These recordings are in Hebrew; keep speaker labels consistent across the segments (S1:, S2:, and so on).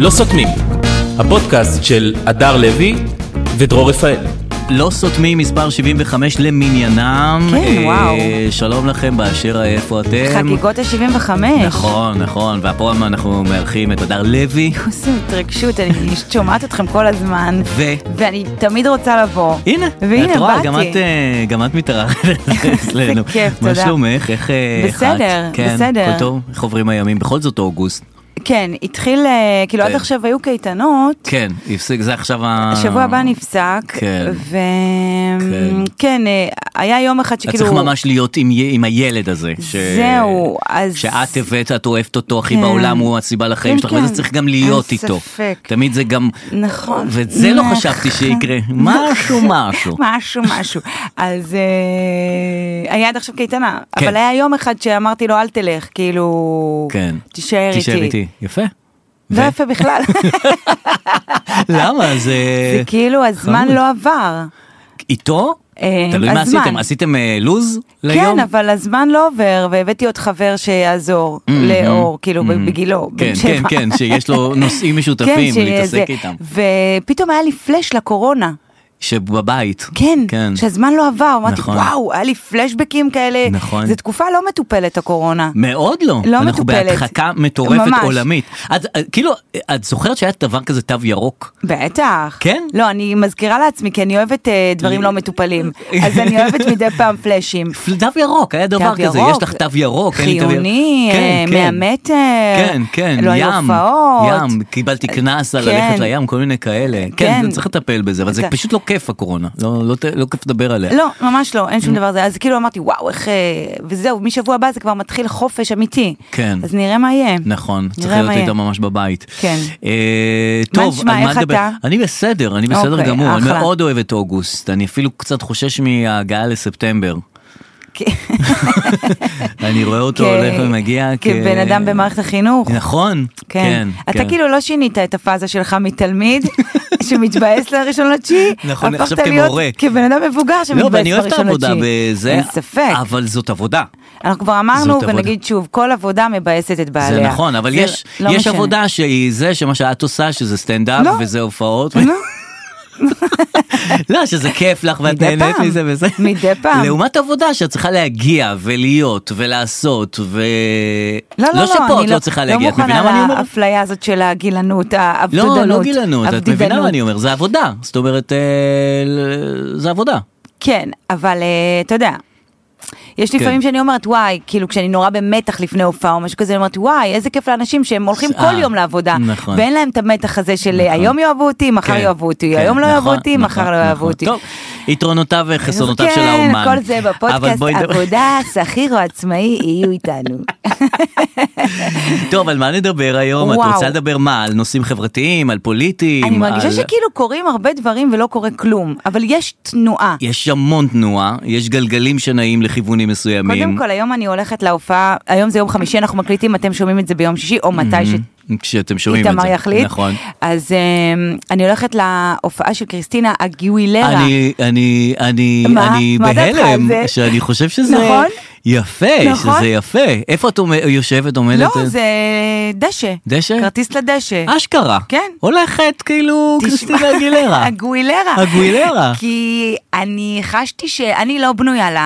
S1: לא סותמים, הפודקאסט של הדר לוי ודרור רפאל.
S2: לא סותמים מספר 75 למניינם. אה,
S3: כן, וואו.
S2: שלום לכם באשר אה, איפה אתם.
S3: חגיגות ה-75.
S2: נכון, נכון, והפעם אנחנו מארחים את הדר לוי.
S3: איזה התרגשות, אני שומעת אתכם כל הזמן.
S2: ו...
S3: ואני תמיד רוצה לבוא.
S2: הנה,
S3: והנה,
S2: את רואה,
S3: באתי.
S2: גם את, אה, גם את מתארחת אצלנו.
S3: כיף,
S2: מה
S3: תודה.
S2: שלומך? איך אה, איך את?
S3: בסדר,
S2: כן,
S3: בסדר.
S2: הכל טוב? איך עוברים הימים? בכל זאת אוגוסט.
S3: כן, התחיל, אה, כאילו
S2: כן.
S3: עד עכשיו היו קייטנות,
S2: כן, הפסיק, זה עכשיו ה...
S3: שבוע הבא נפסק,
S2: כן. כן.
S3: וכן, היה יום אחד
S2: אתה
S3: שכאילו...
S2: צריך ממש להיות עם, י... עם הילד הזה. ש...
S3: כאילו- זהו, אז...
S2: שאת הבאת, את אוהבת אותו הכי
S3: כן.
S2: בעולם, הוא הסיבה לחיים
S3: כן,
S2: שלך,
S3: כן.
S2: וזה צריך גם להיות
S3: אין
S2: איתו.
S3: ספק.
S2: תמיד זה גם...
S3: נכון.
S2: ואת זה לא
S3: נכ-
S2: חשבתי שיקרה. משהו, משהו.
S3: משהו משהו אז אה, היה עד עכשיו קייטנה
S2: כן.
S3: אבל היה יום אחד שאמרתי לו אל תלך כאילו
S2: כן.
S3: תישאר
S2: תישאר
S3: איתי.
S2: איתי. יפה.
S3: לא יפה בכלל
S2: למה?
S3: זה
S2: זה...
S3: כאילו הזמן
S2: חמוד.
S3: לא עבר.
S2: איתו?
S3: אה,
S2: תלוי מה
S3: הזמן.
S2: עשיתם. עשיתם אה, לוז ליום?
S3: כן, אבל הזמן לא עובר, והבאתי עוד חבר שיעזור לאור, כאילו בגילו,
S2: Mm-hmm. כן,
S3: בן שבע.
S2: כן, כן, שיש לו נושאים משותפים
S3: כן,
S2: להתעסק
S3: שזה-
S2: איתם.
S3: ופתאום היה לי פלאש לקורונה.
S2: שבבית.
S3: כן, שהזמן לא עבר, אמרתי
S2: נכון.
S3: וואו, היה לי פלשבקים כאלה,
S2: נכון.
S3: זו תקופה לא מטופלת הקורונה.
S2: מאוד לא.
S3: לא
S2: אנחנו
S3: מטופלת.
S2: בהדחקה מטורפת
S3: ממש.
S2: עולמית. את, את, כאילו, את זוכרת שהיה דבר כזה תו ירוק?
S3: בטח.
S2: כן?
S3: לא, אני מזכירה לעצמי, כי אני אוהבת אה, דברים לא מטופלים. אז אני אוהבת מדי פעם פלאשים.
S2: תו ירוק, היה דבר
S3: תו
S2: כזה, יש
S3: ירוק,
S2: לך תו ירוק, אין לי תו ירוק.
S3: חיוני, אה,
S2: כן, כן.
S3: 100 מטר,
S2: כן, כן,
S3: לא היו
S2: ים,
S3: הופעות.
S2: ים, קיבלתי קנס על
S3: כן.
S2: ללכת לים, כל מיני כאלה. כן,
S3: כן.
S2: זה צריך לטפל בזה, אבל זה
S3: זה-
S2: פשוט לא כיף הקורונה, לא לא ת- לא כיף לדבר עליה.
S3: לא, ממש לא, אין שום דבר זה. אז כאילו אמרתי, וואו, איך... אה, וזהו, משבוע הבא זה כבר מתחיל חופש אמיתי.
S2: כן.
S3: אז נראה מה יהיה.
S2: נכון, צריך
S3: נראה
S2: להיות
S3: מה יהיה.
S2: איתה ממש בבית.
S3: כן.
S2: אה,
S3: מה
S2: טוב,
S3: נשמע?
S2: על
S3: איך
S2: נדבר?
S3: אתה?
S2: אני בסדר, אני בסדר
S3: אוקיי,
S2: גמור, אני
S3: אחלה.
S2: מאוד אוהב את אוגוסט, אני אפילו קצת חושש מההגעה לספטמבר.
S3: כ-
S2: אני רואה אותו
S3: כ-
S2: הולך ומגיע כ...
S3: כבן אדם במערכת החינוך.
S2: נכון, כן.
S3: אתה
S2: כן.
S3: כאילו לא שינית את הפאזה שלך מתלמיד שמתבאס לראשון לתשיעי,
S2: נכון,
S3: הפכת
S2: עכשיו
S3: להיות
S2: כמורה.
S3: כבן אדם מבוגר
S2: לא,
S3: שמתבאס
S2: ואני אוהב את
S3: בראשון
S2: העבודה
S3: לתשיעי.
S2: בזה,
S3: אין ספק.
S2: אבל זאת עבודה.
S3: אנחנו כבר אמרנו
S2: זאת עבודה.
S3: ונגיד שוב, כל עבודה מבאסת את בעליה.
S2: זה נכון, אבל
S3: זה
S2: יש,
S3: לא
S2: יש
S3: משנה.
S2: עבודה שהיא זה שמה שאת עושה, שזה סטנדאפ
S3: לא.
S2: וזה הופעות.
S3: נו,
S2: לא, שזה כיף לך ואת
S3: מדי
S2: נהנית
S3: פעם.
S2: מזה וזה.
S3: מדי פעם.
S2: לעומת עבודה שאת צריכה להגיע ולהיות ולעשות ו...
S3: לא, לא, לא,
S2: שפה
S3: אני
S2: את לא צריכה
S3: לא
S2: להגיע, את מבינה מה אני
S3: מוכנה
S2: אומר?
S3: לאפליה הזאת של הגילנות, העבדודנות.
S2: לא, לא גילנות, את מבינה מה
S3: הבדידנות.
S2: אני אומר, זה עבודה. זאת אומרת, אה, ל- זה עבודה.
S3: כן, אבל אה, אתה יודע. יש
S2: כן.
S3: לפעמים שאני אומרת וואי, כאילו כשאני נורא במתח לפני הופעה או משהו כזה, אני אומרת וואי, איזה כיף לאנשים שהם הולכים
S2: אה,
S3: כל יום לעבודה,
S2: נכון.
S3: ואין להם את המתח הזה של אה, היום יאהבו אותי, מחר
S2: כן,
S3: יאהבו אותי,
S2: כן,
S3: היום לא יאהבו
S2: נכון,
S3: אותי,
S2: נכון,
S3: מחר לא יאהבו
S2: נכון.
S3: אותי.
S2: טוב, יתרונותיו וחסרונותיו
S3: אז
S2: של האומן.
S3: כן, כל זה
S2: אבל
S3: בפודקאסט
S2: בואי נדבר-
S3: עבודה, שכיר או עצמאי יהיו איתנו.
S2: טוב, על מה נדבר היום? את
S3: וואו.
S2: רוצה לדבר מה? על נושאים חברתיים? על פוליטיים?
S3: אני מרגישה
S2: על-
S3: שכאילו קורים הרבה דברים ולא קורה כלום, אבל יש תנועה.
S2: יש המון תנועה, יש גלגלים שנעים לכיוונים מסוימים.
S3: קודם כל, היום אני הולכת להופעה, היום זה יום חמישי, אנחנו מקליטים, אתם שומעים את זה ביום שישי, או מתי ש...
S2: כשאתם שומעים את זה.
S3: איתמר יחליט,
S2: נכון.
S3: אז אמ, אני הולכת להופעה של קריסטינה אגיוילרה,
S2: אני, אני, אני,
S3: מה?
S2: אני
S3: מה דעתך על
S2: בהלם,
S3: זה?
S2: שאני חושב שזה
S3: נכון?
S2: יפה,
S3: נכון?
S2: שזה יפה. איפה את עומד- יושבת, עומדת?
S3: לא זה דשא,
S2: דשא?
S3: כרטיס לדשא,
S2: אשכרה.
S3: כן.
S2: הולכת כאילו
S3: תשמע,
S2: קריסטינה אגילרה.
S3: אגוילרה,
S2: אגוילרה.
S3: כי אני חשתי שאני לא בנויה ל...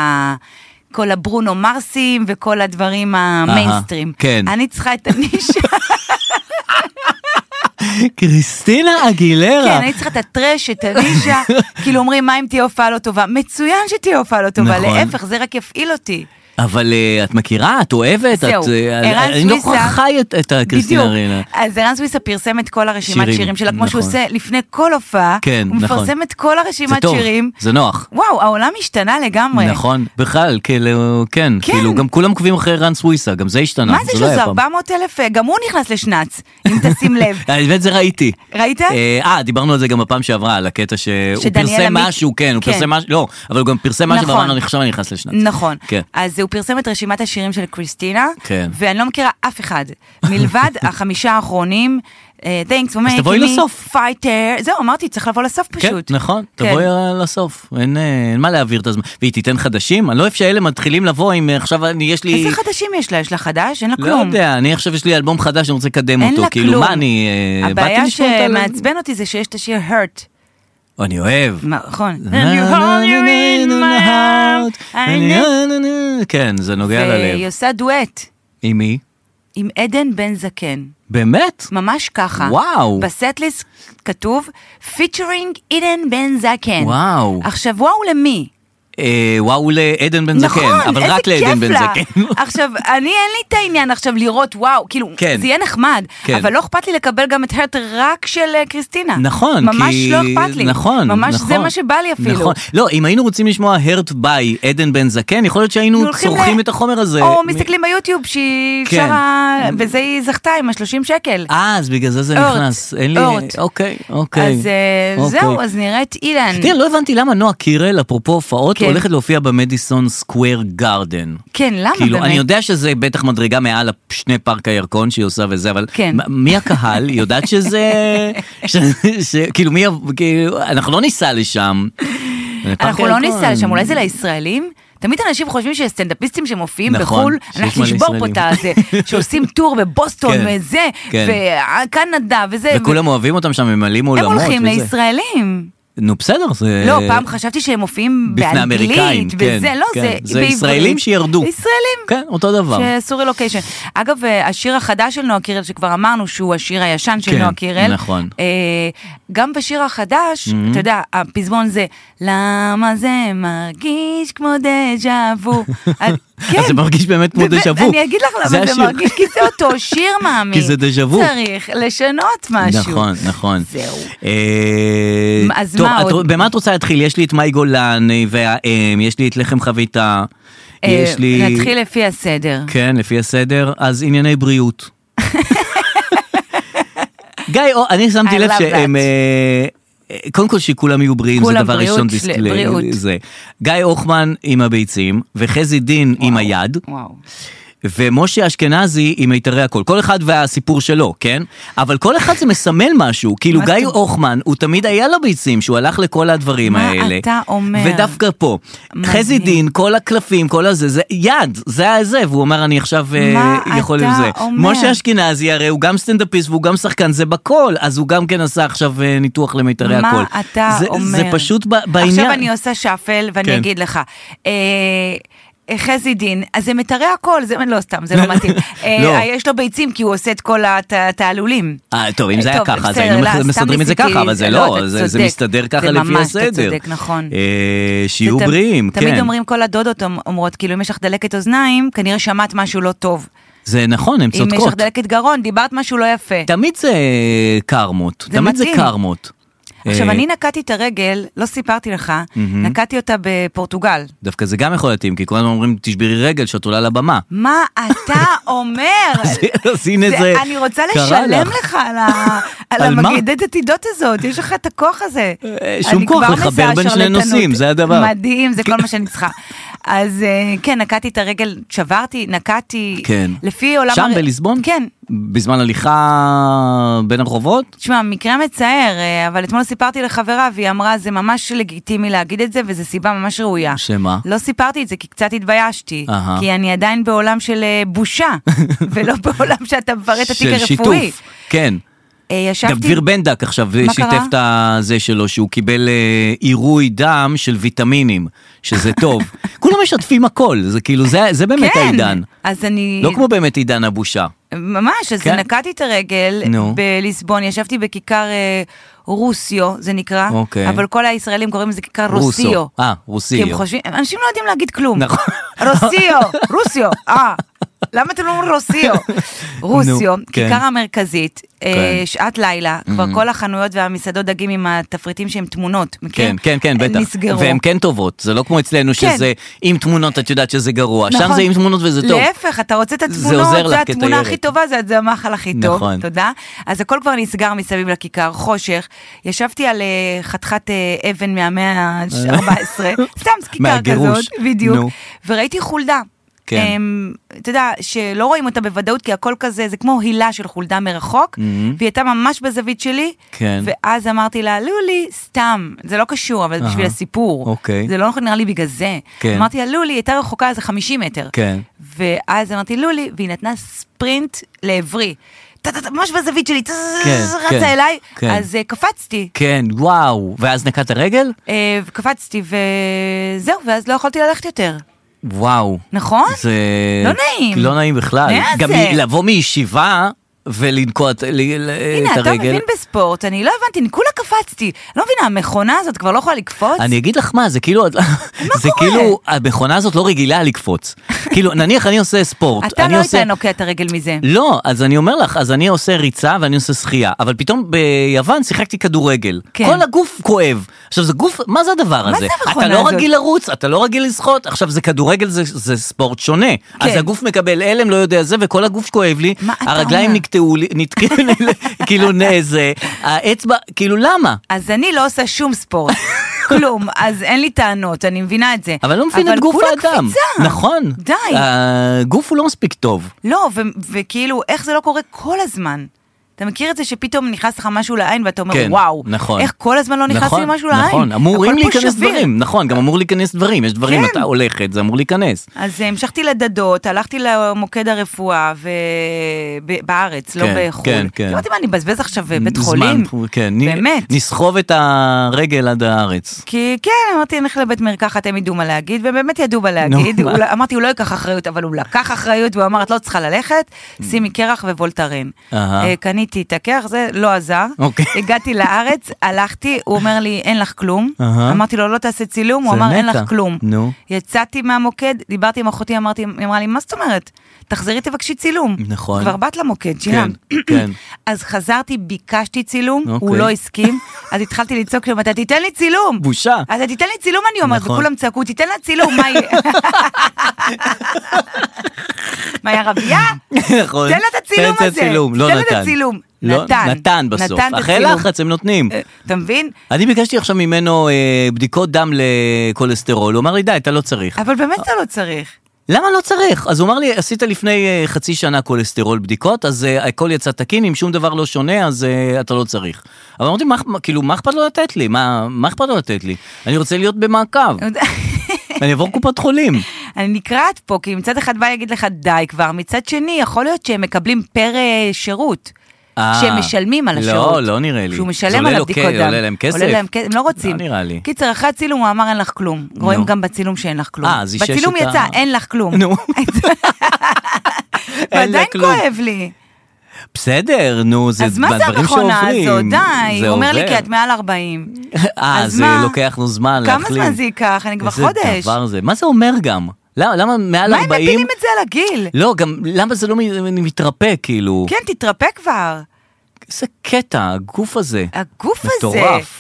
S3: כל הברונו מרסים וכל הדברים המיינסטרים.
S2: כן.
S3: אני צריכה את הנישה,
S2: קריסטינה אגילרה.
S3: כן, אני צריכה את הטרש, את הנישה. כאילו אומרים, מה אם תהיה הופעה לא טובה? מצוין שתהיה הופעה לא טובה,
S2: נכון.
S3: להפך, זה רק יפעיל אותי.
S2: אבל אה, את מכירה? את אוהבת?
S3: זהו,
S2: את, אה,
S3: ערן
S2: אני לא
S3: סוויסה-
S2: כל כך חי את- את הקריסטינה
S3: בדיוק.
S2: אגילרה.
S3: אז ערן סוויסה פרסם את כל הרשימת
S2: שירים,
S3: שירים, שלה, כמו שהוא
S2: נכון.
S3: עושה לפני כל הופעה.
S2: כן,
S3: הוא
S2: נכון.
S3: מפרסם את כל
S2: זה
S3: הרשימת
S2: טוב,
S3: שירים.
S2: זה נוח.
S3: וואו, העולם השתנה לגמרי.
S2: נכון, בכלל, כאילו, כן,
S3: כן.
S2: כאילו, גם כולם עוקבים אחרי רן סוויסה, גם זה השתנה.
S3: מה זה
S2: לא
S3: שלו? זה
S2: היה פעם.
S3: 400 אלף, אה, גם הוא נכנס לשנץ, אם תשים לב.
S2: האמת זה ראיתי.
S3: ראית?
S2: אה, אה, דיברנו על זה גם בפעם שעברה, על הקטע שהוא
S3: שדניאל
S2: פרסם
S3: עמית-
S2: משהו, כן, הוא
S3: כן.
S2: פרסם משהו, לא, אבל הוא גם פרסם משהו,
S3: נכון.
S2: ואמרנו, עכשיו אני נכנס לשנת.
S3: נכון.
S2: כן.
S3: אז הוא פרסם את רשימת השירים של קריסטינה,
S2: כן.
S3: ואני לא מכירה אף אחד, מלבד החמישה האחרונים. Thanks for making
S2: תבואי
S3: me
S2: לסוף.
S3: fighter. זהו, אמרתי, צריך לבוא לסוף
S2: כן,
S3: פשוט.
S2: נכון,
S3: כן.
S2: תבואי אה, לסוף, אין אה, אין מה להעביר את הזמן. והיא תיתן חדשים? אני לא אוהב שאלה מתחילים לבוא עם אה, עכשיו אני, יש לי...
S3: איזה חדשים יש לה? יש לה חדש? אין לה
S2: לא
S3: כלום.
S2: יודע, אני עכשיו יש לי אלבום חדש, אני רוצה לקדם
S3: אין
S2: אותו.
S3: לה
S2: כאילו,
S3: כלום.
S2: מה אני... אה,
S3: הבעיה
S2: באתי לשמוע את ה-
S3: שמעצבן אותי זה שיש את השיר hurt.
S2: אני אוהב.
S3: נכון. And you hold you in my heart. I know.
S2: And- כן, זה נוגע
S3: והיא
S2: ללב.
S3: עושה דואט
S2: עם מי?
S3: עם עדן בן זקן.
S2: באמת?
S3: ממש ככה.
S2: וואו.
S3: בסטליסט כתוב פיצ'רינג עדן בן זקן.
S2: וואו.
S3: עכשיו וואו למי?
S2: אה, וואו לעדן בן זקן,
S3: נכון,
S2: אבל
S3: איזה
S2: רק לעדן
S3: כיף
S2: בן
S3: לה.
S2: זקן.
S3: עכשיו, אני אין לי את העניין עכשיו לראות וואו, כאילו,
S2: כן.
S3: זה יהיה נחמד,
S2: כן.
S3: אבל לא אכפת לי לקבל גם את הרט רק של אה, קריסטינה.
S2: נכון,
S3: ממש
S2: כי...
S3: לא אכפת לי.
S2: נכון,
S3: ממש
S2: נכון.
S3: זה מה שבא לי אפילו.
S2: נכון. לא, אם היינו רוצים לשמוע הרט ביי עדן בן זקן, יכול להיות שהיינו
S3: הולכים
S2: צורכים
S3: ל-
S2: את החומר הזה.
S3: או
S2: מ-
S3: מסתכלים ביוטיוב שהיא
S2: כן.
S3: שרה, וזה היא זכתה עם ה-30 שקל.
S2: אה, אז בגלל זה זה
S3: אורט,
S2: נכנס. אין לי...
S3: אורט.
S2: אוקיי, אוקיי.
S3: אז אה,
S2: אוקיי.
S3: זהו, אז נראה את אילן.
S2: תראה, לא הבנתי למה נועה קירל, אפרופו הופעות,
S3: כן.
S2: הולכת להופיע במדיסון סקוויר גארדן.
S3: כן, למה
S2: כאילו,
S3: באמת?
S2: אני יודע שזה בטח מדרגה מעל שני פארק הירקון שהיא עושה וזה, אבל
S3: כן.
S2: מ- מי הקהל? היא יודעת שזה... ש- ש- כאילו, מי... יב- כאילו, אנחנו לא ניסע לשם. פארק
S3: אנחנו לא
S2: הירקון.
S3: ניסע לשם, אולי זה לישראלים? תמיד אנשים חושבים שסטנדאפיסטים שמופיעים
S2: נכון,
S3: בחו"ל,
S2: שיש
S3: אנחנו
S2: מלא
S3: נשבור פה את הזה,
S2: ישראלים.
S3: שעושים טור בבוסטון
S2: כן,
S3: וזה,
S2: כן.
S3: וקנדה וזה. ו-
S2: וכולם אוהבים אותם שם, ממלאים
S3: הם
S2: אולמות.
S3: הולכים
S2: וזה.
S3: לישראלים.
S2: נו בסדר, זה...
S3: לא, פעם חשבתי שהם מופיעים
S2: בפני אמריקאים,
S3: באנגלית,
S2: כן,
S3: וזה, לא,
S2: כן.
S3: זה
S2: זה
S3: בעברית.
S2: ישראלים שירדו.
S3: ישראלים.
S2: כן, אותו דבר.
S3: שעשו רילוקיישן. אגב, אה, השיר החדש של נועה קירל, שכבר אמרנו שהוא השיר הישן של
S2: כן,
S3: נועה קירל,
S2: נכון. Mm-hmm.
S3: אה, גם בשיר החדש, אתה יודע, הפזמון זה, למה זה מרגיש כמו דז'ה וו. אז כן.
S2: אז זה מרגיש באמת כמו
S3: באמת,
S2: דז'ה וו.
S3: אני אגיד לך
S2: זה
S3: למה זה
S2: השיר.
S3: מרגיש, כי זה אותו שיר מאמי.
S2: כי זה דז'ה וו.
S3: צריך לשנות משהו.
S2: נכון, נכון.
S3: זהו.
S2: אה,
S3: אז
S2: טוב,
S3: מה
S2: את-
S3: עוד?
S2: במה את רוצה להתחיל? יש לי את מאי גולן אה, והאם, יש לי את לחם חביתה,
S3: אה,
S2: יש לי...
S3: נתחיל לפי הסדר.
S2: כן, לפי הסדר. אז ענייני בריאות. גיא, או, אני
S3: I
S2: שמתי לב
S3: love
S2: שהם...
S3: that.
S2: אה, אה, קודם כל שכולם יהיו בריאים, זה
S3: כולם
S2: דבר
S3: בריאות,
S2: ראשון.
S3: של-
S2: דיסק- ל-
S3: בריאות.
S2: זה. גיא הוחמן עם הביצים, וחזי דין עם היד.
S3: וואו.
S2: ומשה אשכנזי עם מיתרי הקול. כל אחד והסיפור שלו, כן? אבל כל אחד זה מסמל משהו. כאילו
S3: מה
S2: גיא
S3: אתה-
S2: הוחמן, הוא תמיד היה לו ביצים, שהוא הלך לכל הדברים
S3: מה
S2: האלה.
S3: אתה אומר?
S2: ודווקא פה.
S3: מדהים.
S2: חזי דין, כל הקלפים, כל הזה, זה יד, זה היה זה, והוא אומר, אני עכשיו אה,
S3: מה
S2: יכול
S3: אתה
S2: עם זה.
S3: אומר?
S2: משה אשכנזי, הרי הוא גם סטנדאפיסט והוא גם שחקן, זה בכל, אז הוא גם כן עשה עכשיו אה, ניתוח למיתרי
S3: מה
S2: הקול.
S3: אתה
S2: זה,
S3: אומר?
S2: זה פשוט ב- בעניין.
S3: עכשיו אני עושה שאפל ואני
S2: כן.
S3: אגיד לך. אה, חזי דין, אז זה מטרי הכל, זה לא סתם, זה לא מתאים. אה,
S2: לא.
S3: יש לו ביצים כי הוא עושה את כל הת- התעלולים.
S2: אה, טוב, אם זה היה
S3: טוב,
S2: ככה, אז
S3: בסדר,
S2: היינו
S3: לא, סתם
S2: מסדרים את זה
S3: ניסיתי,
S2: ככה, אבל זה
S3: לא,
S2: לא,
S3: אתה
S2: זה זה
S3: צודק.
S2: מסתדר ככה
S3: זה
S2: לפי
S3: ממש, אתה
S2: הסדר.
S3: צודק, נכון.
S2: אה, שיהיו
S3: זה ת-
S2: בריאים, כן.
S3: תמיד אומרים כל הדודות אומ- אומרות, כאילו אם יש לך דלקת אוזניים, כנראה שמעת משהו לא טוב.
S2: זה נכון, הן
S3: אם יש לך
S2: צודקות. אה.
S3: דלקת גרון, דיברת משהו לא יפה.
S2: תמיד זה אה, קרמות,
S3: זה
S2: תמיד זה
S3: מתאים.
S2: קרמות.
S3: עכשיו,
S2: אה,
S3: אני נקעתי את הרגל, לא סיפרתי לך, נקעתי אותה בפורטוגל.
S2: דווקא זה גם יכול להתאים, כי כל הזמן אומרים, תשברי רגל שאת עולה לבמה.
S3: מה אתה אומר?
S2: אז- אז הנה זה
S3: אני רוצה
S2: קרה
S3: לשלם
S2: לך.
S3: לך על ה- על
S2: על מה?
S3: המגדת עתידות הזאת, יש לך את הכוח הזה.
S2: אה, שום
S3: אני
S2: כוח
S3: כבר
S2: לחבר
S3: מזהה
S2: בין שני
S3: שרלטנות.
S2: נושאים, זה הדבר. כן.
S3: מדהים, זה כל מה שאני צריכה. אז אה, כן, נקעתי את הרגל, שברתי, נקעתי,
S2: כן.
S3: לפי עולם...
S2: שם
S3: הר-
S2: בליסבון?
S3: כן.
S2: בזמן הליכה בין הרחובות?
S3: תשמע, מקרה מצער, אה, אבל אתמול סיפרתי לחברה והיא אמרה, זה ממש לגיטימי להגיד את זה וזו סיבה ממש ראויה.
S2: שמה?
S3: לא סיפרתי את זה כי קצת התביישתי,
S2: אהה.
S3: כי אני עדיין בעולם של אה, בושה, ולא בעולם שאתה מפרט את התיק
S2: של
S3: הרפואי.
S2: שיתוף. כן.
S3: אה,
S2: גם
S3: ישבתי,
S2: דביר בנדק עכשיו
S3: מה
S2: שיתף
S3: קרה?
S2: את הזה שלו, שהוא קיבל אה, עירוי דם של ויטמינים, שזה טוב. כולם משתפים הכל, זה כאילו, זה, זה באמת
S3: כן, אה,
S2: העידן.
S3: אז אני,
S2: לא כמו באמת עידן הבושה.
S3: ממש, אז
S2: כן.
S3: נקעתי את הרגל
S2: נו.
S3: בליסבון, ישבתי בכיכר אה, רוסיו, זה נקרא,
S2: אוקיי.
S3: אבל כל הישראלים קוראים לזה כיכר
S2: רוסו.
S3: רוסיו.
S2: אה,
S3: כי הם
S2: רוסיו.
S3: חושבים, אנשים לא יודעים להגיד כלום.
S2: נכון.
S3: רוסיו, רוסיו, אה. למה אתם לא אומרים רוסיו? רוסיו,
S2: נו, כן.
S3: כיכר המרכזית, אה,
S2: כן. Mm-hmm.
S3: שעת לילה, כבר כל החנויות והמסעדות דגים עם התפריטים שהם תמונות,
S2: כן,
S3: מכירים?
S2: כן, כן, בטח.
S3: אה, נסגרו.
S2: והן כן טובות, זה לא כמו אצלנו
S3: כן.
S2: שזה עם תמונות את יודעת שזה גרוע, שם
S3: נכון.
S2: זה עם תמונות וזה טוב.
S3: להפך, אתה רוצה את
S2: זה
S3: התמונות,
S2: עוזר
S3: זה
S2: לך
S3: התמונה
S2: כתיירת.
S3: הכי טובה, זה- זה המאכל הכי טוב,
S2: נכון.
S3: תודה. אז הכל כבר נסגר מסביב לכיכר, חושך. ישבתי על אה, חתיכת אה, אבן מהמאה ה-14, סתם כיכר
S2: מהגירוש,
S3: כזאת, בדיוק,
S2: נו.
S3: וראיתי חולדה.
S2: כן.
S3: אמ, אתה יודע, שלא רואים אותה בוודאות, כי הכל כזה, זה כמו הילה של חולדה מרחוק,
S2: מהמם.
S3: והיא הייתה ממש בזווית שלי,
S2: כן.
S3: ואז אמרתי לה, לולי, סתם, זה לא קשור, אבל זה בשביל
S2: אהה.
S3: הסיפור.
S2: אוקיי.
S3: זה לא נכון, נראה לי בגלל זה.
S2: כן.
S3: אמרתי לה, לולי, היא הייתה רחוקה איזה 50 מטר.
S2: כן.
S3: ואז אמרתי לולי, והיא נתנה ספרינט לעברי. טה, טה, טה, ממש בזווית שלי, טה, טה,
S2: כן,
S3: טה,
S2: כן,
S3: רצה אליי,
S2: כן.
S3: אז אה, קפצתי.
S2: כן, וואו. ואז נקעת רגל?
S3: אה, וקפצתי וזהו, ואז לא יכולתי ללכת יותר.
S2: וואו.
S3: נכון?
S2: זה...
S3: לא נעים.
S2: לא נעים בכלל.
S3: מה
S2: גם
S3: זה?
S2: מ- לבוא מישיבה ולנקוע את ל- ל-
S3: הנה,
S2: אה, את
S3: אתה
S2: הרגל.
S3: מבין בספורט, אני לא הבנתי, אני כולה קפצתי. אני לא מבינה, המכונה הזאת כבר לא יכולה לקפוץ?
S2: אני אגיד לך מה, זה כאילו, זה
S3: קורה?
S2: כאילו, המכונה הזאת לא רגילה לקפוץ. כאילו, נניח אני עושה ספורט.
S3: אתה
S2: אני
S3: לא
S2: עושה-
S3: היית נוקע את הרגל מזה.
S2: לא, אז אני אומר לך, אז אני עושה ריצה ואני עושה שחייה, אבל פתאום ביוון שיחקתי כדורגל.
S3: כן.
S2: כל הגוף כואב. עכשיו זה גוף, מה זה הדבר
S3: מה
S2: הזה?
S3: זה המכונה
S2: אתה לא
S3: הזאת?
S2: רגיל לרוץ, אתה לא רגיל לשחות, עכשיו זה כדורגל, זה, זה ספורט שונה.
S3: כן.
S2: אז הגוף מקבל הלם, לא יודע זה, וכל הגוף כואב לי,
S3: מה אתה
S2: הרגליים
S3: אומר?
S2: נקטעו לי, נתקעו לי, כאילו נה, זה, האצבע, כאילו למה?
S3: אז אני לא עושה שום ספורט, כלום, אז אין לי טענות, אני מבינה את זה.
S2: אבל לא מבין את גוף
S3: כולה
S2: האדם.
S3: קפיצה.
S2: נכון.
S3: די.
S2: הגוף הוא לא מספיק טוב.
S3: לא, ו- וכאילו, איך זה לא קורה כל הזמן? אתה מכיר את זה שפתאום נכנס לך משהו לעין ואתה אומר,
S2: כן,
S3: וואו,
S2: נכון.
S3: איך כל הזמן לא נכנס לי
S2: נכון,
S3: משהו לעין?
S2: נכון, אמורים
S3: הכל פה
S2: להיכנס
S3: שביר.
S2: דברים, נכון, גם אמור להיכנס דברים, יש דברים,
S3: כן.
S2: אתה הולכת, זה אמור להיכנס.
S3: אז אה, המשכתי לדדות, הלכתי למוקד הרפואה ו... ב- בארץ, לא
S2: כן,
S3: בחו"ל.
S2: כן, כן.
S3: אמרתי, מה, אני מבזבז עכשיו אה, בית
S2: זמן,
S3: חולים?
S2: כן, נ-
S3: באמת.
S2: נסחוב את הרגל עד הארץ.
S3: כי כן, אמרתי, נלך לבית מרקחת, הם ידעו מה להגיד, ובאמת ידעו מה להגיד.
S2: נו, מה?
S3: הוא לא- אמרתי, הוא לא ייקח אחריות, אבל הוא לקח אחריות, והוא אמר, את לא צריכה ללכת, שימי קרח ווולטרן.
S2: אהה.
S3: אה, קניתי את הקרח, זה לא עזר.
S2: אוקיי.
S3: הגעתי לארץ, הלכתי, הוא אומר לי, אין לך כלום.
S2: אהה.
S3: אמרתי לו, לא תעשה צילום, הוא
S2: זה
S3: אמר, אין
S2: נטע.
S3: לך כלום.
S2: נו.
S3: יצאתי מהמוקד, דיברתי עם אחותי, אמרתי, היא אמרה לי, מה זאת אומרת? תחזרי, תבקשי צילום.
S2: נכון.
S3: כבר באת למוקד, שילמת.
S2: כן.
S3: אז חזרתי, ביקשתי צילום, הוא
S2: אוקיי.
S3: לא הסכים, אז התחלתי לצעוק לו, אתה תיתן לי צילום.
S2: בושה.
S3: אז אתה תיתן לי צילום, אני אומרת,
S2: נכון.
S3: וכולם צעקו, תיתן לה צילום, מה יהיה? מה, היא ערבייה?
S2: נכון.
S3: תן לה את הצילום
S2: תן את
S3: הזה.
S2: הצילום, לא
S3: תן
S2: נתן.
S3: לה את הצילום.
S2: לא,
S3: נתן.
S2: נתן בסוף.
S3: נתן את
S2: אחרי
S3: הצילום.
S2: לחץ הם נותנים.
S3: אה, אתה מבין?
S2: אני ביקשתי עכשיו ממנו אה, בדיקות דם לכולסטרול, הוא אמר לי די, אתה לא צריך.
S3: אבל באמת אתה לא צריך.
S2: למה לא צריך? אז הוא אמר לי, עשית לפני אה, חצי שנה כולסטרול בדיקות, אז אה, הכל יצא תקין, אם שום דבר לא שונה, אז אה, אתה לא צריך. אבל אמרתי, מה, מה- כאילו, מה אכפת לו לתת לי? מה, מה אכפת לו לתת לי? אני רוצה להיות במעקב, אני אעבור קופת חולים.
S3: אני נקרעת פה, כי מצד אחד בא להגיד לך די כבר, מצד שני, יכול להיות שהם מקבלים פר אה, שירות.
S2: אה,
S3: שהם משלמים על
S2: לא,
S3: השירות.
S2: לא נראה לי.
S3: שהוא
S2: זה
S3: משלם
S2: עולה
S3: על
S2: לו
S3: הבדיקות
S2: כ-
S3: דם.
S2: עולה להם כסף?
S3: עולה להם כסף, הם לא רוצים.
S2: לא נראה לי.
S3: קיצר, אחרי הצילום הוא אמר אין לך כלום. רואים גם בצילום שאין לך כלום.
S2: אה, אז אישש
S3: בצילום
S2: את ה-
S3: יצא, אין לך כלום.
S2: נו. אין לה
S3: ועדיין
S2: כלום.
S3: כואב לי.
S2: בסדר, נו, זה
S3: אז מה זה
S2: בדברים שעוברים.
S3: המכונה הזאת? די.
S2: זה
S3: הוא אומר לי,
S2: עובר.
S3: כי את מעל 40.
S2: אה,
S3: אז
S2: זה
S3: מה?
S2: לוקח לו זמן
S3: כמה
S2: להחלים.
S3: זמן זה ייקח? אני כבר חודש.
S2: איזה דבר זה. מה זה אומר גם? למה, למה מעל
S3: מה הם
S2: 40?
S3: מפילים את זה על הגיל?
S2: לא, גם למה זה לא מ- מתרפא, כאילו?
S3: כן, תתרפא כבר.
S2: איזה קטע, הגוף הזה.
S3: הגוף הזה.
S2: מטורף.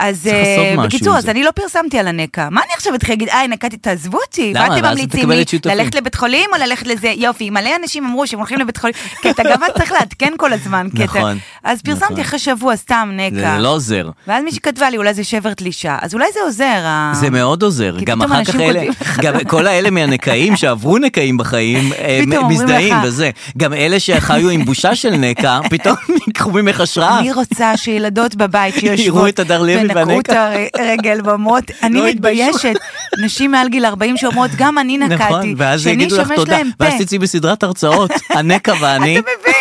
S3: אז
S2: צריך לעשות
S3: אה,
S2: משהו עם
S3: בקיצור, אז
S2: זה.
S3: אני לא פרסמתי על הנקע. מה אני עכשיו אתחיל להגיד, איי, נקעתי, תעזבו אותי.
S2: למה?
S3: מה אתם
S2: ואז
S3: ממליצים
S2: תקבלת
S3: לי?
S2: שותפים.
S3: ללכת לבית חולים או ללכת לזה? יופי, מלא אנשים אמרו שהם הולכים לבית חולים. כי אתה גם צריך לעדכן כל הזמן. כי אתה-
S2: נכון,
S3: אז
S2: נכון.
S3: פרסמתי אחרי שבוע סתם
S2: זה
S3: נקע.
S2: לא עוזר.
S3: ואז מישהי כתבה לי, אולי זה שבר תלישה. אז אולי זה עוזר. ה-
S2: זה מאוד עוזר,
S3: אה. כי
S2: גם
S3: פתאום
S2: אחר כך
S3: אנשים
S2: אלה,
S3: כותבים לך.
S2: גם כל האלה מהנקעים שעברו נקעים בחיים, אה,
S3: פתאום אומרים
S2: מזדהים
S3: לך.
S2: וזה, גם אלה שחיו עם בושה של נקע, פתאום ייקחו ממך השראה.
S3: אני רוצה שילדות בבית שיושבות
S2: אה. יראו את הדר לוי
S3: ונקעו את
S2: והנקע.
S3: הרגל ואומרות, אני
S2: לא יתביישו."
S3: מתביישת. נשים מעל גיל 40 שאומרות, גם אני נקעתי.
S2: נכון, ואז
S3: שאני
S2: יגידו לך
S3: אשמש
S2: תודה,
S3: להם
S2: ואז
S3: פה."
S2: תצאי בסדרת הרצאות, הנקע ואני.
S3: אתה מבין?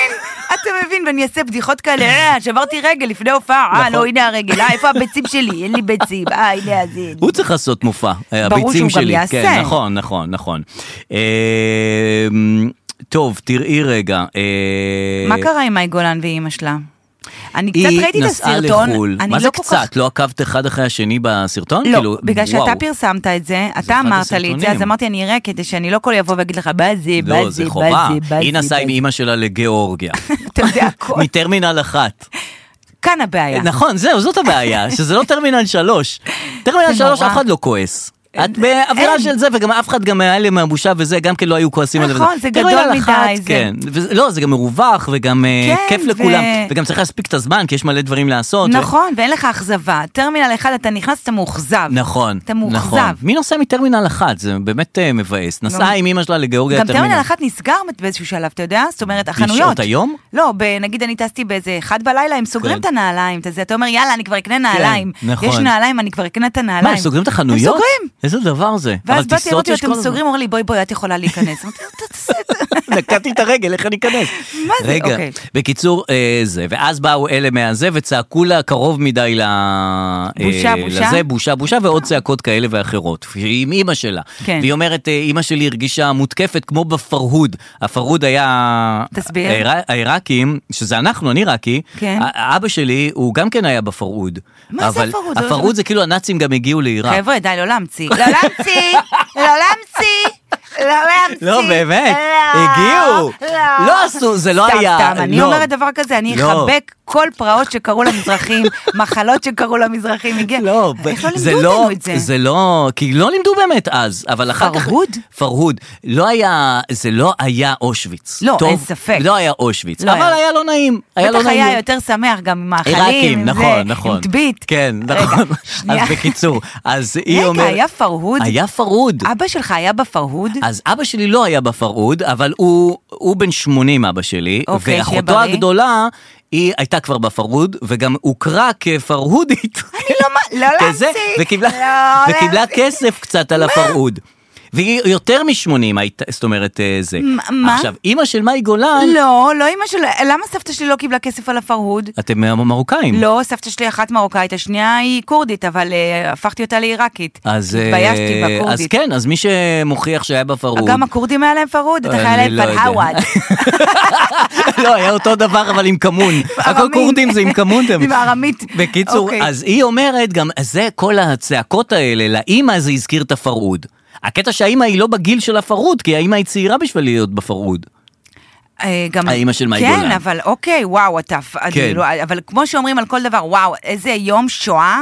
S3: אתה מבין, ואני אעשה בדיחות כאלה, אה, שברתי רגל לפני הופעה, אה,
S2: נכון.
S3: לא, הנה הרגל, אה, איפה הביצים שלי? אין לי ביצים, אה, הנה אז... אין.
S2: הוא צריך לעשות מופע, אה,
S3: ברור
S2: הביצים
S3: שהוא גם
S2: שלי.
S3: יעשה.
S2: כן, נכון, נכון, נכון. אה, טוב, תראי רגע. אה,
S3: מה קרה עם מאי גולן ואימא שלה? אני קצת
S2: היא
S3: ראיתי את
S2: נסעה
S3: הסרטון,
S2: לחו"ל.
S3: אני
S2: מה זה
S3: לא כל כך-
S2: קצת? לא עקבת אחד אחרי השני בסרטון?
S3: לא,
S2: כאילו,
S3: בגלל שאתה
S2: וואו.
S3: פרסמת את זה, אתה
S2: אחד
S3: אמרת לי את זה, אז
S2: הסרטונים.
S3: אמרתי אני אראה כדי שאני לא כל יבוא ויגיד לך בזי, בזי,
S2: לא, זה
S3: בזי,
S2: חובה.
S3: בזי.
S2: היא נסעה עם
S3: בזי".
S2: אימא שלה לגיאורגיה.
S3: אתה יודע הכל. כן.
S2: מטרמינל אחת.
S3: כאן הבעיה.
S2: נכון, זהו, זאת הבעיה, שזה לא טרמינל שלוש. טרמינל
S3: זה
S2: שלוש
S3: נורא.
S2: אף אחד לא כועס. את באווירה
S3: אין.
S2: של זה, וגם אף אחד גם היה לי מהבושה וזה, גם כן לא היו כועסים עליו.
S3: נכון, זה
S2: כאילו,
S3: גדול
S2: יאללה,
S3: מדי,
S2: אחת,
S3: זה-
S2: כן. וזה- לא, זה גם מרווח, וגם אה,
S3: כן,
S2: כיף
S3: ו-
S2: לכולם. וגם צריך להספיק את הזמן, כי יש מלא דברים לעשות. ו-
S3: נכון, ואין לך אכזבה. טרמינל אחד אתה נכנס, אתה מאוכזב.
S2: נכון.
S3: אתה
S2: נכון.
S3: מאוכזב.
S2: מי נוסע מטרמינל אחת? זה באמת אה, מבאס. נסעה עם אמא שלה לגאורגיה
S3: לא. גם טרמינל
S2: לטרמינל.
S3: אחת נסגר באיזשהו שלב, אתה יודע? זאת אומרת,
S2: בשעות
S3: החנויות.
S2: היום?
S3: לא, ב- נגיד אני טסתי באיזה אחד בלילה, הם סוגרים
S2: כן.
S3: את הנעליים, אתה זה, אתה אומר, יאללה, אני כבר אקנה נעליים.
S2: נכון.
S3: יש נעליים, אני כבר אקנה את הנעליים.
S2: מה, הם סוגרים את החנויות?
S3: הם סוגרים.
S2: איזה דבר זה? אבל
S3: ואז באתי,
S2: טיסות
S3: אמרתי לו,
S2: יש כל
S3: אתם
S2: הזמן.
S3: סוגרים, הוא אומר לי, בואי, בואי, את יכולה להיכנס. אמרתי לו, "אתה תעשה את זה."
S2: נקעתי את הרגל, איך אני אכנס?
S3: מה זה?
S2: רגע,
S3: אוקיי.
S2: בקיצור, אה, זה, ואז באו אלה מהזה וצעקו לה קרוב מדי ל...
S3: בושה,
S2: אה,
S3: בושה? אה.
S2: לזה, בושה, בושה, ועוד צעקות כאלה ואחרות, שהיא עם אימא שלה.
S3: כן.
S2: והיא אומרת, אה, אימא שלי הרגישה מותקפת כמו בפרהוד. הפרהוד היה... אה,
S3: תסביר.
S2: העירה- העיראקים, שזה אנחנו, אני עיראקי,
S3: כן.
S2: ה- אבא שלי, הוא גם כן היה בפרהוד.
S3: מה זה
S2: אבל
S3: הפרהוד? לא
S2: הפרהוד
S3: יודעת.
S2: זה כאילו הנאצים גם הגיעו לעיראק.
S3: חבר'ה, די, לא להמציא. לא להמציא! לא להמציא! לא להמציא!
S2: לא, באמת,
S3: לא,
S2: הגיעו. לא עשו, זה לא
S3: סתם,
S2: היה,
S3: סתם, אני
S2: לא.
S3: אומרת דבר כזה, אני
S2: לא.
S3: אחבק כל פרעות שקרו למזרחים, מחלות שקרו למזרחים, הגיע...
S2: לא,
S3: איך לא
S2: זה
S3: לימדו אותנו את זה?
S2: זה לא, כי לא לימדו באמת אז, אבל אחר כך...
S3: פרהוד?
S2: פרהוד. לא היה, זה לא היה אושוויץ.
S3: לא,
S2: טוב,
S3: אין ספק.
S2: לא היה אושוויץ,
S3: לא
S2: אבל
S3: היה.
S2: היה לא נעים. היה לא
S3: בטח
S2: נעים.
S3: היה יותר שמח גם עם מאכלים,
S2: עיראקים,
S3: עם זה,
S2: נכון, נכון.
S3: עם טבית.
S2: כן,
S3: רגע,
S2: נכון. אז
S3: שנייה.
S2: בקיצור, אז היא
S3: רגע,
S2: אומרת...
S3: היה פרהוד?
S2: היה פרהוד.
S3: אבא שלך היה בפרהוד?
S2: אז אבא שלי לא היה בפרהוד, אבל הוא, הוא בן 80 אבא שלי,
S3: אוקיי, שיהיה
S2: ואחותו
S3: בריא.
S2: הגדולה, היא הייתה כבר בפרהוד, וגם הוכרה כפרהודית.
S3: אני לא מ- לא
S2: כזה,
S3: להמציא,
S2: וקיבלה,
S3: לא
S2: וקיבלה
S3: להמציא.
S2: כסף קצת על הפרהוד. והיא יותר מ-80 הייתה, זאת אומרת, אה, זה.
S3: מה?
S2: עכשיו, אימא של מאי גולן,
S3: לא, לא אמא שלו, למה סבתא שלי לא קיבלה כסף על הפרהוד?
S2: אתם אה, מרוקאים.
S3: לא, סבתא שלי אחת מרוקאית, השנייה היא כורדית, אבל אה, הפכתי אותה לעיראקית.
S2: אז, אה,
S3: התביישתי
S2: אז
S3: בכורדית. אה,
S2: כן, אז מי שמוכיח שהיה בפרהוד.
S3: גם הכורדים היה להם פרהוד, אתה היה
S2: אני
S3: להם
S2: לא יודע.
S3: פלהוואד.
S2: לא, היה אותו דבר אבל עם כמון. הכל
S3: ארמית.
S2: כורדים זה עם כמון. אתם-
S3: עם ארמית.
S2: בקיצור,
S3: אוקיי.
S2: אז היא אומרת גם, זה כל הצעקות האלה, לאימא זה הזכיר את הפרהוד. הקטע שהאימא היא לא בגיל של הפרהוד, כי האימא היא צעירה בשביל להיות בפרהוד.
S3: אה, גם...
S2: האימא של מאי גולן.
S3: כן, אבל אוקיי, וואו, אתה...
S2: כן.
S3: כן. לא, אבל כמו שאומרים על כל דבר, וואו, איזה יום שואה.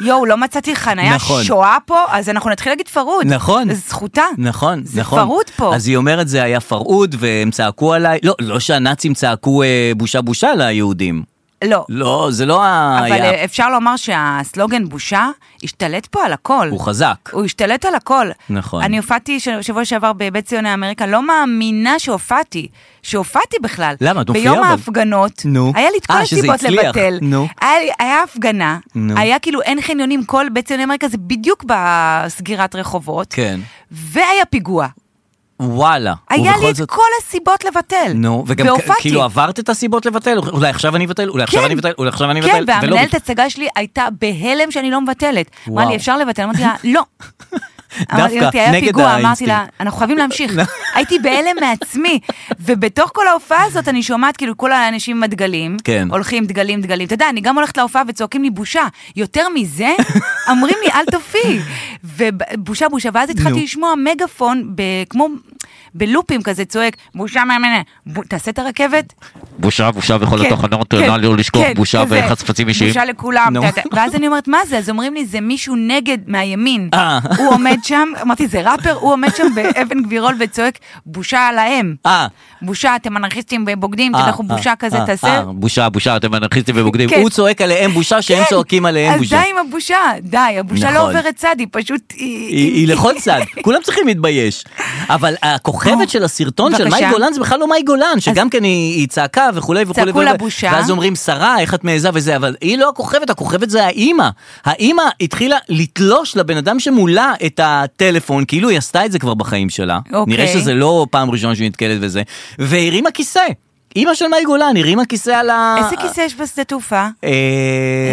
S3: יואו, לא מצאתי חניה
S2: נכון.
S3: שואה פה, אז אנחנו נתחיל להגיד פרהוד.
S2: נכון.
S3: זו זכותה.
S2: נכון,
S3: אה, זה
S2: נכון.
S3: פרהוד פה.
S2: אז היא אומרת זה היה פרהוד והם צעקו עליי, לא, לא שהנאצים צעקו אה, בושה בושה ליהודים.
S3: לא.
S2: לא, זה לא ה-
S3: אבל
S2: היה,
S3: אה, אפשר לומר שהסלוגן בושה השתלט פה על הכל.
S2: הוא חזק.
S3: הוא השתלט על הכל.
S2: נכון.
S3: אני הופעתי ש- שבוע שעבר בבית ציוני אמריקה, לא מאמינה שהופעתי, שהופעתי בכלל.
S2: למה? את מופיעה,
S3: ביום
S2: אבל.
S3: ההפגנות,
S2: נו.
S3: היה לי את כל
S2: אה, שזה
S3: הסיבות
S2: הצליח.
S3: לבטל.
S2: נו.
S3: היה, לי- היה הפגנה,
S2: נו.
S3: היה כאילו אין חניונים, כל בית ציוני אמריקה זה בדיוק בסגירת רחובות.
S2: כן.
S3: והיה פיגוע.
S2: וואלה.
S3: היה
S2: ובכל
S3: לי את
S2: זאת-
S3: כל הסיבות לבטל.
S2: נו, וגם כ-
S3: והופעתי.
S2: כאילו עברת את הסיבות לבטל? אולי עכשיו אני אבטל? אולי עכשיו
S3: כן.
S2: אני אבטל? אולי עכשיו אני אבטל?
S3: כן,
S2: לא ולא-
S3: והמנהלת הצגה שלי הייתה בהלם שאני לא מבטלת. אמרה
S2: וואו.
S3: לי, אפשר לבטל? אמרתי לה, לא. אמרתי,
S2: דווקא,
S3: אה, היה
S2: נגד
S3: פיגוע, אמרתי
S2: האינסטינקט.
S3: לה, אנחנו חייבים להמשיך. הייתי בהלם מעצמי, ובתוך כל ההופעה הזאת אני שומעת כאילו כל האנשים עם הדגלים,
S2: כן.
S3: הולכים דגלים דגלים. אתה יודע, אני גם הולכת להופעה וצועקים לי בושה. יותר מזה, אומרים לי, אל תופיעי. ובושה בושה, ואז
S2: נו.
S3: התחלתי לשמוע מגאפון, ב- כמו בלופים כזה צועק, בושה מהמנה, "בו- תעשה את הרכבת,
S4: בושה, בושה וכל
S3: כן,
S4: התחנות,
S3: כן,
S4: נא לא לשכוח
S3: כן,
S4: בושה
S3: כזה.
S4: וחשפצים אישיים.
S3: בושה לכולם.
S2: נו.
S3: אתה- אתה- ואז אני אומרת, מה זה? אז אומרים לי, זה מישהו נגד מהימין.
S2: אה.
S3: הוא עומד שם, אמרתי, זה ראפר, הוא עומד שם באבן גבירול וצועק, בושה להם.
S2: אה.
S3: בושה, אתם אנרכיסטים ובוגדים,
S2: אה,
S3: תלכו
S2: אה,
S3: בושה כזה,
S2: אה,
S3: תעשה.
S2: אה,
S4: בושה, בושה, אתם אנרכיסטים ובוגדים.
S3: כן.
S2: הוא צועק עליהם בושה שהם
S3: כן,
S2: צועקים עליהם בושה.
S3: אז די עם הבושה, די, הבושה לא
S2: נכון.
S3: עוברת צד, היא פשוט...
S2: היא היא לכל צד, כולם צריכים להתבייש. אבל הכוכבת
S3: נו,
S2: של הסרטון של מאי
S3: בבקשה.
S2: גולן זה בכלל לא מאי גולן, שגם כן היא היא צעקה וכולי וכולי.
S3: צעקו
S2: וכולי.
S3: לה בושה.
S2: ואז אומרים, שרה, איך את מעיזה וזה, אבל היא לא הכוכבת, הכוכבת זה האימא. האימא התחילה לתלוש לבן אדם שמולה את הטלפון, כאילו היא עשתה את זה כבר בחיים שלה.
S3: אוקיי.
S2: נראה שזה לא פעם ראשונה שהיא נתקלת וזה. והרימה כיסא. אימא של מאי גולן הרימה כיסא על ה...
S3: איזה כיסא יש בשדה תעופה?
S2: אה,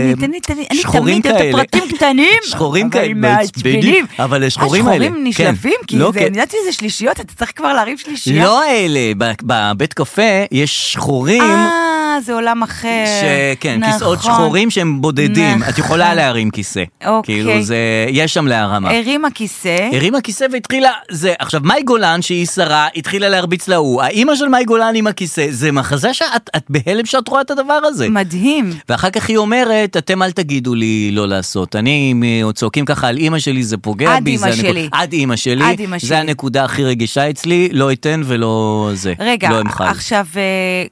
S3: אני תמיד, אני
S2: שחורים
S3: תמיד, את
S2: כאלה.
S3: הפרטים קטנים,
S2: שחורים
S3: אבל
S2: כאלה,
S3: מעצבנים.
S2: בדיוק, אבל השחורים האלה,
S3: השחורים
S2: כן.
S3: נשלפים, כי
S2: לא,
S3: זה-
S2: כן.
S3: אני יודעת לא- שזה שלישיות, אתה צריך כבר להרים שלישייה.
S2: לא האלה, ב- בבית קפה יש שחורים
S3: אה, אה, זה עולם אחר.
S2: שכן,
S3: נכון.
S2: כן, כיסאות שחורים שהם בודדים, את
S3: נכון.
S2: יכולה להרים כיסא.
S3: אוקיי. אה,
S2: כאילו, זה, יש שם להרמה.
S3: הרימה כיסא.
S2: הרימה כיסא והתחילה, זה, עכשיו, מאי גולן, שהיא שרה, התחילה להרביץ להוא. האימא של מאי גולן עם הכיסא, זה מחזה שאת את בהלם שאת רואה את הדבר הזה.
S3: מדהים.
S2: ואחר כך היא אומרת, אתם אל תגידו לי לא לעשות. אני, אם צועקים ככה על אימא שלי, זה פוגע
S3: עד
S2: בי.
S3: אימא
S2: זה הנקוד-
S3: שלי.
S2: עד אימא שלי.
S3: עד אימא
S2: זה
S3: שלי.
S2: הנקודה הכי רגישה אצלי, לא אתן ולא זה.
S3: רגע,
S2: לא אמחל.
S3: עכשיו, אה,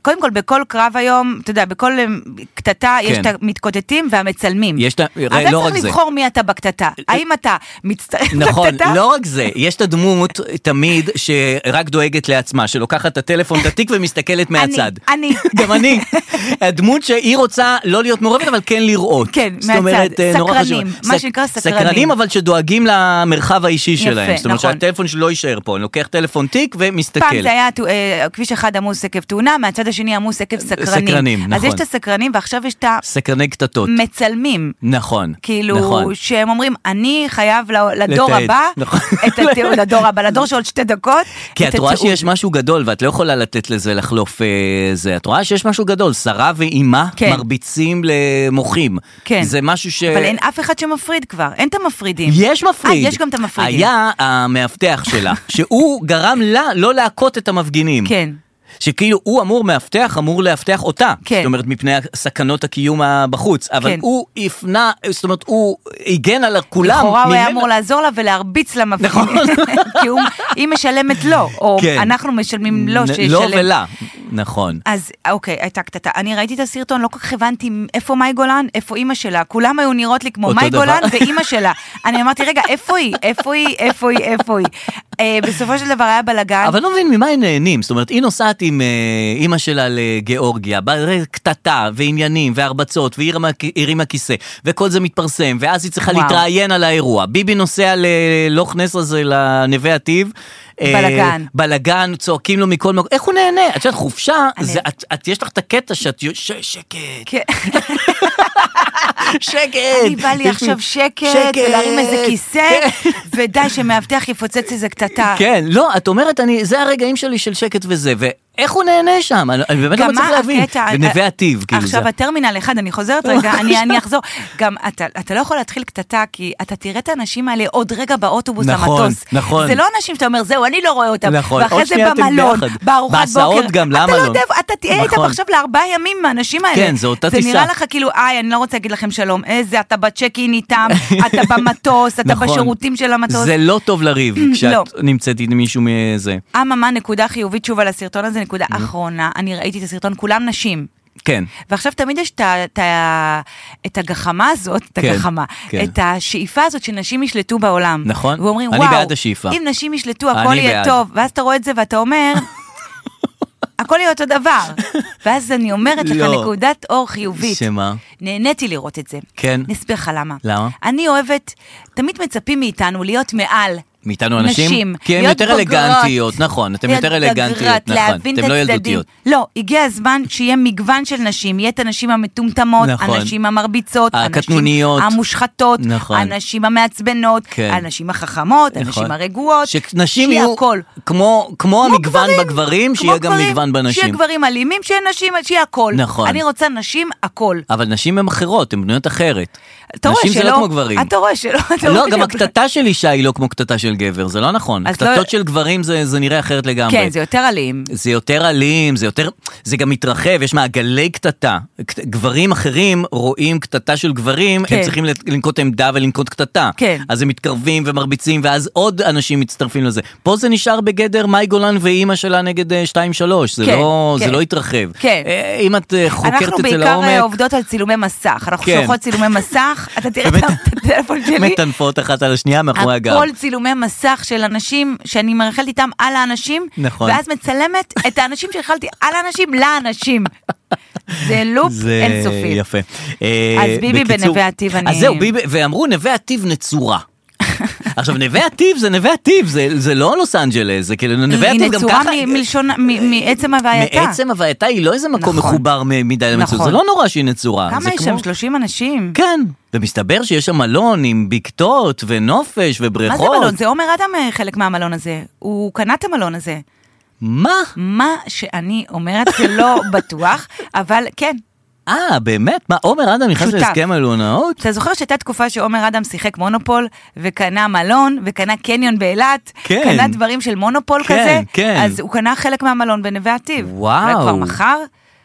S3: קודם כל, בכל קרב היום, אתה יודע, בכל אה, קטטה יש
S2: כן.
S3: את המתקוטטים והמצלמים.
S2: יש את ה-
S3: אז
S2: לא רק
S3: צריך
S2: זה. אה,
S3: לבחור מי אתה בקטטה. האם אתה מצטרף
S2: נכון,
S3: לקטטה?
S2: לא רק זה, יש את הדמות תמיד שרק דואגת לעצמה, שלוקחת את הטלפון, את התיק ומסתכלת מהצד.
S3: אני.
S2: גם אני. הדמות שהיא רוצה לא להיות מעורבת, אבל כן לראות.
S3: כן,
S2: זאת
S3: מהצד.
S2: אומרת, אה, נורא
S3: סקרנים,
S2: חשוב.
S3: מה
S2: סק-
S3: שנקרא סקרנים.
S2: סקרנים, אבל שדואגים למרחב האישי
S3: יפה,
S2: שלהם. זאת אומרת
S3: נכון.
S2: שהטלפון שלו לא יישאר פה, אני לוקח טלפון תיק ומסתכל.
S3: פעם זה היה אה, כביש אחד עמוס עקב תאונה, מהצד השני עמוס עקב סקרנים.
S2: אה, סקרנים,
S3: אז
S2: נכון.
S3: יש את הסקרנים ועכשיו יש את
S2: סקרני קטטות.
S3: המצלמים.
S2: נכון.
S3: כאילו,
S2: נכון.
S3: שהם אומרים, אני חייב ל- לדור
S2: לתעד,
S3: הבא,
S2: נכון.
S3: את התיעוד, לדור הבא, לדור שעוד שתי דקות,
S2: כי את רואה
S3: התיעוד."
S2: שיש משהו גדול ואת לא יכולה לתת לזה לחלוף אה, זה, את רואה שיש משהו גדול, שרה ואימה
S3: כן.
S2: מרביצים למוחים.
S3: כן.
S2: זה משהו ש...
S3: אבל אין אף אחד שמפריד כבר, אין את המפרידים.
S2: יש מפריד.
S3: אה, יש גם את המפרידים.
S2: היה המאבטח שלה, שהוא גרם לה לא להכות את המפגינים.
S3: כן.
S2: שכאילו הוא אמור מאבטח, אמור לאבטח אותה.
S3: כן.
S2: זאת אומרת, מפני סכנות הקיום בחוץ. אבל
S3: כן.
S2: הוא הפנה, זאת אומרת, הוא הגן על כולם.
S3: לכאורה הוא היה
S2: ממנה.
S3: אמור לעזור לה ולהרביץ למפגינים. כי הוא- היא משלמת לו, או
S2: נכון. כן.
S3: אנחנו משלמים לו
S2: נ-
S3: שישלם.
S2: לא ולה, נכון.
S3: אז אוקיי, הייתה קטטה. אני ראיתי את הסרטון, לא כל כך הבנתי איפה מאי גולן, איפה אימא שלה. כולם היו נראות לי כמו
S2: אותו
S3: מאי
S2: דבר.
S3: גולן ואימא שלה. אני אמרתי, רגע, איפה היא? איפה היא? איפה היא? איפה היא? אה, בסופו של דבר היה בלאגן.
S2: אבל לא מבין ממה הם נהנים, זאת אומרת, היא נוסעת עם אה, אימא שלה לגיאורגיה, בא- קטטה ועניינים והרבצות, והיא הרימה- הרימה כיסא, וכל זה מתפרסם, ואז היא צריכה
S3: וואו.
S2: להתראיין על האירוע. ביבי נוסע ללוך נס הזה, לנווה הטיב. אה,
S3: בלגן.
S2: בלגן, צועקים לו מכל מקום, איך הוא נהנה? את יודעת, חופשה,
S3: אני-
S2: זה- את- את- יש לך את הקטע שאת... יו- ש- שקט,
S3: כן.
S2: שקט.
S3: אני בא לי
S2: כן, יש
S3: עכשיו שקט,
S2: שקט.
S3: ולהרים איזה כיסא,
S2: כן.
S3: ודי שמאבטח יפוצץ איזה קטטה.
S2: כן, לא, את אומרת, אני, זה הרגעים שלי של שקט וזה, ואיך הוא נהנה שם? אני, אני באמת לא
S3: גם מה
S2: מצליח להבין.
S3: הקטע- אה,
S2: בנווה הטיב, כאילו זה.
S3: עכשיו הטרמינל אחד, אני חוזרת רגע, אני אני אחזור. גם אתה- אתה לא יכול להתחיל קטטה, כי אתה תראה את האנשים האלה עוד רגע באוטובוס,
S2: נכון,
S3: המטוס.
S2: נכון.
S3: זה לא אנשים שאתה אומר, זהו, אני לא רואה אותם.
S2: נכון,
S3: ואחרי
S2: עוד
S3: זה
S2: שנייה אתם
S3: במלון,
S2: ביחד.
S3: בארוחת
S2: בהסעות
S3: בוקר.
S2: גם, למה
S3: אתה לא
S2: לא?
S3: יודע, אתה תהיה איתם
S2: נכון.
S3: עכשיו לארבעה ימים מהאנשים האלה.
S2: כן, זה אותה
S3: זה
S2: טיסה.
S3: נראה לך כאילו, איי, אני לא רוצה להגיד לכם שלום. איזה, אתה בצ'ק אין איתם, אתה במטוס, אתה
S2: נכון.
S3: בשירותים של המטוס.
S2: זה לא טוב לריב,
S3: לא.
S2: כשאת נמצאת עם מישהו מזה.
S3: אממה, נקודה חיובית שוב על הסרטון הזה, נקודה אחרונה, אני ראיתי את הסרטון, כולם נשים.
S2: כן.
S3: ועכשיו תמיד יש את ה- את ה- את הגחמה הזאת, את
S2: כן,
S3: הגחמה,
S2: כן.
S3: את השאיפה הזאת שנשים ישלטו בעולם.
S2: נכון.
S3: ואומרים,
S2: אני
S3: וואו,
S2: בעד השאיפה."
S3: אם נשים ישלטו,
S2: אני
S3: הכל יהיה
S2: בעד.
S3: טוב. ואז אתה רואה את זה ואתה אומר... הכל יהיה אותו דבר. ואז אני אומרת לך
S2: לא.
S3: נקודת אור חיובית.
S2: שמה?
S3: נהניתי לראות את זה.
S2: כן.
S3: אני אסביר לך למה.
S2: למה?
S3: אני אוהבת, תמיד מצפים מאיתנו להיות מעל.
S2: מאיתנו אנשים?
S3: נשים,
S2: כי הן
S3: להיות
S2: יותר
S3: בוגרות,
S2: אלגנטיות, נכון, אתן
S3: להיות
S2: יותר אלגנטיות,
S3: בוגרות,
S2: נכון,
S3: להבין
S2: אתן
S3: את
S2: לא
S3: הצדדים.
S2: ילדותיות.
S3: לא, הגיע הזמן שיהיה מגוון של נשים, יהיה את הנשים המטומטמות,
S2: נכון.
S3: הנשים המרביצות,
S2: הקטנוניות.
S3: הנשים המושחתות,
S2: נכון.
S3: הנשים המעצבנות,
S2: כן.
S3: הנשים החכמות,
S2: נכון.
S3: הנשים הרגועות,
S2: שנשים
S3: שיהיה
S2: יהיו
S3: הכל.
S2: כמו, כמו
S3: כמו
S2: המגוון
S3: גברים,
S2: בגברים,
S3: כמו
S2: שיהיה גם
S3: גברים,
S2: מגוון בנשים.
S3: שיהיה גברים אלימים, שיהיה נשים, שיהיה הכל.
S2: נכון.
S3: אני רוצה נשים הכל.
S2: אבל נשים הן אחרות, הן בנויות אחרת.
S3: אתה רואה
S2: נשים זה
S3: שלא-
S2: לא כמו גברים.
S3: אתה רואה שלא, אתה
S2: לא,
S3: רואה
S2: גם
S3: ש-
S2: הקטטה של אישה היא לא כמו קטטה של גבר, זה לא נכון.
S3: אז לא-
S2: הקטטות של גברים זה זה נראה אחרת לגמרי.
S3: כן, זה יותר אלים.
S2: זה יותר אלים, זה יותר, זה גם מתרחב, יש מעגלי קטטה. קט- גברים אחרים רואים קטטה של גברים,
S3: כן.
S2: הם צריכים לת- לנקוט עמדה ולנקוט קטטה.
S3: כן.
S2: אז הם מתקרבים ומרביצים, ואז עוד אנשים מצטרפים לזה. פה זה נשאר בגדר מאי גולן ואימא שלה נגד 2-3, זה,
S3: כן,
S2: לא,
S3: כן.
S2: זה לא התרחב.
S3: כן.
S2: אה, אם את אה, חוקרת
S3: אנחנו
S2: את זה
S3: בעיקר
S2: לעומק...
S3: אה, עובדות על צילומי מסך, אנחנו
S2: כן.
S3: שולחות צילומי מסך, אתה תראה את הטלפון שלי,
S2: מטנפות אחת על השנייה מאחורי הגב.
S3: הכל צילומי מסך של אנשים שאני מרחלת איתם על האנשים,
S2: נכון.
S3: ואז מצלמת את האנשים שהרחלתי על האנשים לאנשים. זה לופ
S2: זה
S3: אינסופי.
S2: יפה. אה,
S3: אז ביבי
S2: בקיצור-
S3: בנווה הטיב, אני-
S2: אז זהו, ביבי, ואמרו נווה הטיב נצורה. עכשיו נווה הטיב זה נווה הטיב, זה, זה לא לוס אנג'לס, זה כאילו נווה
S3: היא
S2: הטיב גם
S3: נצורה
S2: ככה...
S3: מ- מלשון, מ- מעצם הווייתה.
S2: מעצם הווייתה היא לא איזה מקום
S3: נכון.
S2: מחובר מ- מדי למציאות,
S3: נכון.
S2: זה לא נורא שהיא נצורה. זה
S3: כמה יש
S2: כמו-
S3: שם? 30 אנשים?
S2: כן, ומסתבר שיש שם מלון עם בקתות ונופש
S3: מה זה
S2: ובריכות.
S3: מלון? זה עומר אדם אה, חלק מהמלון הזה. הוא קנה את המלון הזה.
S2: מה?
S3: מה שאני אומרת זה לא בטוח, אבל כן.
S2: אה, באמת? מה, עומר אדם נכנס
S3: שותף.
S2: להסכם מלונאות?
S3: אתה זוכר שהייתה תקופה שעומר אדם שיחק מונופול, וקנה מלון, וקנה קניון באילת,
S2: כן.
S3: קנה דברים של מונופול
S2: כן,
S3: כזה,
S2: כן.
S3: אז הוא קנה חלק מהמלון בנווה עתיב.
S2: וואו.
S3: אולי כבר מכר,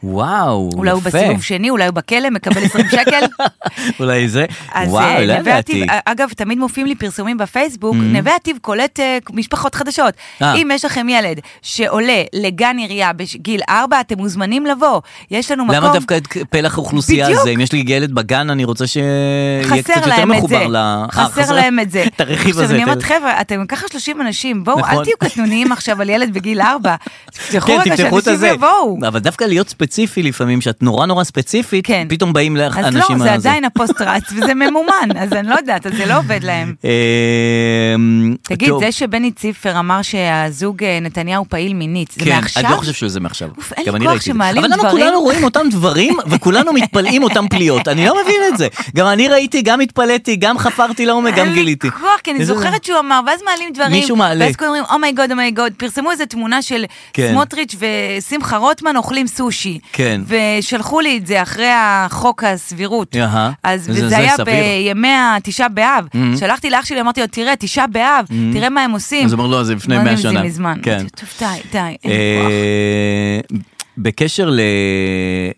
S2: וואו, יפה.
S3: אולי הוא בסיבוב שני, אולי הוא בכלא, מקבל 20 שקל.
S2: אולי זה,
S3: אז
S2: וואו,
S3: אה,
S2: לא
S3: נווה
S2: ידעתי. Mm.
S3: עתיב, אגב, תמיד מופיעים לי פרסומים בפייסבוק, נווה עתיב קולט אה, משפחות חדשות.
S2: אה.
S3: אם יש לכם ילד שעולה לגן עירייה בגיל 4, אתם מוזמנים לבוא. יש לנו מקום...
S2: למה דווקא את פלח האוכלוסייה
S3: בדיוק.
S2: הזה? אם יש לי ילד בגן, אני רוצה שיהיה
S3: חסר
S2: קצת יותר
S3: להם את
S2: מחובר
S3: זה,
S2: ל... אה,
S3: חסר להם את זה.
S2: את הרכיב הזה.
S3: עכשיו אני אומרת,
S2: אתה-
S3: חבר'ה, אתם ככה 30 אנשים, בואו,
S2: נכון.
S3: אל תהיו קטנוניים עכשיו על ילד בגיל 4. תפתחו
S2: כן,
S3: רגע
S2: תפתחו את הזה.
S3: שאנשים יבואו.
S2: אבל דווקא להיות ספציפי לפעמים, שאת נורא נורא ספציפית,
S3: כן.
S2: פתאום באים לך
S3: אז
S2: אנשים...
S3: לא, זה
S2: הזה.
S3: עדיין הפוסט רץ וזה ממומן, אז אני לא יודעת, אז זה לא עובד להם.
S2: אמ,
S3: תגיד,
S2: טוב.
S3: זה שבני ציפר אמר שהזוג אה, נתניהו פעיל מינית, זה
S2: כן,
S3: מעכשיו?
S2: אני לא חושב שזה מעכשיו.
S3: אוף, אין לי
S2: גם אני
S3: כוח
S2: ראיתי את זה.
S3: שמעלים
S2: אבל למה
S3: דברים?
S2: כולנו רואים אותם דברים, וכולנו מתפלאים אותם פליות? אני לא מבין את זה. גם אני ראיתי, גם התפלאתי, גם חפרתי לעומק, גם גיליתי.
S3: אין לי כוח, כי אני
S2: איזה-
S3: זוכרת שהוא אמר, ואז מעלים דברים.
S2: מישהו מעלה.
S3: ואז "Oh כולם אומרים, אומייגוד, אומייגוד. פרסמו איזו תמונה של
S2: כן.
S3: סמוטריץ' ושמחה רוטמן אוכלים סושי.
S2: כן.
S3: ושלחו לי את זה אחרי החוק הסבירות.
S2: אהה.
S3: אז
S2: זה-
S3: זה
S2: זה
S3: היה
S2: סביר. Mm-hmm.
S3: בימי התשעה באב. שלחתי לאח שלי, אמרתי לו, תראה, תשעה באב, תראה מה הם עושים.
S2: אז הוא אמר, "לא, זה לפני
S3: אמרתי
S2: מאה
S3: לו,
S2: שנה."
S3: זה מזמן.
S2: כן.
S3: אמרתי לו, טוב, די, די, אין לי כוח.
S2: אה, בקשר ל...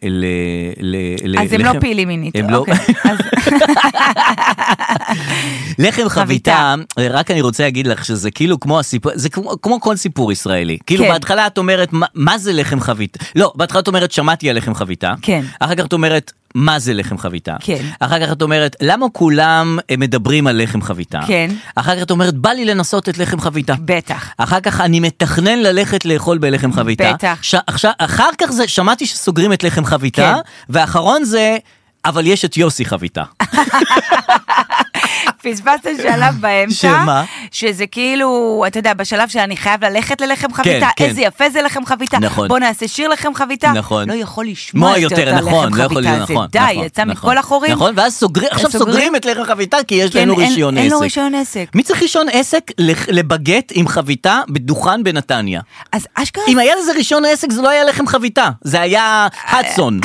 S2: ל... ל... ל-
S3: אז הם לא
S2: לחם-
S3: פעילים מינית,
S2: הם לא-
S3: אוקיי. אז-
S2: לחם חביתה,
S3: חביתה.
S2: רק אני רוצה להגיד לך שזה כאילו כמו הסיפור, זה כמו, כמו כל סיפור ישראלי. כאילו
S3: כן.
S2: בהתחלה את אומרת, מה, מה זה לחם חביתה? לא, בהתחלה את אומרת, שמעתי על לחם חביתה.
S3: כן.
S2: אחר כך את אומרת, מה זה לחם חביתה?
S3: כן.
S2: אחר כך את אומרת, למה כולם אה, מדברים על לחם חביתה?
S3: כן.
S2: אחר כך את אומרת, בא לי לנסות את לחם חביתה.
S3: בטח.
S2: אחר כך אני מתכנן ללכת לאכול בלחם חביתה.
S3: בטח.
S2: ש... עכשיו, אחר כך זה, שמעתי שסוגרים את לחם חביתה,
S3: כן.
S2: ואחרון זה, אבל יש את יוסי חביתה.
S3: פספסת שלב באמצע,
S2: שמה?
S3: שזה כאילו, אתה יודע, בשלב שאני חייב ללכת ללחם חביתה,
S2: כן.
S3: איזה יפה זה לחם חביתה,
S2: נכון.
S3: בוא נעשה שיר לחם חביתה,
S2: נכון.
S3: לא יכול לשמוע יותר את הלחם
S2: נכון, לא
S3: חביתה
S2: יכול
S3: הזה,
S2: להיות, נכון.
S3: די,
S2: נכון,
S3: יצא
S2: נכון,
S3: מכל החורים,
S2: נכון, ואז סוגרים, עכשיו
S3: סוגרים.
S2: סוגרים את לחם חביתה כי יש
S3: כן,
S2: לנו
S3: אין-
S2: רישיון עסק.
S3: אין לו רישיון עסק.
S2: מי צריך רישיון עסק לח- לבגט עם חביתה בדוכן בנתניה?
S3: אז אשכרה,
S2: אם היה לזה רישיון עסק זה לא היה לחם חביתה, זה היה חדסון.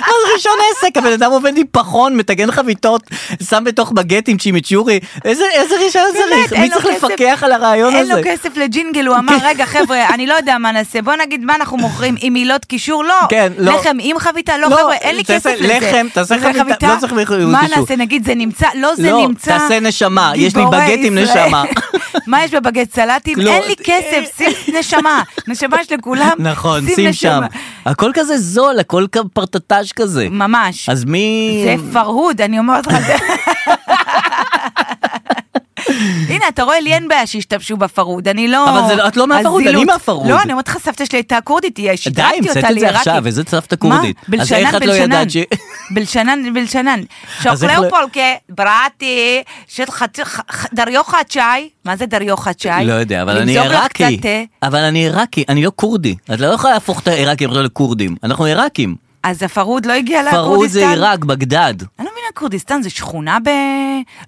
S2: מה זה רישיון עסק? הבן אדם עובד עם פחון, מטגן חביתות, שם בתוך בגט עם צ'ימיצ'ורי, איזה איזה רישיון
S3: באמת,
S2: צריך?
S3: אין
S2: מי
S3: לו
S2: צריך
S3: כסף.
S2: לפקח על הרעיון
S3: אין
S2: הזה? כן.
S3: לו כסף לג'ינגל, הוא אמר, רגע חבר'ה, אני לא יודע מה נעשה, בוא נגיד מה אנחנו מוכרים, עם מילות קישור, לא,
S2: כן, לא.
S3: לחם עם חביתה, לא
S2: לא,
S3: חבר'ה, אין לי
S2: תעשה
S3: כסף לזה,
S2: לחם, תעשה
S3: לחם
S2: חביתה, לא צריך מילות
S3: מה
S2: קישור.
S3: נעשה, נגיד זה נמצא, לא זה
S2: לא,
S3: נמצא,
S2: תעשה נשמה, יש לי
S3: גיבורי
S2: בגט עם
S3: ישראל.
S2: נשמה.
S3: מה יש בבגט סלטים?
S2: לא,
S3: אין לי
S2: אה,
S3: כסף, שים נשמה. נשמה יש לכולם,
S2: נכון, שים שם.
S3: נשמה.
S2: הכל כזה זול, הכל כ- פרטטש כזה.
S3: ממש.
S2: אז מי...
S3: זה פרהוד, אני אומרת לך. זה- הנה, אתה רואה, לי אין בעיה שהשתמשו בפרהוד, אני לא...
S2: אבל זה לא- את לא מהפרהוד,
S3: הזילות.
S2: אני מהפרהוד.
S3: לא, אני אומרת לך, סבתא שלי הייתה כורדית, היא
S2: די,
S3: שידרתי
S2: המצאת
S3: אותה
S2: את זה
S3: לעיראקית.
S2: עכשיו, איזה סבתא כורדית?
S3: מה?
S2: אז איך
S3: בלשנן,
S2: את לא
S3: בלשנן.
S2: ידעת ש...
S3: בלשנן, בלשנן.
S2: אז איך לא-
S3: שוקלאו פולקה, בראטי, של חצי- ח- ח- דריו חצ'אי, מה זה דריו חצ'אי?
S2: לא יודע, אבל אני
S3: למזוג לך
S2: עיראקי.
S3: קצת אה, תה.
S2: אבל אני עיראקי, אני לא כורדי. את לא יכולה להפוך את העיראקים לכורדים. אנחנו עיראקים.
S3: אז הפרהוד לא הגיע לכורדיסטן?
S2: פרעוד זה עיראק, בגדד.
S3: אני לא מבינה, כורדיסטן זה שכונה ב...
S2: אני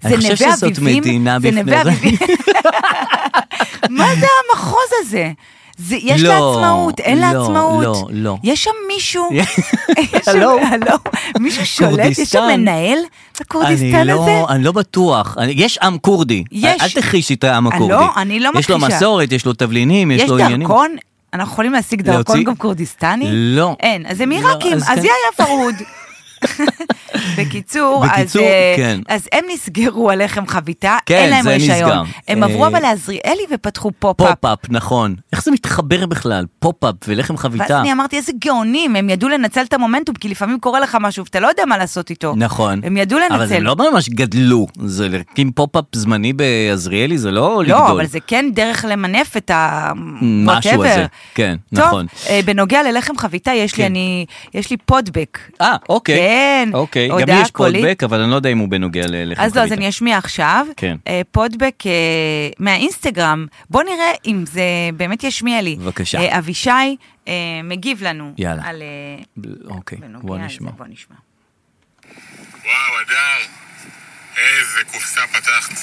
S3: זה
S2: חושב
S3: נווה
S2: שזאת
S3: אביבים?
S2: מדינה
S3: זה
S2: בפני
S3: נווה
S2: זה.
S3: אביבים. מה זה המחוז הזה? זה, יש
S2: לא,
S3: לה עצמאות, אין לה
S2: לא,
S3: עצמאות.
S2: לא, לא.
S3: יש שם מישהו, יש שם-
S2: הלו.
S3: הלו, מישהו שולט, יש שם
S2: כורדיסטן.
S3: מנהל
S2: אני
S3: לכורדיסטן הזה?
S2: לא, אני לא בטוח, אני, יש עם כורדי,
S3: יש.
S2: אל תכחישי את העם
S3: אה,
S2: הכורדי.
S3: לא, אני לא
S2: יש לו
S3: מכחישה.
S2: מסורת, יש לו תבלינים, יש,
S3: יש
S2: לו עניינים.
S3: דרכון? אנחנו יכולים להשיג דרכון
S2: להוציא-
S3: גם כורדיסטני?
S2: לא.
S3: אין, אז הם
S2: לא,
S3: עיראקים,
S2: אז
S3: אז
S2: כן.
S3: היא היה פרהוד. בקיצור, אז,
S2: בקיצור,
S3: אה,
S2: כן.
S3: אז הם נסגרו על לחם חביתה,
S2: כן,
S3: אין להם
S2: זה
S3: רישיון.
S2: נסגר.
S3: הם עברו
S2: אה,
S3: אבל לעזריאלי ופתחו פופ-אפ.
S2: פופ-אפ, נכון. איך זה מתחבר בכלל? פופ-אפ ולחם
S3: ואז
S2: חביתה.
S3: אני אמרתי, איזה גאונים, הם ידעו לנצל את המומנטום, כי לפעמים קורה לך משהו ואתה לא יודע מה לעשות איתו.
S2: נכון.
S3: הם ידעו
S2: אבל זה
S3: לנצל.
S2: לא ממש גדלו. זה להקים פופ-אפ זמני בעזריאלי, זה לא לגדול.
S3: לא, אבל זה כן דרך למנף את ה...
S2: משהו
S3: whatever.
S2: הזה, כן, נכון.
S3: טוב, אה, בנוגע ללחם חביתה, יש
S2: כן.
S3: לי, אני, יש לי פודבק.
S2: אה, אוקיי.
S3: כן,
S2: אוקיי. גם לי
S3: הודעה
S2: יש
S3: קולית.
S2: פולבק, אבל אני לא יודע אם הוא בנוגע ללחם חביתה.
S3: אז לא, אז אני אשמיע עכשיו.
S2: כן.
S3: אה, פודבק אה, מהאינסטגרם. בוא נראה אם זה באמת ישמיע לי.
S2: בבקשה.
S3: אה, אבישי אה, מגיב לנו.
S2: יאללה.
S3: על... אה,
S2: אוקיי,
S3: בנוגע
S2: בוא
S3: לזה,
S2: נשמע.
S3: בוא נשמע.
S5: וואו, הדר, איזה קופסה פתחת.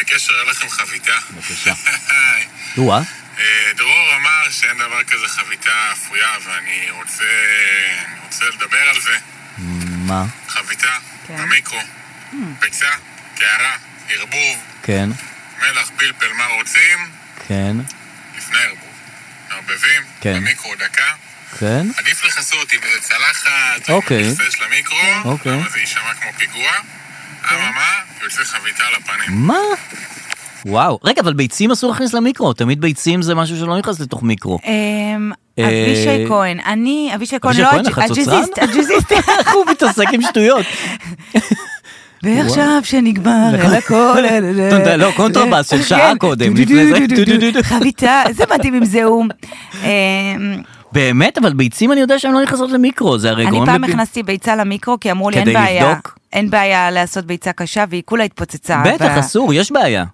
S5: בקשר אליכם חביתה.
S2: בבקשה. נו, אה?
S5: אה, דרור, כזה חביתה אפויה, ואני רוצה, אני רוצה לדבר על זה.
S2: מה?
S5: חביתה,
S3: כן.
S5: במיקרו, ביצה, קערה, ערבוב,
S2: כן,
S5: מלח, פלפל, מה רוצים?
S2: כן,
S5: לפני ערבוב. מערבבים,
S2: כן.
S5: במיקרו דקה.
S2: כן.
S5: עדיף לכסות עם איזה צלחת,
S2: אוקיי.
S5: עם מכסה של המיקרו,
S2: אוקיי.
S5: למה זה יישמע כמו פיגוע. אממה, יוצא חביתה על הפנים.
S2: מה? וואו. רגע, אבל ביצים אסור להכניס למיקרו, תמיד ביצים זה משהו שלא נכנס לתוך מיקרו.
S3: אמ,
S2: אה,
S3: אבישי כהן, אני, אבישי כהן,
S2: אבישי
S3: לא
S2: כהן,
S3: הג'-
S2: החצוצרן?
S3: הג'יזיסט, הג'יזיסט,
S2: הוא מתעסק עם שטויות.
S3: ועכשיו שנגמר אל הכל, אל- אל-
S2: אתה יודע, נכון. לא, קונטרבאס של שעה
S3: אה, כן.
S2: קודם,
S3: דו-
S2: לפני זה.
S3: דו- דו- דו- דו-
S2: דו- דו-
S3: חביתה, זה מתאים אם זהו. אמ,
S2: באמת? אבל ביצים אני יודע שהן לא נכנסות למיקרו, זה הרי
S3: אני
S2: גורם...
S3: פעם
S2: לפ-
S3: הכנסתי ביצה למיקרו, כי אמרו לי אין
S2: כדי
S3: בעיה,
S2: לבדוק?
S3: אין בעיה לעשות ביצה קשה, והיא כולה התפוצצה.
S2: בטח,
S3: ב-
S2: אסור, יש בעיה.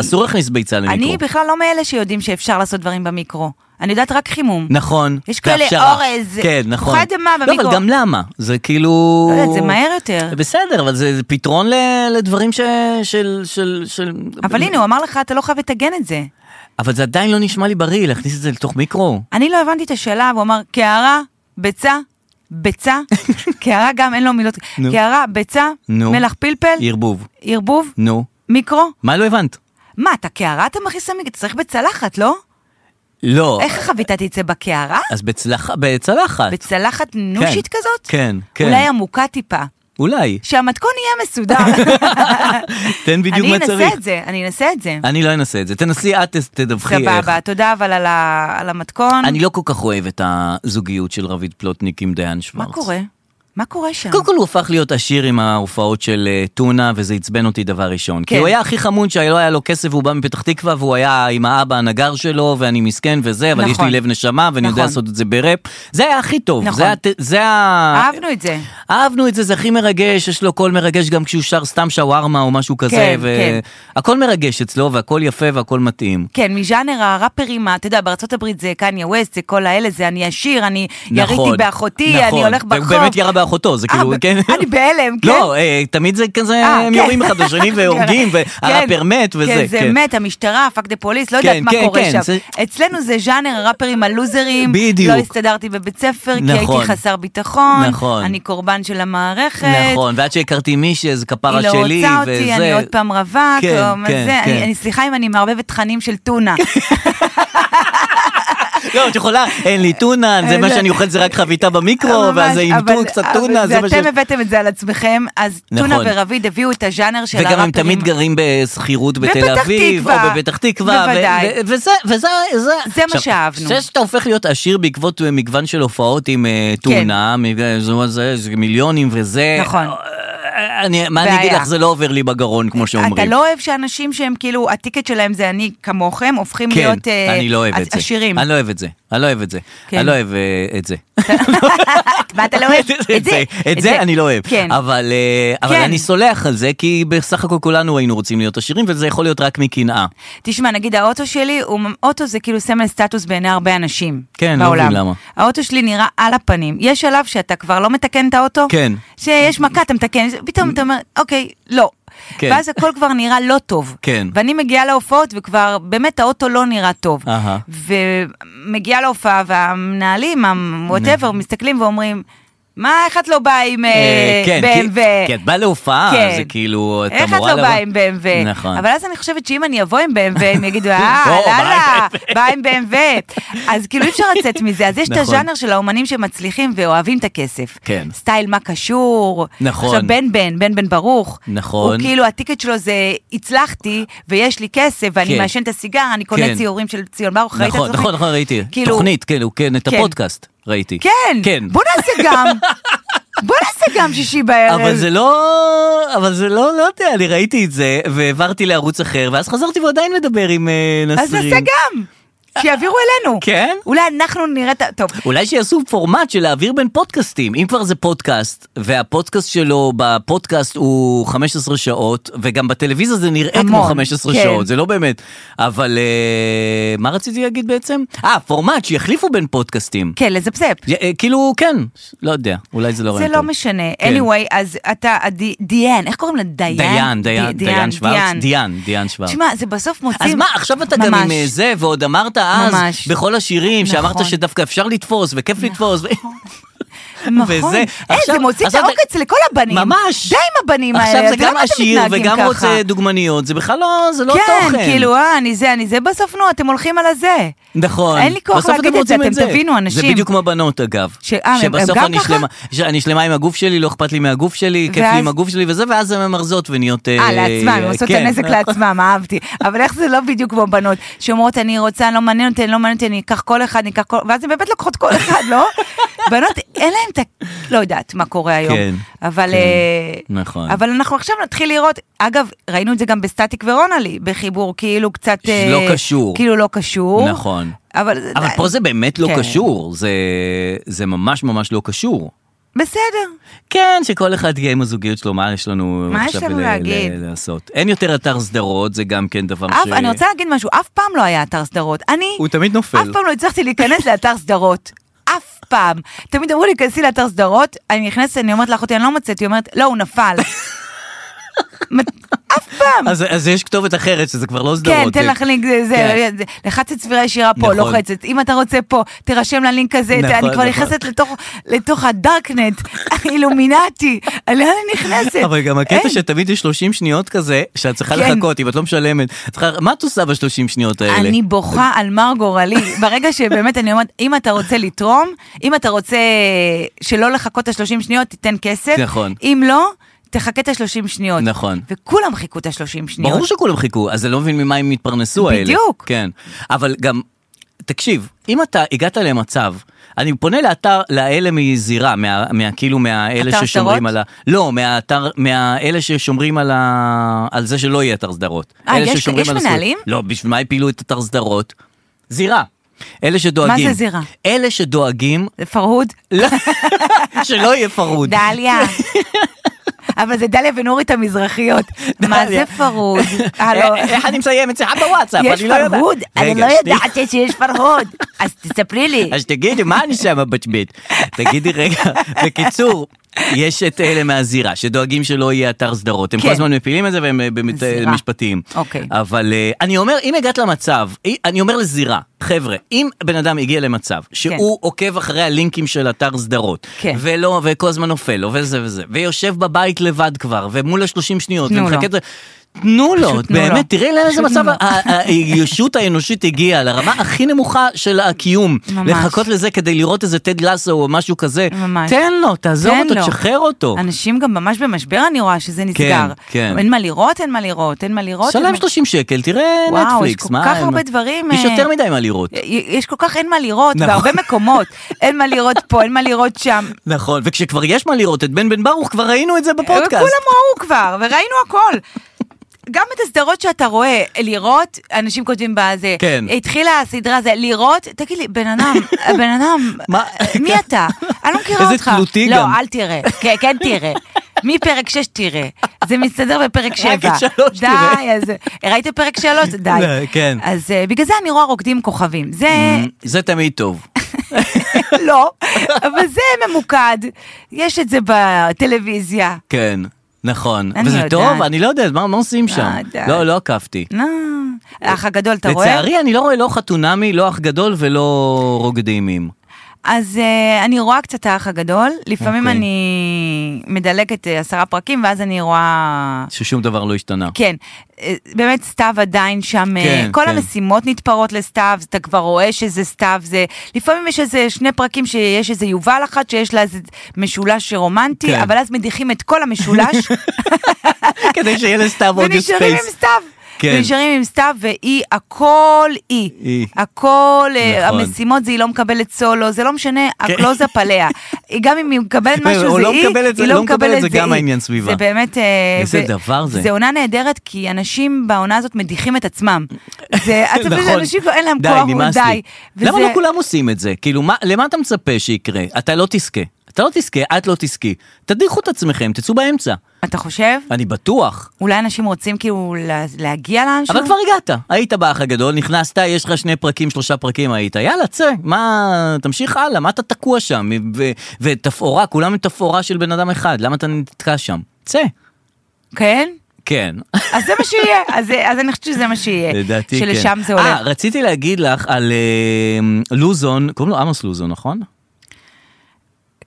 S2: אסור להכניס ביצה למיקרו.
S3: אני בכלל לא מאלה שיודעים שאפשר לעשות דברים במיקרו. אני יודעת רק חימום.
S2: נכון.
S3: יש כאלה
S2: והפשרה.
S3: אורז,
S2: כן, נכון.
S3: תפוחי אדמה
S2: לא,
S3: במיקרו.
S2: אבל גם למה? זה כאילו...
S3: לא יודעת, זה מהר יותר.
S2: בסדר, אבל זה זה פתרון ל- לדברים ש... של... של... של...
S3: אבל הנה, הוא אמר לך, אתה לא חייב לטגן את זה.
S2: אבל זה עדיין לא נשמע לי בריא, להכניס את זה לתוך מיקרו.
S3: אני לא הבנתי את השאלה, והוא אמר, קערה, ביצה, ביצה, קערה גם אין לו מילות,
S2: נו.
S3: קערה, ביצה,
S2: נו.
S3: מלח פלפל,
S2: ערבוב.
S3: ערבוב,
S2: נו.
S3: מיקרו.
S2: מה לא הבנת?
S3: מה, את הקערה אתה מכניס למיקרו? אתה צריך בצלחת, לא?
S2: לא.
S3: איך החביתה תצא בקערה?
S2: אז בצלח... בצלחת.
S3: בצלחת נושית
S2: כן,
S3: כזאת?
S2: כן, כן.
S3: אולי עמוקה טיפה.
S2: אולי.
S3: שהמתכון יהיה מסודר.
S2: תן בדיוק
S3: אני
S2: מה צריך.
S3: אנסה את זה, אני אנסה את זה.
S2: אני לא אנסה את זה. תנסי את, ת- תדווחי איך.
S3: סבבה, תודה אבל על ה- על המתכון.
S2: אני לא כל כך אוהב את הזוגיות של רביד פלוטניק עם דיין שוורץ.
S3: מה קורה? מה קורה שם?
S2: קודם כל הוא הפך להיות עשיר עם ההופעות של אה, טונה, וזה עצבן אותי דבר ראשון. כי
S3: כן.
S2: הוא היה הכי חמוד שלא היה לו כסף, והוא בא מפתח תקווה, והוא היה עם האבא הנגר שלו, ואני מסכן וזה, אבל יש
S3: נכון.
S2: לי לב נשמה, ואני יודע
S3: נכון.
S2: לעשות את זה בראפ. זה היה הכי טוב.
S3: נכון.
S2: זה היה- זה ה...
S3: אהבנו את זה.
S2: אהבנו את זה, זה הכי מרגש, יש לו קול מרגש גם כשהוא שר סתם שווארמה או משהו כזה.
S3: כן,
S2: ו-
S3: כן.
S2: הכל מרגש אצלו, והכל יפה והכל מתאים.
S3: כן, מז'אנר הראפרים, אתה יודע, בארצות הברית זה קניה ווסט, זה כל האלה, זה אני עשיר, אני יריתי
S2: נכון,
S3: באחותי,
S2: נכון.
S3: אני הולך
S2: והוא
S3: ברחוב.
S2: באמת ירה באחותו, זה
S3: אה,
S2: כאילו,
S3: ב-
S2: כן.
S3: אני בהלם, כן.
S2: לא, אה, תמיד זה כזה,
S3: אה,
S2: הם
S3: כן.
S2: יורים אחד בשני והורגים,
S3: כן,
S2: והראפר מת וזה.
S3: כן, זה מת, המשטרה, פאק דה פוליס, לא
S2: כן,
S3: יודעת מה
S2: כן,
S3: קורה
S2: כן,
S3: שם.
S2: זה-
S3: אצלנו זה ז'אנר הראפרים הלוזרים,
S2: בדיוק.
S3: לא הסתדרתי בבית ספר כי
S2: נכון.
S3: הייתי חסר ביטחון,
S2: נכון.
S3: אני קורבן של המערכת,
S2: נכון, ועד שהכרתי מישהי, זה כפרה
S3: היא לא
S2: שלי,
S3: רוצה
S2: וזה.
S3: אותי, אני עוד פעם רווק,
S2: כן,
S3: או מה
S2: כן,
S3: זה, אני-
S2: כן.
S3: אני- סליחה אם אני מערבבת תכנים של טונה.
S2: לא, את יכולה, אין לי טונה, זה מה
S3: לא. אה,
S2: שאני אוכל זה רק חביתה במיקרו,
S3: ממש,
S2: כן, ואז זה עם
S3: אבל-
S2: טונה, קצת
S3: אבל
S2: טונה, זה מה ש...
S3: ואתם הבאתם את זה על עצמכם, אז טונה
S2: נכון.
S3: ורביד הביאו את הז'אנר של הראפרים.
S2: וגם הם תמיד גרים בשכירות בתל
S3: בפתח
S2: אביב, או
S3: תקווה.
S2: בפתח תקווה, ו-
S3: בוודאי.
S2: ו- וזה, וזה, זה,
S3: זה מה שאהבנו.
S2: זה שאתה הופך להיות עשיר בעקבות אה, מגוון של הופעות עם אה, טונה, מג- זה- זה זה מיליונים וזה,
S3: כן. נכון.
S2: אה, אני, מה אני
S3: בעיה.
S2: אגיד לך, זה לא עובר לי בגרון, כמו
S3: אתה
S2: שאומרים.
S3: לא אוהב שאנשים שהם כאילו, הטיקט שלהם זה אני כמוכם, הופכים
S2: כן,
S3: להיות אה,
S2: אני לא אוהב את זה.
S3: עשירים.
S2: אני לא אוהב את זה. אני לא אוהב את זה.
S3: כן.
S2: אני לא אוהב אה, את זה.
S3: מה אתה לא אוהב? את זה.
S2: את זה אני לא אוהב.
S3: כן.
S2: אבל אה, אבל
S3: כן.
S2: אני סולח על זה, כי בסך הכל כולנו היינו רוצים להיות עשירים, וזה יכול להיות רק מקנאה.
S3: תשמע, נגיד האוטו שלי, הוא- אוטו זה כאילו סמל סטטוס בעיני הרבה אנשים
S2: כן, לא
S3: בעולם.
S2: מבין למה.
S3: האוטו שלי נראה על הפנים. יש שלב שאתה כבר לא מתקן את האוטו?
S2: כן.
S3: שיש מכה, אתה מתקן, פתאום אתה אומר, אוקיי, לא.
S2: כן.
S3: ואז הכל כבר נראה לא טוב.
S2: כן.
S3: ואני מגיעה להופעות, וכבר באמת האוטו לא נראה טוב.
S2: אהה.
S3: ומגיעה להופעה, והמנהלים, הוואטאבר, מסתכלים ואומרים, מה, איך את לא באה עם
S2: אה, כן, כי-
S3: BMW?
S2: כי את באה להופעה, זה כאילו, את
S3: כן. איך את
S2: אמורה
S3: לא באה
S2: לבוא-
S3: עם BMW?
S2: נכון.
S3: אבל אז אני חושבת שאם אני אבוא עם BMW, הם יגידו, אה,
S2: בוא, באה עם
S3: לאללה,
S2: BMW."
S3: באה עם BMW. אז כאילו אי אפשר לצאת מזה, אז יש את
S2: נכון.
S3: הז'אנר של האומנים שמצליחים ואוהבים את הכסף.
S2: כן.
S3: סטייל מה קשור.
S2: נכון.
S3: עכשיו בן בן, בן בן ברוך.
S2: נכון.
S3: הוא כאילו הטיקט שלו זה, הצלחתי ויש לי כסף ואני
S2: כן.
S3: מעשן את הסיגר, אני קונה
S2: כן.
S3: ציורים של ציון ברוך, ראית את
S2: נכון,
S3: התוכנית?
S2: נכון, נכון, ראיתי.
S3: כאילו-
S2: תוכנית, כן, הוא- כן, את
S3: כן.
S2: הפודקאסט, ראיתי.
S3: כן,
S2: כן.
S3: בוא נעשה גם. בוא נעשה גם שישי בערב.
S2: אבל זה לא, אבל זה לא, לא יודע, אני ראיתי את זה, והעברתי לערוץ אחר, ואז חזרתי ועדיין מדבר עם אה,
S3: אז
S2: נסרין.
S3: נעשה גם. שיעבירו אלינו.
S2: כן?
S3: אולי אנחנו נראה את ה... טוב.
S2: אולי שיעשו פורמט של להעביר בין פודקאסטים, אם כבר זה פודקאסט, והפודקאסט שלו בפודקאסט הוא 15 שעות, וגם בטלוויזיה זה נראה
S3: המון,
S2: כמו 15
S3: כן.
S2: שעות, זה לא באמת. אבל אה, מה רציתי להגיד בעצם? אה, פורמט שיחליפו בין פודקאסטים.
S3: כן, לזפזפ.
S2: אה, כאילו, כן, לא יודע, אולי זה לא
S3: זה
S2: רעיון
S3: לא
S2: טוב.
S3: משנה.
S2: כן.
S3: anyway, אז אתה, די- דיאן, איך קוראים לה? דיין?
S2: דיין,
S3: די-
S2: דיין, דיין שוורץ, דיאן, דיאן שוורץ.
S3: תשמע, זה בסוף מוצאים...
S2: אז מה, עכשיו אתה גם
S3: ממש.
S2: עם אה, זה, ועוד אמרת, אז,
S3: ממש.
S2: בכל השירים,
S3: נכון.
S2: שאמרת שדווקא אפשר לתפוס, וכיף לתפוס. ו-
S3: נכון.
S2: וזה,
S3: אין,
S2: עכשיו-
S3: זה מוציא את
S2: עכשיו-
S3: העוקץ לכל הבנים.
S2: ממש.
S3: די עם הבנים האלה.
S2: עכשיו זה
S3: אז
S2: גם
S3: למה אתם
S2: עשיר
S3: מתנהגים
S2: וגם
S3: ככה?
S2: רוצה דוגמניות, זה בכלל לא, זה לא
S3: כן,
S2: תוכן.
S3: כאילו, אה, אני זה, אני זה, בסוף נו, אתם הולכים על הזה.
S2: נכון.
S3: אין לי כוח
S2: בסוף
S3: להגיד
S2: אתם
S3: את זה,
S2: רוצים
S3: אתם תבינו,
S2: זה
S3: אנשים.
S2: בדיוק כמו בנות אגב.
S3: ש- אה, הם- הם
S2: שבסוף
S3: גם
S2: אני
S3: ככה?
S2: שלמה, שאני שלמה עם הגוף שלי, לא אכפת לי מהגוף שלי, כיף
S3: ואז-
S2: לי עם הגוף שלי וזה, ואז הן ממרזות ונהיות...
S3: אה, לעצמן, הן עושות את
S2: כן.
S3: הנזק לעצמם, אהבתי. אבל איך זה לא בדיוק כמו בנות, שאומרות, אני רוצה, לא מעניין אותי, לא מעניין אותי, אני אקח כל אחד, אני אקח כל... ואז הן באמת לוקחות כל אחד, לא? בנות, אין להן את ה... לא יודעת מה קורה היום.
S2: כן,
S3: אבל...
S2: כן,
S3: אה,
S2: נכון.
S3: אבל אנחנו עכשיו נתחיל לראות, אגב, ראינו את זה גם בסטטיק ורונלי, בחיבור כאילו קצת... אה,
S2: שלא קשור.
S3: כאילו לא קשור.
S2: נכון.
S3: אבל... זה-
S2: אבל פה זה באמת לא
S3: כן.
S2: קשור, זה- זה ממש ממש לא קשור.
S3: בסדר.
S2: כן, שכל אחד יהיה עם הזוגיות שלו, מה יש לנו
S3: מה
S2: עכשיו
S3: יש לנו
S2: ל- ל-
S3: להגיד?
S2: לעשות? אין יותר אתר סדרות, זה גם כן דבר
S3: אף,
S2: ש...
S3: אני רוצה להגיד משהו, אף פעם לא היה אתר סדרות. אני...
S2: הוא תמיד נופל.
S3: אף פעם לא הצלחתי להיכנס לאתר סדרות. אף פעם. תמיד אמרו לי, כנסי לאתר סדרות, אני נכנסת, אני אומרת לאחותי, אני לא מצאתי, היא אומרת, לא, הוא נפל. אף פעם.
S2: אז אז יש כתובת אחרת, שזה כבר לא סדרות.
S3: כן, תן
S2: זה-
S3: לך לינק, זה, זה,
S2: כן.
S3: זה, לחץ את צבירה ישירה פה,
S2: נכון.
S3: לוחצת. אם אתה רוצה פה, תירשם ללינק הזה,
S2: נכון,
S3: אני כבר
S2: נכון.
S3: נכנסת לתוך, לתוך הדארקנט, אילומינטי, לאן אני נכנסת?
S2: אבל גם
S3: אין.
S2: הקטע שתמיד יש 30 שניות כזה, שאת צריכה
S3: כן.
S2: לחכות, אם את לא משלמת. את צריכה- מה את עושה בשלושים שניות האלה?
S3: אני בוכה על מר גורלי. ברגע שבאמת אני אומרת, אם אתה רוצה לתרום, אם אתה רוצה שלא לחכות את ה-30 שניות, תיתן כסף.
S2: נכון.
S3: אם לא, תחכה את ה-30 שניות.
S2: נכון.
S3: וכולם חיכו את ה-30 שניות.
S2: ברור שכולם חיכו, אז אני לא מבין ממה הם התפרנסו האלה.
S3: בדיוק.
S2: כן. אבל גם, תקשיב, אם אתה הגעת למצב, אני פונה לאתר, לאלה מזירה, מה, מה, כאילו מהאלה
S3: אתר
S2: ששומרים
S3: סדרות?
S2: על ה... לא, מהאתר, מהאלה ששומרים על ה... על זה שלא יהיה אתר סדרות.
S3: אה,
S2: אלה
S3: יש-
S2: ששומרים
S3: יש
S2: על הזכויות.
S3: מנהלים?
S2: לא, בשביל מה הפילו את אתר סדרות? זירה. אלה שדואגים.
S3: מה זה זירה?
S2: אלה שדואגים,
S3: זה פרהוד,
S2: לא, שלא יהיה פרוד.
S3: דליה. אבל זה דליה ונורית המזרחיות. מה זה
S2: דליה. אה,
S3: פרהוד? הלו.
S2: איך אני מסיים אצלך בוואטסאפ?
S3: יש
S2: אני לא יודעת.
S3: פרהוד? אני
S2: רגע,
S3: לא
S2: שנייה.
S3: ידעתי שיש פרהוד. אז תספרי לי.
S2: אז תגידי, מה אני שם בצ'ביט? תגידי רגע, בקיצור, יש את אלה מהזירה שדואגים שלא יהיה אתר סדרות, הם
S3: כן.
S2: כל הזמן מפילים את זה והם אה, במת-
S3: זירה.
S2: משפטיים.
S3: אוקיי.
S2: אבל אה, אני אומר, אם הגעת למצב, אי- אני אומר לזירה, חבר'ה, אם בן אדם הגיע למצב שהוא עוקב אחרי הלינקים של אתר סדרות,
S3: כן.
S2: ולא, וכל הזמן נופל לו, וזה וזה, ויושב בבית לבד כבר, ומול ה-30 שניות,
S3: תנו
S2: ומחכה
S3: לו.
S2: את זה, תנו לו,
S3: פשוט תנו לו.
S2: באמת, תראי לאיזה
S3: פשוט
S2: מצב
S3: תנו לו.
S2: ה- ה- הישות האנושית הגיעה לרמה הכי נמוכה של הקיום.
S3: ממש.
S2: לחכות לזה כדי לראות איזה טד לסו או משהו כזה.
S3: ממש.
S2: תן לו, תעזוב
S3: תן
S2: אותו,
S3: לו.
S2: תשחרר אותו.
S3: אנשים גם ממש במשבר, אני רואה שזה נסגר.
S2: כן.
S3: אין מה לראות, אין מה לראות, אין מה לראות. אין
S2: שלם
S3: מה-
S2: 30 שקל, תראה
S3: לא- וואו, יש
S2: נטפליקס.
S3: כל
S2: מה,
S3: כך
S2: אין-
S3: הרבה דברים,
S2: יש
S3: אה,
S2: יותר מדי מה לראות.
S3: י- יש כל כך אין מה לראות,
S2: נכון.
S3: בהרבה מקומות. אין מה לראות פה, אין מה לראות שם.
S2: נכון, וכשכבר יש מה לראות, את בן בן ברוך כבר ראינו את זה
S3: אה, כולם
S2: בפודקאסט.
S3: ראו כבר, וראינו הכל. גם את הסדרות שאתה רואה, לראות, אנשים כותבים בזה,
S2: כן.
S3: התחילה הסדרה זה, לראות, תגיד לי, בן אדם, בן אדם,
S2: מה? כן.
S3: מי אתה? אני לא מכירה
S2: איזה
S3: אותך.
S2: תלותי
S3: לא,
S2: גם.
S3: אל תראה, כן, כן תראה. מפרק 6 תראה, זה מסתדר בפרק 7.
S2: את שלוש
S3: די,
S2: תראה.
S3: אז ראית פרק 3? די.
S2: לא, כן. Mm.
S3: אז אה, בגלל זה אני רואה רוקדים עם כוכבים. זה
S2: זה תמיד טוב.
S3: לא, אבל זה ממוקד, יש את זה בטלוויזיה.
S2: כן, נכון.
S3: אני
S2: וזה
S3: יודעת.
S2: טוב, אני לא יודעת, מה מה עושים שם?
S3: לא יודעת.
S2: לא, לא עקבתי.
S3: נו, האח הגדול, אתה רואה?
S2: לצערי, אני לא רואה לא חתונמי, לא אח גדול ולא רוקדימים.
S3: אז אה, אני רואה קצת האח הגדול, לפעמים
S2: אוקיי.
S3: אני מדלגת אה, עשרה פרקים, ואז אני רואה...
S2: ששום דבר לא השתנה.
S3: כן, אה, באמת סתיו עדיין שם, אה,
S2: כן,
S3: כל
S2: כן.
S3: המשימות נתפרות לסתיו, אתה כבר רואה שזה סתיו, זה... לפעמים יש איזה שני פרקים שיש איזה יובל אחת, שיש לה איזה משולש רומנטי,
S2: כן.
S3: אבל אז מדיחים את כל המשולש,
S2: כדי שיהיה לסתיו עוד
S3: ונשארים עם
S2: ספייס.
S3: סתיו.
S2: כן.
S3: ונשארים עם סתיו, והיא הכל היא.
S2: היא.
S3: הכל, אה,
S2: נכון.
S3: המשימות זה היא לא מקבלת סולו, זה לא משנה, הקלוזאפ עליה. היא גם אם היא מקבלת
S2: לא,
S3: משהו
S2: או
S3: זה
S2: לא
S3: היא,
S2: מקבלת זה,
S3: היא
S2: לא מקבלת זה גם
S3: היא.
S2: העניין סביבה.
S3: זה באמת... אה,
S2: איזה
S3: ו-
S2: דבר זה.
S3: זה עונה נהדרת, כי אנשים בעונה הזאת מדיחים את עצמם. זה, אתה מבין,
S2: נכון.
S3: אנשים כבר אין להם
S2: די,
S3: כוח,
S2: נמאס
S3: די.
S2: לי. למה
S3: וזה-
S2: לא כולם עושים את זה? כאילו, מה- למה אתה מצפה שיקרה? אתה לא תזכה. אתה לא תזכה, את לא תזכי. תדיחו את עצמכם, תצאו באמצע.
S3: אתה חושב?
S2: אני בטוח.
S3: אולי אנשים רוצים כאילו לה- להגיע לאן
S2: אבל כבר הגעת, היית באח הגדול, נכנסת, יש לך שני פרקים, שלושה פרקים היית, יאללה, צא, מה, תמשיך הלאה, מה אתה תקוע שם? ו- ותפאורה, כולם עם תפאורה של בן אדם אחד, למה אתה נתקע שם? צא.
S3: כן?
S2: כן.
S3: אז זה מה שיהיה, אז, אז אני חושבת שזה מה שיהיה.
S2: לדעתי כן.
S3: שלשם זה הולך.
S2: אה, רציתי להגיד לך על אה, לוזון, קוראים לו עמוס לוזון, נכון?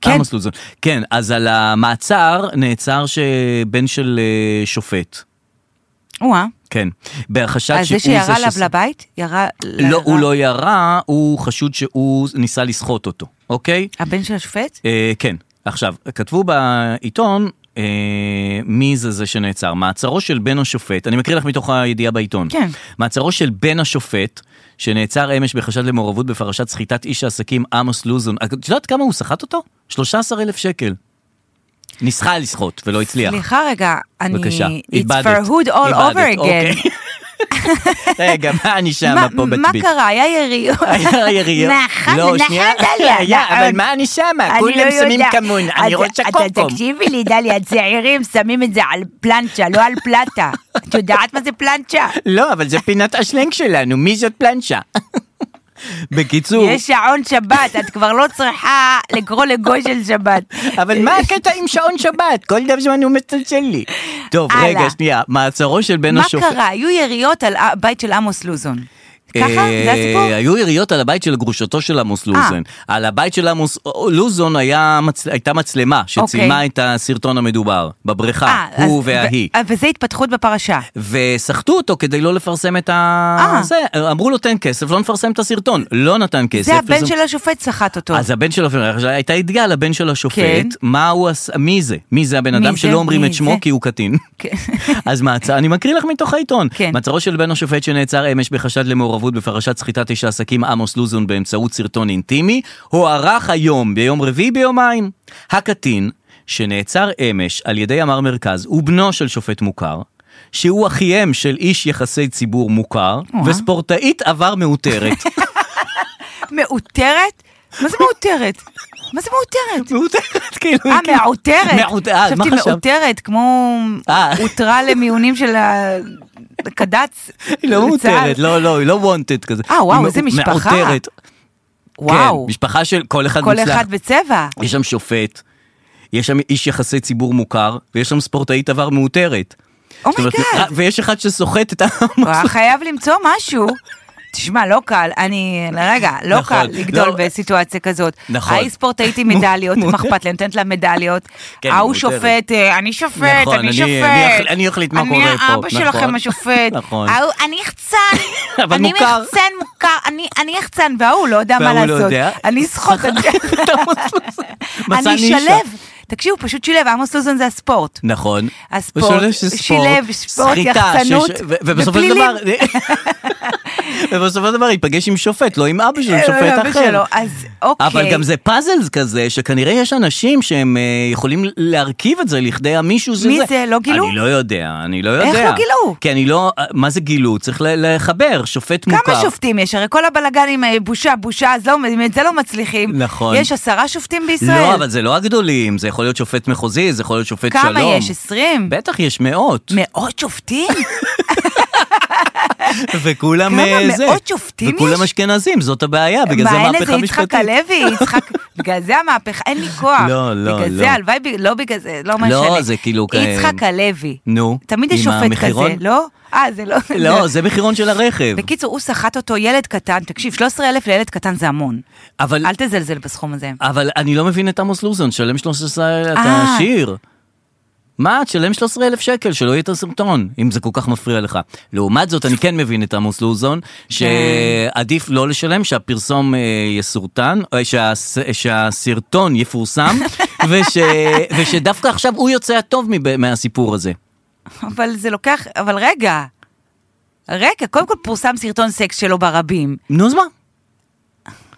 S3: כן.
S2: עמוס לוזון. כן, אז על המעצר נעצר שבן של אה, שופט.
S3: וואה,
S2: כן. בחשד
S3: אז זה
S2: שהוא
S3: שירה עליו
S2: שס-
S3: לבית? ירה...
S2: לא,
S3: ל-
S2: הוא לא ירה, הוא חשוד שהוא ניסה לסחוט אותו, אוקיי?
S3: הבן של השופט?
S2: אה, כן. עכשיו, כתבו בעיתון אה, מי זה זה שנעצר. מעצרו של בן השופט, אני מקריא לך מתוך הידיעה בעיתון.
S3: כן.
S2: מעצרו של בן השופט, שנעצר אמש בחשד למעורבות בפרשת סחיטת איש העסקים עמוס לוזון. את יודעת כמה הוא סחט אותו? 13 אלף שקל. ניסחה לסחוט ולא הצליח.
S3: סליחה רגע, אני...
S2: בבקשה,
S3: It's
S2: איבדת.
S3: for hood all
S2: איבדת,
S3: over again.
S2: אוקיי. רגע, מה אני שמה
S3: מה-
S2: פה
S3: מה
S2: בתביט?
S3: קרה? היה יריות.
S2: היה יריות.
S3: נכון,
S2: לא, שנייה.
S3: נכון, דליה.
S2: היה, אבל
S3: נכון.
S2: מה אני שמה?
S3: אני
S2: כולם
S3: לא
S2: שמים
S3: יודע.
S2: כמון, אני
S3: אז-
S2: רוצה
S3: אז
S2: קומקום.
S3: תקשיבי לי, דליה, צעירים שמים את זה על פלנצ'ה, לא על פלטה. את יודעת מה זה פלנצ'ה?
S2: לא, אבל זה פינת השלנג שלנו, מי זאת פלנצ'ה? בקיצור,
S3: יש שעון שבת, את כבר לא צריכה לקרוא לגוי של שבת.
S2: אבל מה הקטע עם שעון שבת? כל הזמן הוא מצלצל לי. טוב,
S3: הלאה.
S2: רגע, שנייה, מעצרו של בן
S3: מה
S2: השופט.
S3: קרה? היו יריות על הבית של עמוס לוזון. ככה? זה
S2: אה,
S3: הסיפור? אה.
S2: היו יריות על הבית של גרושתו של עמוס לוזון. על הבית של עמוס אה, לוזון היה מצ- הייתה מצלמה שצילמה
S3: אוקיי.
S2: את הסרטון המדובר, בבריכה,
S3: אה, אז-
S2: הוא וההיא.
S3: ו- וזה התפתחות בפרשה.
S2: וסחטו אותו כדי לא לפרסם את ה...
S3: אה.
S2: זה, אמרו לו תן כסף, לא נפרסם את הסרטון. לא נתן כסף.
S3: זה הבן
S2: אז-
S3: של השופט סחט אותו.
S2: אז הבן של השופט, הייתה ידיעה על הבן של השופט,
S3: כן.
S2: מה הוא עשה, מי זה? מי זה הבן
S3: מי
S2: אדם
S3: זה?
S2: שלא אומרים
S3: מי
S2: את שמו
S3: זה?
S2: כי הוא קטין.
S3: כן.
S2: אז מעצר, אני מקריא לך מתוך העיתון.
S3: כן.
S2: מעצרו של בן השופט שנעצר אמש בחשד למעורבות בפרשת סחיטת איש העסקים עמוס לוזון באמצעות סרטון אינטימי, הוארך היום, ביום רביעי ביומיים. הקטין, שנעצר אמש על ידי אמר מרכז, הוא בנו של שופט מוכר. שהוא אחיהם של איש יחסי ציבור מוכר,
S3: וואו.
S2: וספורטאית עבר מאותרת.
S3: מעוטרת? מה זה מעוטרת? מה זה מעוטרת?
S2: מאותרת, כאילו.
S3: אה,
S2: כאילו-
S3: מעוטרת.
S2: מעוט- אה, מה
S3: חשבתי
S2: חשבת?
S3: מעוטרת, כמו
S2: אה.
S3: הותרה למיונים של הקד"צ.
S2: היא לא
S3: לצה"ל.
S2: מאותרת, לא, לא, היא לא wanted כזה.
S3: אה, וואו,
S2: היא
S3: איזה
S2: מא-
S3: משפחה.
S2: מאותרת,
S3: וואו,
S2: כן, משפחה של כל אחד
S3: כל
S2: מוצלח.
S3: אחד בצבע.
S2: יש שם שופט, יש שם איש יחסי ציבור מוכר, ויש שם ספורטאית עבר
S3: Oh
S2: מאותרת. זאת אומרת,
S3: אומייגאד.
S2: אה, ויש אחד שסוחט את ה...
S3: הוא היה חייב למצוא משהו. תשמע, לא קל, אני, רגע, לא
S2: נכון,
S3: קל לגדול
S2: לא-
S3: בסיטואציה כזאת.
S2: נכון.
S3: ההיא ספורטאית עם מדליות,
S2: מ-
S3: מה אכפת לה, נותנת לה מדליות.
S2: כן,
S3: ההוא
S2: מותרת.
S3: שופט, אה, אני שופט,
S2: נכון, אני-
S3: אני שופט.
S2: אני אחל- אני אחליט מה קורה פה,
S3: אני האבא שלכם
S2: נכון.
S3: השופט.
S2: נכון.
S3: ההוא, אני יחצן,
S2: אבל
S3: אני
S2: מוכר.
S3: יחצן מוכר, אני- אני יחצן, וההוא לא יודע מה
S2: וההוא לא
S3: לעשות.
S2: יודע.
S3: אני אסחוט,
S2: מצא
S3: אני
S2: נישה.
S3: אשלב. תקשיב, הוא פשוט שילב, עמוס לוזון זה הספורט.
S2: נכון.
S3: הספורט,
S2: ושולש של ספורט,
S3: שילב ספורט,
S2: סחיטה,
S3: יחצנות,
S2: שיש- ו- ובסופו של דבר,
S3: ופלילים.
S2: ובסופו של דבר ייפגש עם שופט, לא עם אבא שלו, עם
S3: אה,
S2: שופט
S3: אבא
S2: אחר.
S3: שלו, אז אוקיי.
S2: אבל גם זה פאזלס כזה, שכנראה יש אנשים שהם אה, יכולים להרכיב את זה לכדי המישהו שזה.
S3: מי זה? לא גילו?
S2: אני לא יודע, אני לא יודע.
S3: איך לא גילו?
S2: כי אני לא, מה זה גילו? צריך ל- לחבר, שופט מוכר.
S3: כמה שופטים יש? הרי כל הבלגן עם אה, בושה, בושה, אז לא, אם את זה לא מצליחים.
S2: נכון.
S3: יש עשרה שופטים בישראל?
S2: לא, אבל זה לא הגדולים, זה יכול להיות שופט מחוזי, זה יכול להיות שופט
S3: כמה
S2: שלום.
S3: יש? עשרים?
S2: בטח יש מאות,
S3: מאות שופטים?
S2: וכולם
S3: כמה
S2: אה, זה,
S3: מאות שופטים
S2: וכולם
S3: יש?
S2: אשכנזים, זאת הבעיה, בגלל זה
S3: מה, אין
S2: מהפכה
S3: איזה
S2: משפטית.
S3: יצחק הלוי, יצחק... בגלל זה המהפכה, אין לי כוח.
S2: לא, לא,
S3: בגלל
S2: לא.
S3: זה, הלוואי, ב- לא בגלל זה, לא משנה.
S2: לא, זה כאילו כ-
S3: יצחק הלוי.
S2: נו,
S3: תמיד
S2: עם
S3: יש שופט
S2: המחירון?
S3: כזה, לא? אה, זה לא...
S2: לא, זה מחירון של הרכב.
S3: בקיצור, הוא סחט אותו ילד קטן, תקשיב, 13,000 לילד קטן זה המון.
S2: אבל
S3: אל תזלזל בסכום הזה.
S2: אבל אני לא מבין את עמוס לוזון, שלם 13 אלף, אתה
S3: אה.
S2: עשיר. מה, תשלם 13 אלף שקל, שלא יהיה את הסרטון, אם זה כל כך מפריע לך. לעומת זאת, אני כן מבין את עמוס לוזון,
S3: כן.
S2: שעדיף לא לשלם, שהפרסום אה, יסורטן, אה, שהס- שהסרטון יפורסם, וש, ושדווקא עכשיו הוא יוצא הטוב מב- מהסיפור הזה.
S3: אבל זה לוקח, אבל רגע. רגע, קודם כל פורסם סרטון סקס שלו ברבים.
S2: נו אז מה?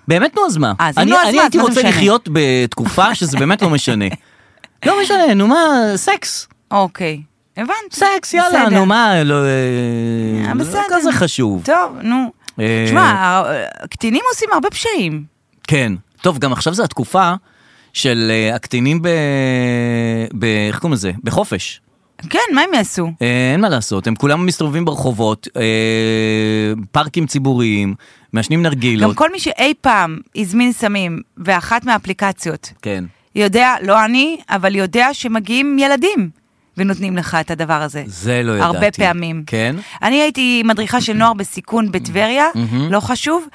S2: באמת נו אז מה?
S3: אה, אז אם
S2: אני,
S3: נו אז
S2: אני
S3: מה, אז
S2: הייתי
S3: מה זה
S2: רוצה
S3: משנה?
S2: לחיות בתקופה שזה באמת לא משנה. לא משנה, נו מה, סקס.
S3: אוקיי, הבנתי.
S2: סקס, יאללה,
S3: בסדר.
S2: נו מה, לא
S3: אה,
S2: אה, לא
S3: בסדר.
S2: כזה חשוב.
S3: טוב, נו.
S2: אה.
S3: תשמע, קטינים עושים הרבה פשעים.
S2: כן. טוב, גם עכשיו זו התקופה של אה, הקטינים ב... ב... איך קוראים לזה? בחופש.
S3: כן, מה הם יעשו?
S2: אה, אין מה לעשות, הם כולם מסתובבים ברחובות, אה, פארקים ציבוריים, מעשנים
S3: גם
S2: נרגילות.
S3: כל מי שאי פעם הזמין סמים באחת מהאפליקציות,
S2: כן.
S3: יודע, לא אני, אבל יודע שמגיעים ילדים. ונותנים לך את הדבר הזה.
S2: זה לא ידעתי.
S3: הרבה פעמים.
S2: כן?
S3: אני הייתי מדריכה של נוער בסיכון בטבריה, לא חשוב,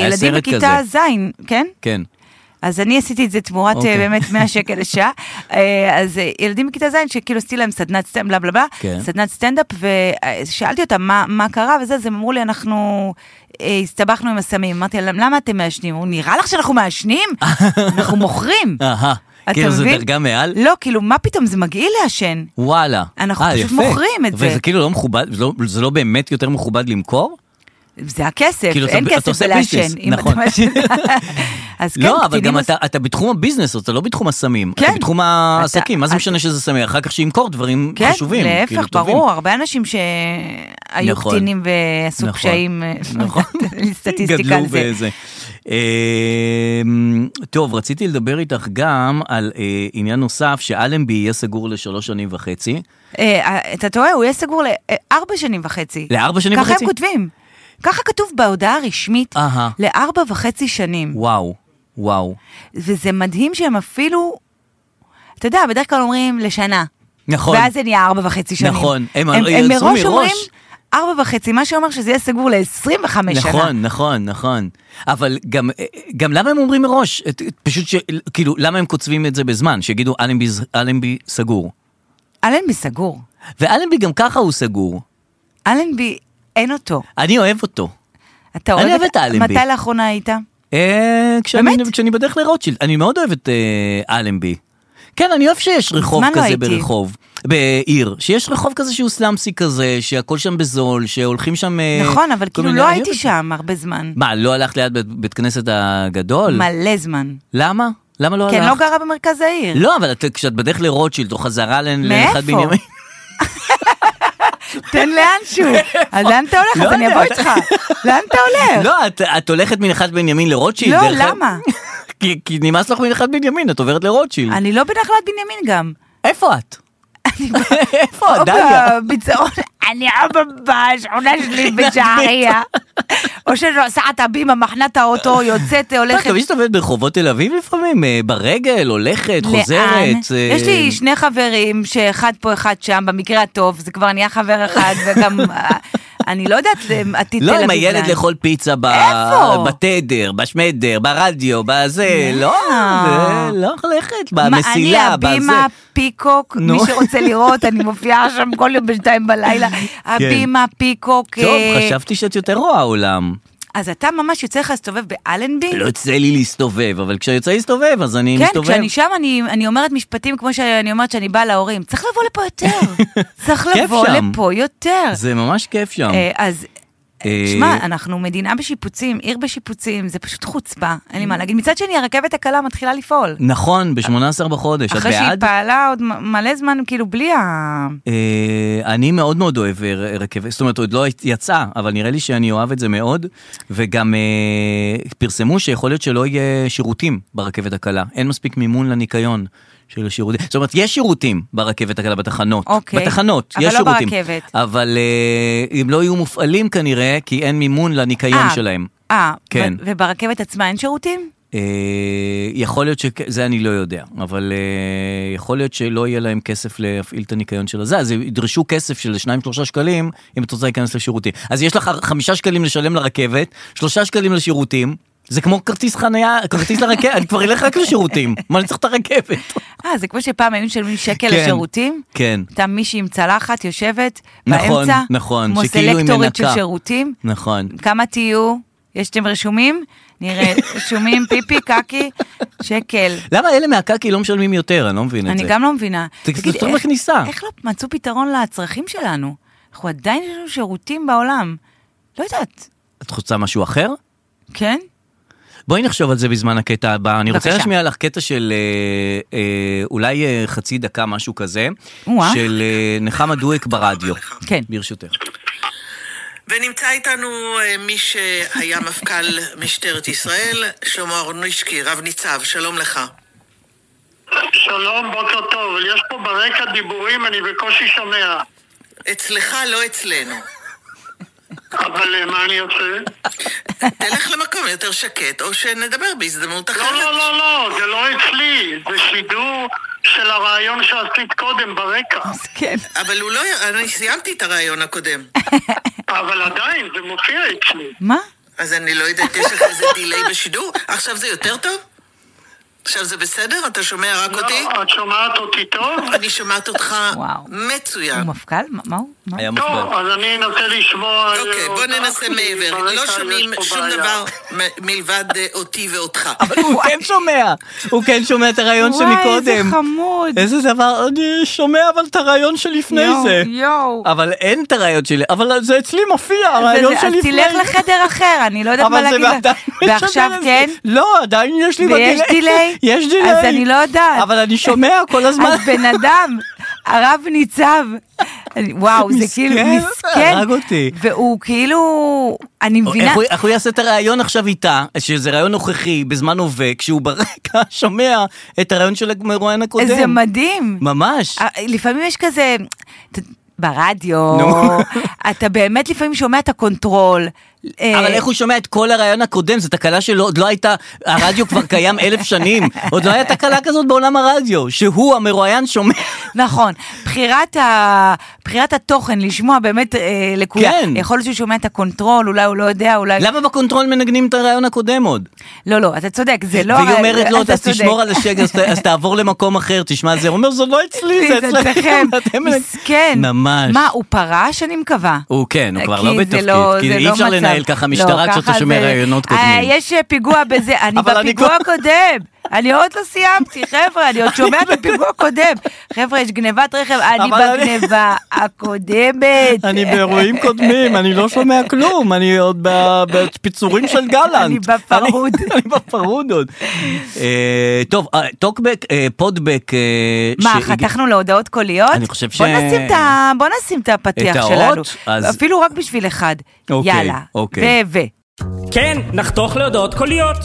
S3: וילדים
S2: סרט
S3: בכיתה
S2: כזה.
S3: ז', כן?
S2: כן.
S3: אז אני עשיתי את זה תמורת
S2: אוקיי.
S3: okay. באמת 100 שקל לשעה. אה, אז אה, ילדים בכיתה ז' שכאילו עשיתי להם סדנת סטנדאפ, בלה בלה בלה,
S2: כן.
S3: סדנת סטנדאפ, ושאלתי אותם מה, מה קרה וזה, אז הם אמרו לי, אנחנו אה, הסתבכנו עם הסמים. אמרתי להם, למה אתם מעשנים? הוא נראה לך שאנחנו מעשנים? אנחנו מוכרים.
S2: אהה.
S3: אתה
S2: כאילו זו
S3: מבין?
S2: דרגה מעל?
S3: לא, כאילו, מה פתאום, זה מגעיל לעשן.
S2: וואלה.
S3: אנחנו
S2: אה,
S3: פשוט
S2: יפה.
S3: מוכרים את
S2: וזה
S3: זה.
S2: כאילו לא מכובד, זה לא- זה לא באמת יותר מכובד למכור?
S3: זה הכסף,
S2: כאילו, אתה-
S3: אין
S2: אתה
S3: כסף
S2: עושה ביזנס,
S3: בלעשן. אם אתה
S2: נכון.
S3: מעשן. אז כן,
S2: לא, אבל
S3: קטינים
S2: גם
S3: עושים-
S2: אתה, אתה בתחום הביזנס, אתה לא בתחום הסמים.
S3: כן.
S2: אתה בתחום העסקים, מה זה
S3: אתה-
S2: משנה שזה סמים? אחר כך שימכור דברים
S3: כן,
S2: חשובים.
S3: להפך,
S2: כאילו, טובים.
S3: ברור, הרבה אנשים שהיו
S2: נכון.
S3: קטינים ועשו
S2: נכון.
S3: פשעים, אה,
S2: נכון.
S3: אין לי סטטיסטיקה על
S2: גדלו
S3: זה.
S2: בזה. אמ, טוב, רציתי לדבר איתך גם על אה, עניין נוסף, שאלנבי יהיה סגור לשלוש שנים וחצי.
S3: אה, אה, אתה טועה, הוא יהיה סגור לארבע שנים וחצי.
S2: לארבע שנים
S3: ככה
S2: וחצי?
S3: הם כותבים. ככה כתוב בהודעה הרשמית,
S2: אהה.
S3: לארבע וחצי שנים.
S2: וואו, וואו.
S3: וזה מדהים שהם אפילו, אתה יודע, בדרך כלל אומרים לשנה.
S2: נכון.
S3: ואז זה נהיה ארבע וחצי שנים.
S2: נכון, הם
S3: הם
S2: יצאו
S3: מראש
S2: מראש.
S3: אומרים ארבע וחצי, מה שאומר שזה יהיה סגור ל-25 שנה.
S2: נכון, נכון, נכון. אבל גם, אה, גם למה הם אומרים מראש? את- את- פשוט ש... כאילו, למה הם קוצבים את זה בזמן? שיגידו אלנבי, ז- אלנבי סגור.
S3: אלנבי סגור.
S2: ואלנבי גם ככה הוא סגור.
S3: אלנבי, אין אותו.
S2: אני אוהב אותו.
S3: אתה
S2: אני
S3: אוהב
S2: אוהבת את האלנבי.
S3: מתי לאחרונה היית?
S2: אה, כשאני,
S3: באמת?
S2: כשאני בדרך לרוטשילד, אני מאוד אוהב את אה, אלנבי. כן, אני אוהב שיש רחוב
S3: מזמן לא
S2: כזה
S3: הייתי.
S2: ברחוב, בעיר, שיש רחוב כזה שהוא סלאמסי כזה, שהכל שם בזול, שהולכים שם... אה,
S3: נכון, אבל
S2: כל
S3: כאילו
S2: מיני-
S3: לא
S2: אני
S3: הייתי
S2: אוהב את-
S3: שם הרבה זמן.
S2: מה, לא הלכת ליד בית, בית כנסת הגדול?
S3: מלא זמן.
S2: למה? למה לא
S3: כי אני לא
S2: הלכת?
S3: גרה במרכז העיר.
S2: לא, אבל את, כשאת בדרך לרוטשילד או חזרה ל-
S3: מאיפה?
S2: לאחד בנימין...
S3: תן לאנשהו. אז לאן אתה הולך?
S2: לא
S3: אז אני
S2: יודע,
S3: אבוא
S2: אתה-
S3: איתך. לאן אתה הולך?
S2: לא, את, את הולכת מנחת בנימין לרוטשילד.
S3: לא,
S2: דרך-
S3: למה?
S2: כי, כי נמאס לך מנחת בנימין, את עוברת לרוטשילד.
S3: אני לא בנחלת בנימין גם.
S2: איפה את?
S3: אני
S2: איפה את,
S3: או
S2: לא, דליה?
S3: בביצעון. אני עובד בשכונה שלי בשעריה. או שנוסעת הבימה, מחנת האוטו, יוצאת,
S2: מה,
S3: הולכת.
S2: גם מסתובבת ברחובות תל אביב לפעמים, אה, ברגל, הולכת, חוזרת. אה,
S3: יש לי שני חברים שאחד פה אחד שם, במקרה הטוב, זה כבר נהיה חבר אחד, וגם, אה, אני לא יודעת, אה, עתיד תל
S2: לא
S3: אביב.
S2: עם הילד
S3: לאן.
S2: לאכול פיצה ב-
S3: איפה?
S2: בתדר, בשמדר, ברדיו, בזה, לא, זה לא הולכת,
S3: מה,
S2: במסילה,
S3: אני
S2: בזה.
S3: הבימה, פיקוק,
S2: נו.
S3: מי שרוצה לראות, אני מופיעה שם כל יום בשתיים בלילה. הבימה, פיקוק.
S2: כן. טוב,
S3: אה,
S2: חשבתי שאת יותר רואה עולם.
S3: אז אתה ממש יוצא לך להסתובב באלנבי?
S2: לא יוצא לי להסתובב, אבל כשאני להסתובב, אז אני
S3: כן,
S2: מסתובב.
S3: כשאני שם אני, אני אומרת משפטים כמו שאני אומרת שאני באה להורים, צריך לבוא לפה יותר, צריך
S2: כיף
S3: לבוא
S2: שם.
S3: לפה יותר.
S2: זה ממש כיף שם.
S3: אה, אז...
S2: אה,
S3: שמע, אנחנו מדינה בשיפוצים, עיר בשיפוצים, זה פשוט חוצפה, אין לי מה להגיד. מצד שני, הרכבת הקלה מתחילה לפעול.
S2: נכון, ב-18 בחודש, את
S3: אחרי שהיא
S2: בעד?
S3: פעלה עוד מ- מלא זמן, כאילו בלי ה...
S2: אה, אני מאוד מאוד אוהב אה, ר- רכבת, זאת אומרת עוד לא יצאה, אבל נראה לי שאני אוהב את זה מאוד, וגם אה, פרסמו שיכול להיות שלא יהיה שירותים ברכבת הקלה, אין מספיק מימון לניקיון של שירותים, זאת אומרת יש שירותים ברכבת הקלה בתחנות,
S3: אוקיי.
S2: בתחנות
S3: אבל
S2: יש
S3: לא
S2: שירותים,
S3: ברכבת.
S2: אבל אה, הם לא יהיו מופעלים כנראה, כי אין מימון לניקיון
S3: אה,
S2: שלהם.
S3: אה,
S2: כן.
S3: ו- וברכבת עצמה אין שירותים?
S2: אה, יכול להיות שכ- זה אני לא יודע, אבל אה, יכול להיות שלא יהיה להם כסף להפעיל את הניקיון של הזה, אז ידרשו כסף של 2-3 שקלים אם את רוצה להיכנס לשירותים. אז יש לך 5 שקלים לשלם לרכבת, 3 שקלים לשירותים. זה כמו כרטיס חנייה, כרטיס לרכבת, אני כבר אלך רק לשירותים, מה אני צריך את הרכבת?
S3: אה, זה כמו שפעם היו משלמים שקל
S2: כן.
S3: לשירותים?
S2: כן.
S3: הייתה מישהי עם צלחת יושבת
S2: נכון,
S3: באמצע,
S2: נכון,
S3: כמו
S2: שכאילו היא
S3: סלקטורית של
S2: מנקה.
S3: שירותים.
S2: נכון.
S3: כמה תהיו? יש אתם רשומים? נראה, רשומים פיפי, קקי, שקל.
S2: למה אלה מהקקי לא משלמים יותר? אני לא מבין את זה.
S3: אני גם לא מבינה.
S2: זה
S3: תגיד,
S2: קצת
S3: איך-
S2: בכניסה.
S3: איך לא מצאו פתרון לצרכים שלנו? אנחנו עדיין יש לנו שירותים בעולם. לא יודעת,
S2: את רוצה משהו אחר?
S3: כן?
S2: בואי נחשוב על זה בזמן הקטע הבא. אני רוצה
S3: בבקשה.
S2: להשמיע לך קטע של אה, אה, אולי אה, חצי דקה, משהו כזה,
S3: או-אה.
S2: של אה, נחמה דואק ברדיו.
S3: כן.
S2: ברשותך.
S6: ונמצא איתנו אה, מי שהיה מפכ"ל משטרת ישראל, שלמה אהרונוישקי, רב ניצב, שלום לך.
S7: שלום, בוקר טוב. יש פה ברקע דיבורים, אני בקושי שומע.
S6: אצלך, לא אצלנו.
S5: אבל אה, מה אני עושה?
S6: תלך למקום יותר שקט, או שנדבר בהזדמנות
S5: לא,
S6: אחרת.
S5: לא, לא, לא, זה לא אצלי, זה שידור של הרעיון שעשית קודם ברקע.
S3: כן.
S6: אבל הוא לא... אני סיימתי את הרעיון הקודם.
S5: אבל עדיין, זה מופיע אצלי.
S3: מה?
S6: אז אני לא יודעת, יש לך איזה דיליי בשידור? עכשיו זה יותר טוב? עכשיו זה בסדר? אתה שומע רק אותי?
S5: לא, את שומעת אותי טוב?
S6: אני שומעת אותך
S3: וואו.
S6: מצוין.
S3: הוא מפכ"ל? מה- מה הוא? מה?
S2: היה מופגן.
S5: טוב, אז אני אנסה לשמוע... אה,
S6: אוקיי, בוא
S5: אותך,
S6: ננסה
S5: כי
S6: מעבר.
S5: ברקע
S6: לא
S5: אה, יש
S6: שומעים
S5: פה
S6: שום
S5: בעיה.
S6: דבר מ- מלבד אה, אותי ואותך.
S2: אבל הוא כן שומע, הוא כן שומע את הרעיון
S3: וואי, איזה
S2: שמקודם.
S3: חמוד.
S2: איזה דבר, אני שומע אבל את הרעיון שלפני
S3: יואו,
S2: זה.
S3: יואו.
S2: אבל אין את הרעיון שלי, אבל זה אצלי מופיע, הרעיון
S3: אז
S2: שלפני.
S3: תלך לחדר אחר, אני לא יודעת מה
S2: אבל זה
S3: להגיד לך.
S2: עדיין משנה
S3: ועכשיו
S2: את זה.
S3: כן?
S2: לא, עדיין יש לי
S3: ויש
S2: בדיליי.
S3: דיליי?
S2: יש דיליי.
S3: אז אני לא יודעת.
S2: אבל אני שומע כל הזמן.
S3: אז בן אדם, הרב ניצב, אני- וואו, זה
S2: מסכן,
S3: כאילו מסכן.
S2: הרג אותי.
S3: והוא כאילו, אני מבינה,
S2: איך הוא, איך הוא יעשה את הרעיון עכשיו איתה, שזה רעיון נוכחי בזמן הווה, כשהוא ברקע שומע את הרעיון של המרואיין הקודם?
S3: זה מדהים.
S2: ממש.
S3: אה, לפעמים יש כזה, ת- ברדיו,
S2: נו.
S3: אתה באמת לפעמים שומע את הקונטרול. אה.
S2: אבל איך הוא שומע את כל הרעיון הקודם? זו תקלה שלא עוד לא הייתה, הרדיו כבר קיים אלף שנים, עוד לא הייתה תקלה כזאת בעולם הרדיו, שהוא המרואיין שומע.
S3: נכון, בחירת, ה... בחירת התוכן, לשמוע באמת אה, לכולם,
S2: כן.
S3: יכול להיות שהוא שומע את הקונטרול, אולי הוא לא יודע, אולי...
S2: למה בקונטרול מנגנים את הרעיון הקודם עוד?
S3: לא, לא, אתה צודק, זה לא...
S2: והיא אומרת לו,
S3: אתה
S2: אז
S3: צודק."
S2: תשמור על השקר, אז ת- אז תעבור למקום אחר, תשמע את זה. הוא אומר, זה לא אצלי, זה אצלכם. אתם-
S3: מסכן.
S2: ממש.
S3: מה, הוא פרש? אני מקווה.
S2: הוא כן, הוא כבר לא
S3: כי זה
S2: בתפקיד, כי
S3: זה
S2: אי
S3: לא
S2: אפשר
S3: מצב.
S2: לנהל ככה
S3: לא,
S2: משטרה כשאתה
S3: ככה
S2: שומע
S3: זה-
S2: רעיונות
S3: אה,
S2: קודמים.
S3: יש אה, פיגוע בזה, אני
S2: אבל אני
S3: בפיגוע
S2: כבר-
S3: הקודם, אני עוד לא סיימתי, חבר'ה, אני עוד שומעת בפיגוע הקודם. חבר'ה, יש גנבת רכב, אני
S2: אבל אני-
S3: בגנבה הקודמת.
S2: אני באירועים קודמים, אני לא שומע כלום, אני עוד ב- בפיצורים של גלנט.
S3: אני בפרהוד.
S2: אני- אני בפרהוד עוד. אה, טוב, אה, טוקבק, אה, פודבק. אה,
S3: מה,
S2: שהגיע-
S3: חתכנו להודעות קוליות?
S2: אני חושב ש-
S3: בוא נשים את ה- בוא נשים את הפתיח
S2: את האות,
S3: שלנו.
S2: אז-
S3: אפילו רק בשביל אחד.
S2: אוקיי,
S3: יאללה.
S2: אוקיי.
S3: ו... ו...
S7: כן, נחתוך להודעות קוליות.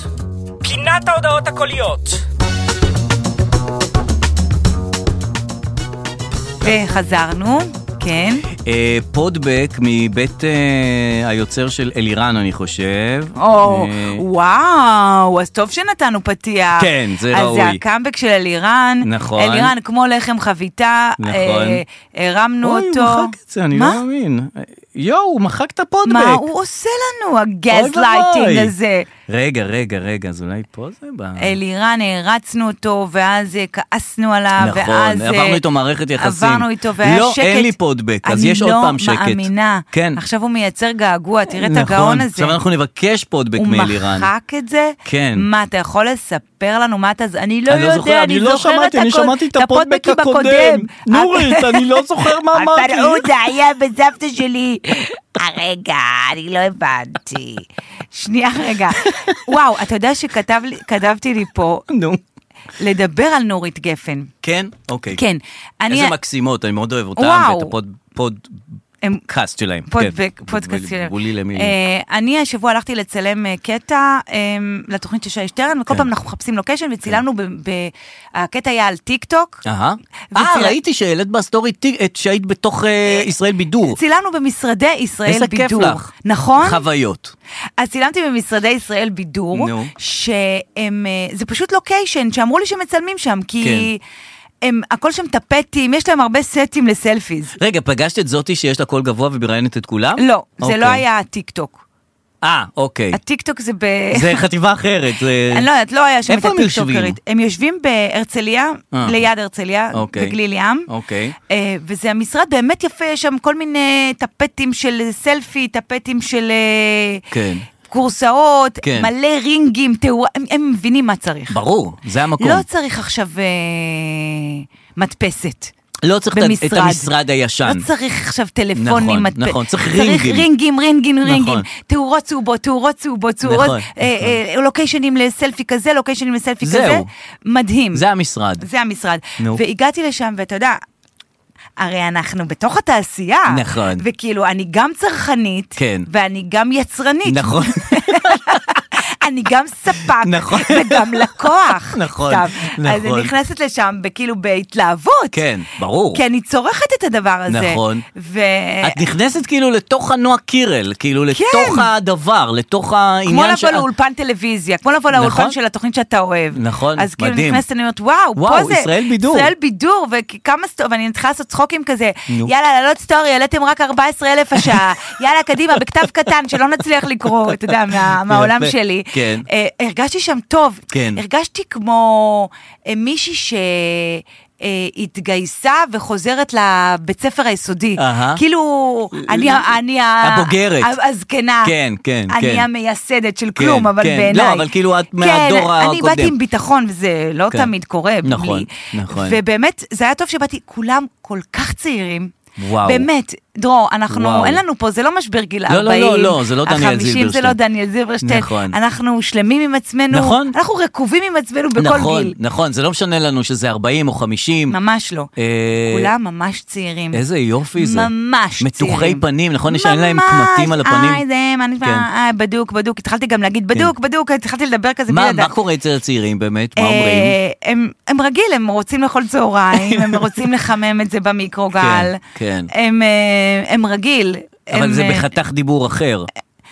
S7: פינת ההודעות הקוליות.
S3: וחזרנו, כן.
S2: אה, פודבק מבית אה, היוצר של אלירן, אני חושב.
S3: או,
S2: אה,
S3: וואו, אז טוב שנתנו פתיח.
S2: כן, זה
S3: אז
S2: ראוי.
S3: אז זה הקאמבק של אלירן.
S2: נכון.
S3: אלירן כמו לחם חביתה.
S2: נכון.
S3: אה, הרמנו
S2: אוי,
S3: אותו.
S2: הוא מחק את זה, אני לא
S3: מה?
S2: מאמין. יואו, הוא מחק את הפודבק.
S3: מה הוא עושה לנו,
S2: אוי
S3: הגזלייטינג
S2: ואבוי.
S3: הזה? אה,
S2: רגע, רגע, רגע, אז אולי פה זה בא.
S3: אלירן, הערצנו אותו, ואז אה, כעסנו עליו,
S2: נכון,
S3: ואז... אה,
S2: עברנו איתו מערכת יחסים.
S3: עברנו איתו, והיה
S2: לא,
S3: שקט.
S2: אין לי פודבק, אז יש עוד פעם שקט.
S3: אני לא מאמינה.
S2: כן.
S3: עכשיו הוא מייצר געגוע, תראה את
S2: נכון.
S3: הגאון הזה.
S2: עכשיו אנחנו נבקש פודבק
S3: הוא
S2: מאלירן.
S3: מחק לא את זה?
S2: כן.
S3: מה, אתה יכול לספר לנו מה אתה... אני לא
S2: אני לא זוכר,
S3: יודע,
S2: אני לא
S3: זוכרת
S2: שמעתי, אני
S3: הכל-
S2: שמעתי את הפודבק
S3: הפודבקים
S2: הקודם.
S3: אה,
S2: נורית, אני לא זוכר מה אמרתי.
S3: אבל הוא, זה היה בסבתא שלי. הרגע, אני לא הבנתי. שנייה רגע. וואו, אתה יודע שכתבתי לי פה
S2: נו.
S3: לדבר על נורית גפן.
S2: כן? אוקיי.
S3: כן. אני-
S2: איזה מקסימות, אני מאוד אוהב אותן,
S3: וואו.
S2: ואת הפוד... פוד...
S3: הם-
S2: קאסט שלהם.
S3: פודבק,
S2: כן.
S3: פודקאסט שלהם.
S2: בולי למי.
S3: אה, אני השבוע הלכתי לצלם אה, קטע אה, לתוכנית של שי שטרן, וכל
S2: כן.
S3: פעם אנחנו מחפשים לוקיישן, וצילמנו, ב- ב- הקטע היה על טיק טוק.
S2: אהה. אה,
S3: וצילמ-
S2: ראיתי שהעלית בסטורי טיק- את שהיית בתוך אה, ישראל בידור.
S3: צילמנו במשרדי ישראל
S2: איזה
S3: בידור.
S2: כיף לך.
S3: נכון?
S2: חוויות.
S3: אז צילמתי במשרדי ישראל בידור,
S2: נו.
S3: שהם, אה, זה פשוט לוקיישן, שאמרו לי שמצלמים שם, כי
S2: כן.
S3: הם, הכל שם טפטים, יש להם הרבה סטים לסלפיז.
S2: רגע, פגשת את זאתי שיש לה קול גבוה ומראיינת את כולם?
S3: לא, זה
S2: אוקיי.
S3: לא היה הטיק טוק.
S2: אה, אוקיי.
S3: הטיק טוק זה ב...
S2: זה חטיבה אחרת. זה-
S3: אני לא יודעת, לא היה שם את
S2: איפה הם יושבים?
S3: הטיקטוקרית. הם יושבים בהרצליה,
S2: אה.
S3: ליד הרצליה,
S2: אוקיי.
S3: בגליל ים.
S2: אוקיי.
S3: אה, וזה המשרד באמת יפה, יש שם כל מיני טפטים של סלפי, טפטים של... אה,
S2: כן.
S3: כורסאות,
S2: כן.
S3: מלא רינגים, תאורה, הם, הם מבינים מה צריך.
S2: ברור, זה המקום.
S3: לא צריך עכשיו אה, מדפסת.
S2: לא צריך את ה-
S3: במשרד.
S2: את המשרד הישן.
S3: לא צריך עכשיו טלפונים.
S2: נכון,
S3: מדפ-
S2: נכון, צריך
S3: צריך
S2: רינגים.
S3: רינגים, רינגים,
S2: נכון.
S3: רינגים. תאורות צהובות, תאורות צהובות, תאורות,
S2: נכון,
S3: אה, אה, לוקיישנים לסלפי כזה, לוקיישנים לסלפי
S2: זהו.
S3: כזה. מדהים.
S2: זה המשרד.
S3: זה המשרד.
S2: נו.
S3: והגעתי לשם, ואתה יודע... הרי אנחנו בתוך התעשייה.
S2: נכון.
S3: וכאילו, אני גם צרכנית,
S2: כן.
S3: ואני גם יצרנית.
S2: נכון.
S3: אני אני גם ספק,
S2: נכון.
S3: וגם לקוח.
S2: נכון,
S3: סתם. אז
S2: נכון.
S3: אני נכנסת לשם בכאילו בהתלהבות.
S2: כן, ברור.
S3: כי אני צורכת את הדבר הזה.
S2: נכון.
S3: ו...
S2: את נכנסת כאילו לתוך הנועה קירל, כאילו לתוך הדבר, לתוך העניין
S3: כן. כמו לבוא
S2: שאת-
S3: לאולפן טלוויזיה, כמו לבוא לאולפן
S2: נכון.
S3: של התוכנית שאתה אוהב.
S2: נכון,
S3: אז כאילו
S2: מדהים.
S3: נכנסת, אני אומרת, וואו, פה
S2: וואו,
S3: זה...
S2: ישראל בידור."
S3: ישראל בידור, וכמה סטורי, ואני מתחילה לעשות צחוקים כזה,
S2: נו.
S3: יאללה, לעלות סטורי, העליתם רק 14,000 השעה, יאללה, קדימה, בכתב קטן, שלא נצליח לקרוא, אתה יודע, מה- מהעולם
S2: יפה,
S3: שלי.
S2: כן.
S3: אה, הרגשתי שם טוב.
S2: כן.
S3: הרגשתי כמו אה, מישהי ש... אה, התגייסה וחוזרת לבית ספר היסודי.
S2: אהה.
S3: כאילו, אני, ה- אני ה-
S2: הבוגרת.
S3: ה- הזקנה.
S2: כן, כן, כן.
S3: אני המייסדת של כלום,
S2: כן,
S3: אבל
S2: כן.
S3: בעיניי.
S2: לא, אבל כאילו את מהדור
S3: כן, אני
S2: הקודם.
S3: באתי עם ביטחון, וזה לא
S2: כן.
S3: תמיד קורה בלי.
S2: נכון, נכון.
S3: ובאמת, זה היה טוב שבאתי, כולם כל כך צעירים.
S2: וואו.
S3: באמת, דרור, אנחנו,
S2: וואו.
S3: אין לנו פה, זה לא משבר גיל
S2: לא,
S3: 40.
S2: לא, לא, לא, זה לא דניאל
S3: ה-50 זה
S2: זילברשטיין.
S3: לא דניאל זילברשטיין.
S2: נכון.
S3: אנחנו שלמים עם עצמנו.
S2: נכון.
S3: אנחנו רקובים עם עצמנו בכל
S2: נכון,
S3: גיל.
S2: נכון, זה לא משנה לנו שזה 40 או 50.
S3: ממש לא.
S2: אה,
S3: כולם ממש צעירים.
S2: איזה יופי זה.
S3: ממש צעירים.
S2: מתוחי פנים, נכון? יש- אין להם קמטים על הפנים.
S3: ממש, איי, זה, מה נשמע,
S2: כן.
S3: אה, בדוק, בדוק. התחלתי גם להגיד בדוק, בדוק, התחלתי לדבר כזה בלי
S2: מה,
S3: לדעת.
S2: מה קורה אצל הצעירים באמת? מה אומרים?
S3: אה, הם, הם רגיל, הם רוצים לאכול צהריים, הם רוצים לחמם את זה במיקרוגל.
S2: כן, כן.
S3: הם, אה, הם רגיל.
S2: אבל
S3: הם,
S2: זה
S3: אה,
S2: בחתך דיבור אחר,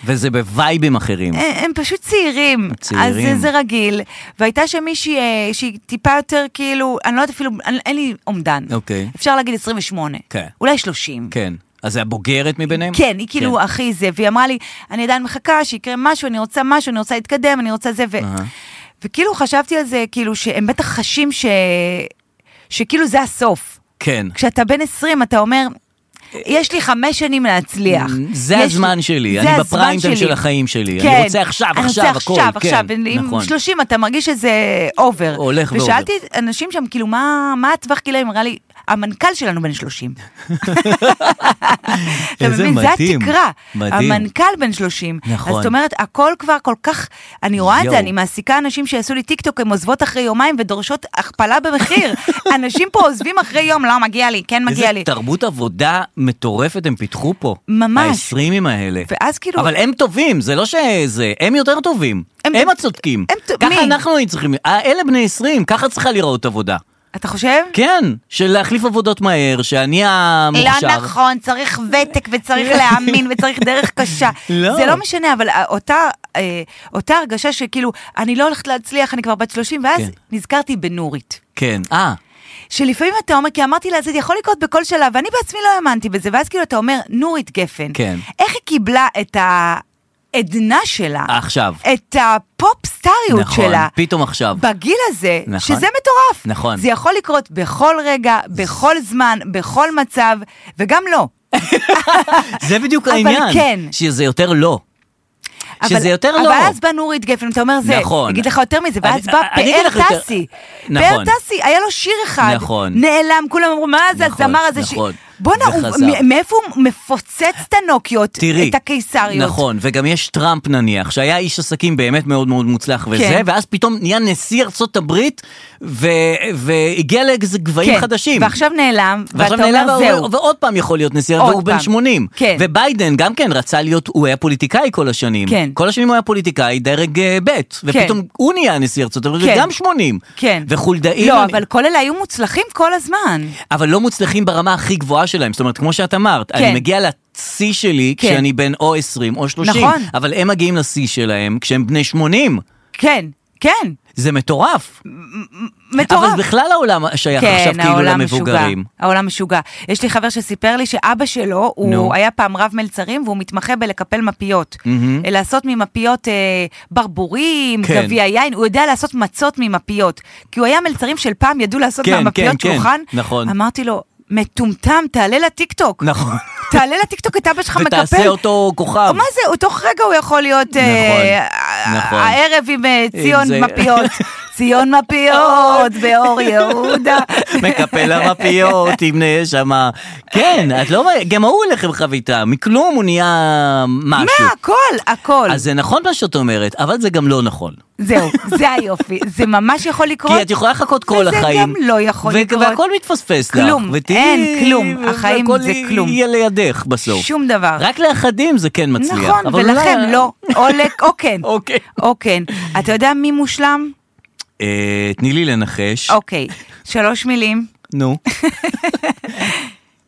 S2: וזה בווייבים אחרים.
S3: הם הם פשוט צעירים,
S2: צעירים.
S3: אז זה- זה רגיל. והייתה שם מישהי אה, שהיא טיפה יותר כאילו, אני לא יודעת אפילו, אין- אין לי אומדן.
S2: אוקיי.
S3: אפשר להגיד 28.
S2: כן.
S3: אולי 30.
S2: כן. אז זה הבוגרת מביניהם?
S3: כן, היא כאילו הכי זה, והיא אמרה לי, אני עדיין מחכה שיקרה משהו, אני רוצה משהו, אני רוצה להתקדם, אני רוצה זה, ו... וכאילו חשבתי על זה, כאילו שהם בטח חשים ש... שכאילו זה הסוף.
S2: כן.
S3: כשאתה בן 20 אתה אומר, יש לי חמש שנים להצליח.
S2: Mm, זה
S3: יש לי-
S2: הזמן שלי,
S3: זה
S2: אני
S3: הזמן
S2: בפריים טיים
S3: שלי.
S2: של החיים שלי.
S3: כן.
S2: אני רוצה עכשיו,
S3: אני
S2: עכשיו,
S3: רוצה
S2: הכל.
S3: עכשיו,
S2: כן,
S3: עכשיו, עם
S2: נכון.
S3: 30 אתה מרגיש שזה אובר.
S2: הולך ואובר.
S3: ושאלתי אנשים שם, כאילו, מה מה הטווח גילאים? אמרה לי, המנכ"ל שלנו בן 30. אתה
S2: איזה
S3: מבין? זה
S2: מדהים.
S3: התקרה.
S2: מדהים.
S3: המנכ"ל בן 30.
S2: נכון.
S3: אז זאת אומרת, הכל כבר כל כך, אני רואה את זה,
S2: יואו.
S3: אני מעסיקה אנשים שיעשו לי טיקטוק, הן עוזבות אחרי יומיים ודורשות הכפלה במחיר. אנשים פה עוזבים אחרי יום, לא, מגיע לי, כן מגיע לי.
S2: איזה תרבות עבודה מטורפת הם פיתחו פה.
S3: ממש.
S2: העשרימים האלה.
S3: ואז כאילו-
S2: אבל הם טובים, זה לא שזה, הם יותר טובים.
S3: הם-
S2: הם, הצודקים.
S3: הם טוב-
S2: ככה
S3: מי?
S2: אנחנו היינו צריכים, אה, אלה בני 20, ככה צריכה להיראות עבודה.
S3: אתה חושב?
S2: כן, של להחליף עבודות מהר, שאני המוכשר.
S3: לא נכון, צריך ותק וצריך להאמין וצריך דרך קשה.
S2: כן. לא.
S3: זה לא משנה, אבל אה, אותה, אה, אותה הרגשה שכאילו, אני לא הולכת להצליח, אני כבר בת 30, ואז
S2: כן.
S3: נזכרתי בנורית.
S2: כן, אה,
S3: שלפעמים אתה אומר, כי אמרתי לה, זה יכול לקרות בכל שלב, ואני בעצמי לא האמנתי בזה, ואז כאילו אתה אומר, נורית גפן,
S2: כן.
S3: איך היא קיבלה את העדנה שלה,
S2: עכשיו.
S3: את הפופ-סטריות
S2: נכון,
S3: שלה,
S2: פתאום עכשיו.
S3: בגיל הזה,
S2: נכון.
S3: שזה מטורף.
S2: נכון.
S3: זה יכול לקרות בכל רגע, בכל זמן, בכל מצב, וגם לא.
S2: זה בדיוק
S3: אבל
S2: העניין.
S3: כן.
S2: שזה יותר לא. שזה
S3: אבל-
S2: יותר לא.
S3: אבל אז בא נורית גפן, אתה אומר זה,
S2: נכון.
S3: אגיד לך יותר מזה, ואז
S2: אני-
S3: בא
S2: אני אגיד
S3: פאר
S2: לך יותר-
S3: טסי. פאר
S2: נכון.
S3: טסי, היה לו שיר אחד,
S2: נכון.
S3: נעלם, כולם אמרו, מה זה
S2: נכון,
S3: הזמר הזה? ש-
S2: נכון.
S3: בואנה, הוא-
S2: וחזר.
S3: מ- מאיפה הוא מפוצץ את הנוקיות,
S2: תראי,
S3: את הקיסריות?
S2: נכון, וגם יש טראמפ נניח, שהיה איש עסקים באמת מאוד מאוד מוצלח וזה,
S3: כן.
S2: ואז פתאום נהיה נשיא ארצות הברית, ו- והגיע לאיזה גבהים
S3: כן,
S2: חדשים.
S3: ועכשיו נעלם,
S2: ועכשיו
S3: ואתה
S2: נעלם,
S3: אומר זהו.
S2: והוא- ועוד פעם יכול להיות נשיא,
S3: עוד
S2: והוא בן
S3: פעם.
S2: 80.
S3: כן.
S2: וביידן גם כן רצה להיות, הוא היה פוליטיקאי כל השנים.
S3: כן.
S2: כל השנים הוא היה פוליטיקאי, דרג אה, ב', ופתאום הוא נהיה נשיא ארצות הברית,
S3: כן.
S2: וגם 80.
S3: כן.
S2: וחולדאי...
S3: לא,
S2: נ-
S3: אבל כל אלה היו מוצלחים כל הזמן.
S2: אבל לא מוצלחים ברמה הכי גבוהה שלהם. זאת אומרת, כמו שאת אמרת,
S3: כן.
S2: אני מגיע לשיא שלי
S3: כן.
S2: כשאני בן או 20 או 30,
S3: נכון.
S2: אבל הם מגיעים לשיא שלהם כשהם בני 80.
S3: כן, כן,
S2: זה מטורף.
S3: מטורף.
S2: אבל בכלל העולם שייך עכשיו כאילו למבוגרים.
S3: כן, משוגע, העולם משוגע. יש לי חבר שסיפר לי שאבא שלו, הוא
S2: נו.
S3: היה פעם רב מלצרים והוא מתמחה בלקפל מפיות. Mm-hmm. לעשות ממפיות אה, ברבורים,
S2: כן.
S3: גביע יין, הוא יודע לעשות מצות ממפיות. כי הוא היה מלצרים של פעם, ידעו לעשות
S2: כן,
S3: מהמפיות
S2: כן, כן,
S3: שולחן.
S2: נכון.
S3: אמרתי לו, מטומטם, תעלה לטיקטוק.
S2: נכון.
S3: תעלה לטיקטוק את אבא שלך מקפל.
S2: ותעשה אותו כוכב.
S3: מה זה, הוא תוך רגע הוא יכול להיות
S2: נכון,
S3: אה,
S2: נכון.
S3: הערב עם אה,
S2: אם
S3: ציון
S2: זה-
S3: מפיות. ציון מפיות, באור יהודה.
S2: מקפל המפיות, תמנה שמה. כן, את לא... גם ההוא הולך עם חביתה, מכלום הוא נהיה משהו.
S3: מה, הכל, הכל.
S2: אז זה נכון מה שאת אומרת, אבל זה גם לא נכון.
S3: זהו, זה היופי. זה ממש יכול לקרות.
S2: כי את יכולה לחכות כל
S3: וזה
S2: החיים.
S3: גם לא יכול
S2: ו-
S3: לקרות.
S2: והכל מתפספס לך.
S3: כלום,
S2: ותהיי-
S3: אין, כלום. החיים
S2: והכל
S3: זה כלום.
S2: יהיה לידך בסוף.
S3: שום דבר.
S2: רק לאחדים זה כן מצליח.
S3: נכון,
S2: אבל
S3: ולכם לא. או לק- או כן.
S2: אוקיי.
S3: או כן. אתה יודע מי מושלם?
S2: אה, תני לי לנחש.
S3: אוקיי, שלוש מילים.
S2: נו.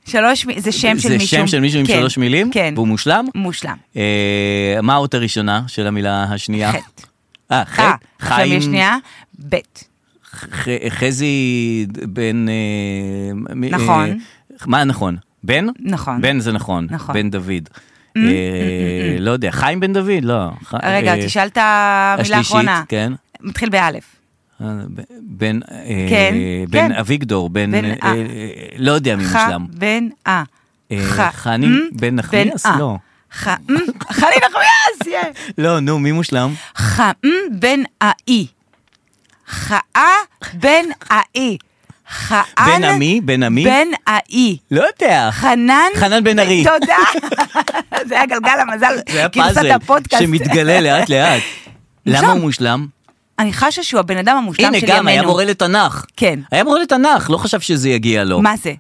S3: שלוש מילים, זה שם של
S2: זה
S3: מישהו.
S2: שם של מישהו עם
S3: כן,
S2: שלוש מילים?
S3: כן.
S2: והוא מושלם?
S3: מושלם.
S2: אה, מה האות הראשונה של המילה השנייה?
S3: חטא.
S2: אה,
S3: אה,
S2: חטא.
S3: עכשיו יש שנייה, ב'.
S2: ח- חזי בן... אה, מ-
S3: נכון.
S2: אה, מה נכון? בן?
S3: נכון.
S2: בן זה נכון.
S3: נכון. Mm-hmm,
S2: בן דוד. אה, לא יודע, חיים בן דוד? לא. ח-
S3: רגע,
S2: אה,
S3: תשאל את המילה האחרונה.
S2: השלישית, כן.
S3: מתחיל באלף.
S2: אה, ב- בן... אה,
S3: כן,
S2: בן
S3: כן.
S2: אביגדור, בן...
S3: בן-
S2: אה,
S3: אה.
S2: אה, לא יודע מי
S3: ח,
S2: מושלם.
S3: בן, אה.
S2: אה,
S3: ח-
S2: חני
S3: מ,
S2: בן נחמיאס?
S3: אה.
S2: לא.
S3: ח, מ, חני נחמיאס, יש.
S2: לא, נו, מי מושלם?
S3: ח, מ, בן האי. חאה בן האי. חאן
S2: בן עמי? בן עמי?
S3: בן האי.
S2: לא יודע.
S3: חנן.
S2: חנן בן ארי.
S3: תודה. זה היה גלגל המזל.
S2: זה היה
S3: גרסת
S2: פאזל
S3: כאילו, הפודקאסט.
S2: שמתגלה לאט לאט. למה הוא מושלם?
S3: אני חשה שהוא הבן אדם המושלם
S2: הנה
S3: של ימינו.
S2: גם, היה מורה לתנ"ך.
S3: כן.
S2: היה מורה לתנ"ך, לא חשב שזה יגיע לו.
S3: מה זה?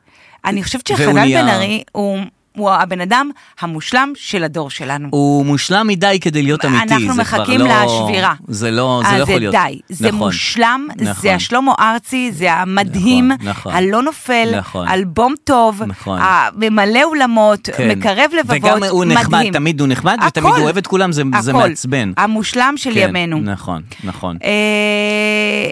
S3: אני חושבת
S2: והוא
S3: שחנן
S2: נהיה-
S3: בן ארי הוא... הוא הבן אדם המושלם של הדור שלנו.
S2: הוא מושלם מדי כדי להיות אמיתי, זה כבר לא...
S3: אנחנו מחכים לשבירה.
S2: זה לא, זה
S3: אה,
S2: לא יכול להיות.
S3: די, זה
S2: נכון.
S3: מושלם,
S2: נכון.
S3: זה השלמה ארצי, זה המדהים,
S2: נכון, נכון.
S3: הלא נופל,
S2: נכון.
S3: אלבום טוב,
S2: נכון.
S3: ממלא אולמות,
S2: כן.
S3: מקרב לבבות,
S2: וגם הוא נחמד,
S3: מדהים.
S2: תמיד הוא נחמד, ותמיד
S3: הכל,
S2: הוא אוהב את כולם, זה- זה
S3: הכל.
S2: מעצבן.
S3: המושלם של
S2: כן,
S3: ימינו.
S2: נכון, נכון.
S3: אה,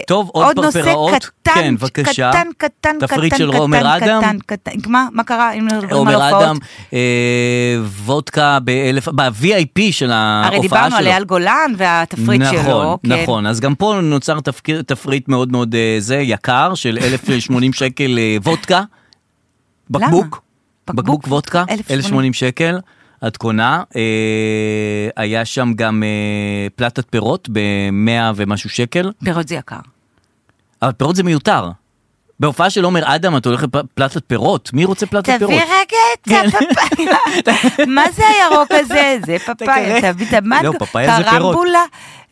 S2: טוב, עוד פרפראות?
S3: נושא קטן,
S2: כן, בבקשה.
S3: קטן, קטן,
S2: תפריט
S3: קטן,
S2: של
S3: קטן,
S2: עומר
S3: קטן,
S2: אדם?
S3: קטן, מה, מה קרה? אם מדברים על
S2: עומר
S3: הופעות?
S2: אדם, אה, וודקה באלף, ב-VIP של ההופעה שלו.
S3: הרי דיברנו על אייל גולן והתפריט
S2: נכון,
S3: שלו. כן.
S2: נכון, אז גם פה נוצר תפק- תפריט מאוד מאוד אה, זה, יקר, של 1,080 שקל אה, וודקה. בקבוק,
S3: בקבוק?
S2: בקבוק וודקה,
S3: 1,080.
S2: 1,080 שקל. את קונה, אה, היה שם גם אה, פלטת פירות ב-100 ומשהו שקל,
S3: פירות זה יקר.
S2: אבל פירות זה מיותר. בהופעה של עומר אדם את הולכת לפלטת פירות, מי רוצה פלטת פירות?
S3: תביא רגע את
S2: כן.
S3: הפפאיה. מה זה הירוק הזה? זה פפאיה,
S2: תקרב.
S3: תביא את המנגו,
S2: לא, פפאיה זה פירות.
S3: קרמבולה.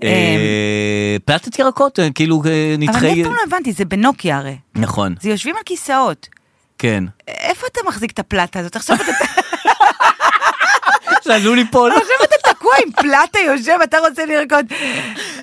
S3: אה,
S2: אה, פלטת ירקות, אה, כאילו אה,
S3: אבל אני אף
S2: נדחי...
S3: פעם לא הבנתי, זה בנוקיה הרי.
S2: נכון,
S3: זה יושבים על כיסאות.
S2: כן.
S3: איפה אתה מחזיק את הפלטה הזאת? עכשיו אתה
S2: זה עלול ליפול.
S3: עכשיו אתה תקוע עם פלטה יושב, אתה רוצה לרקוד.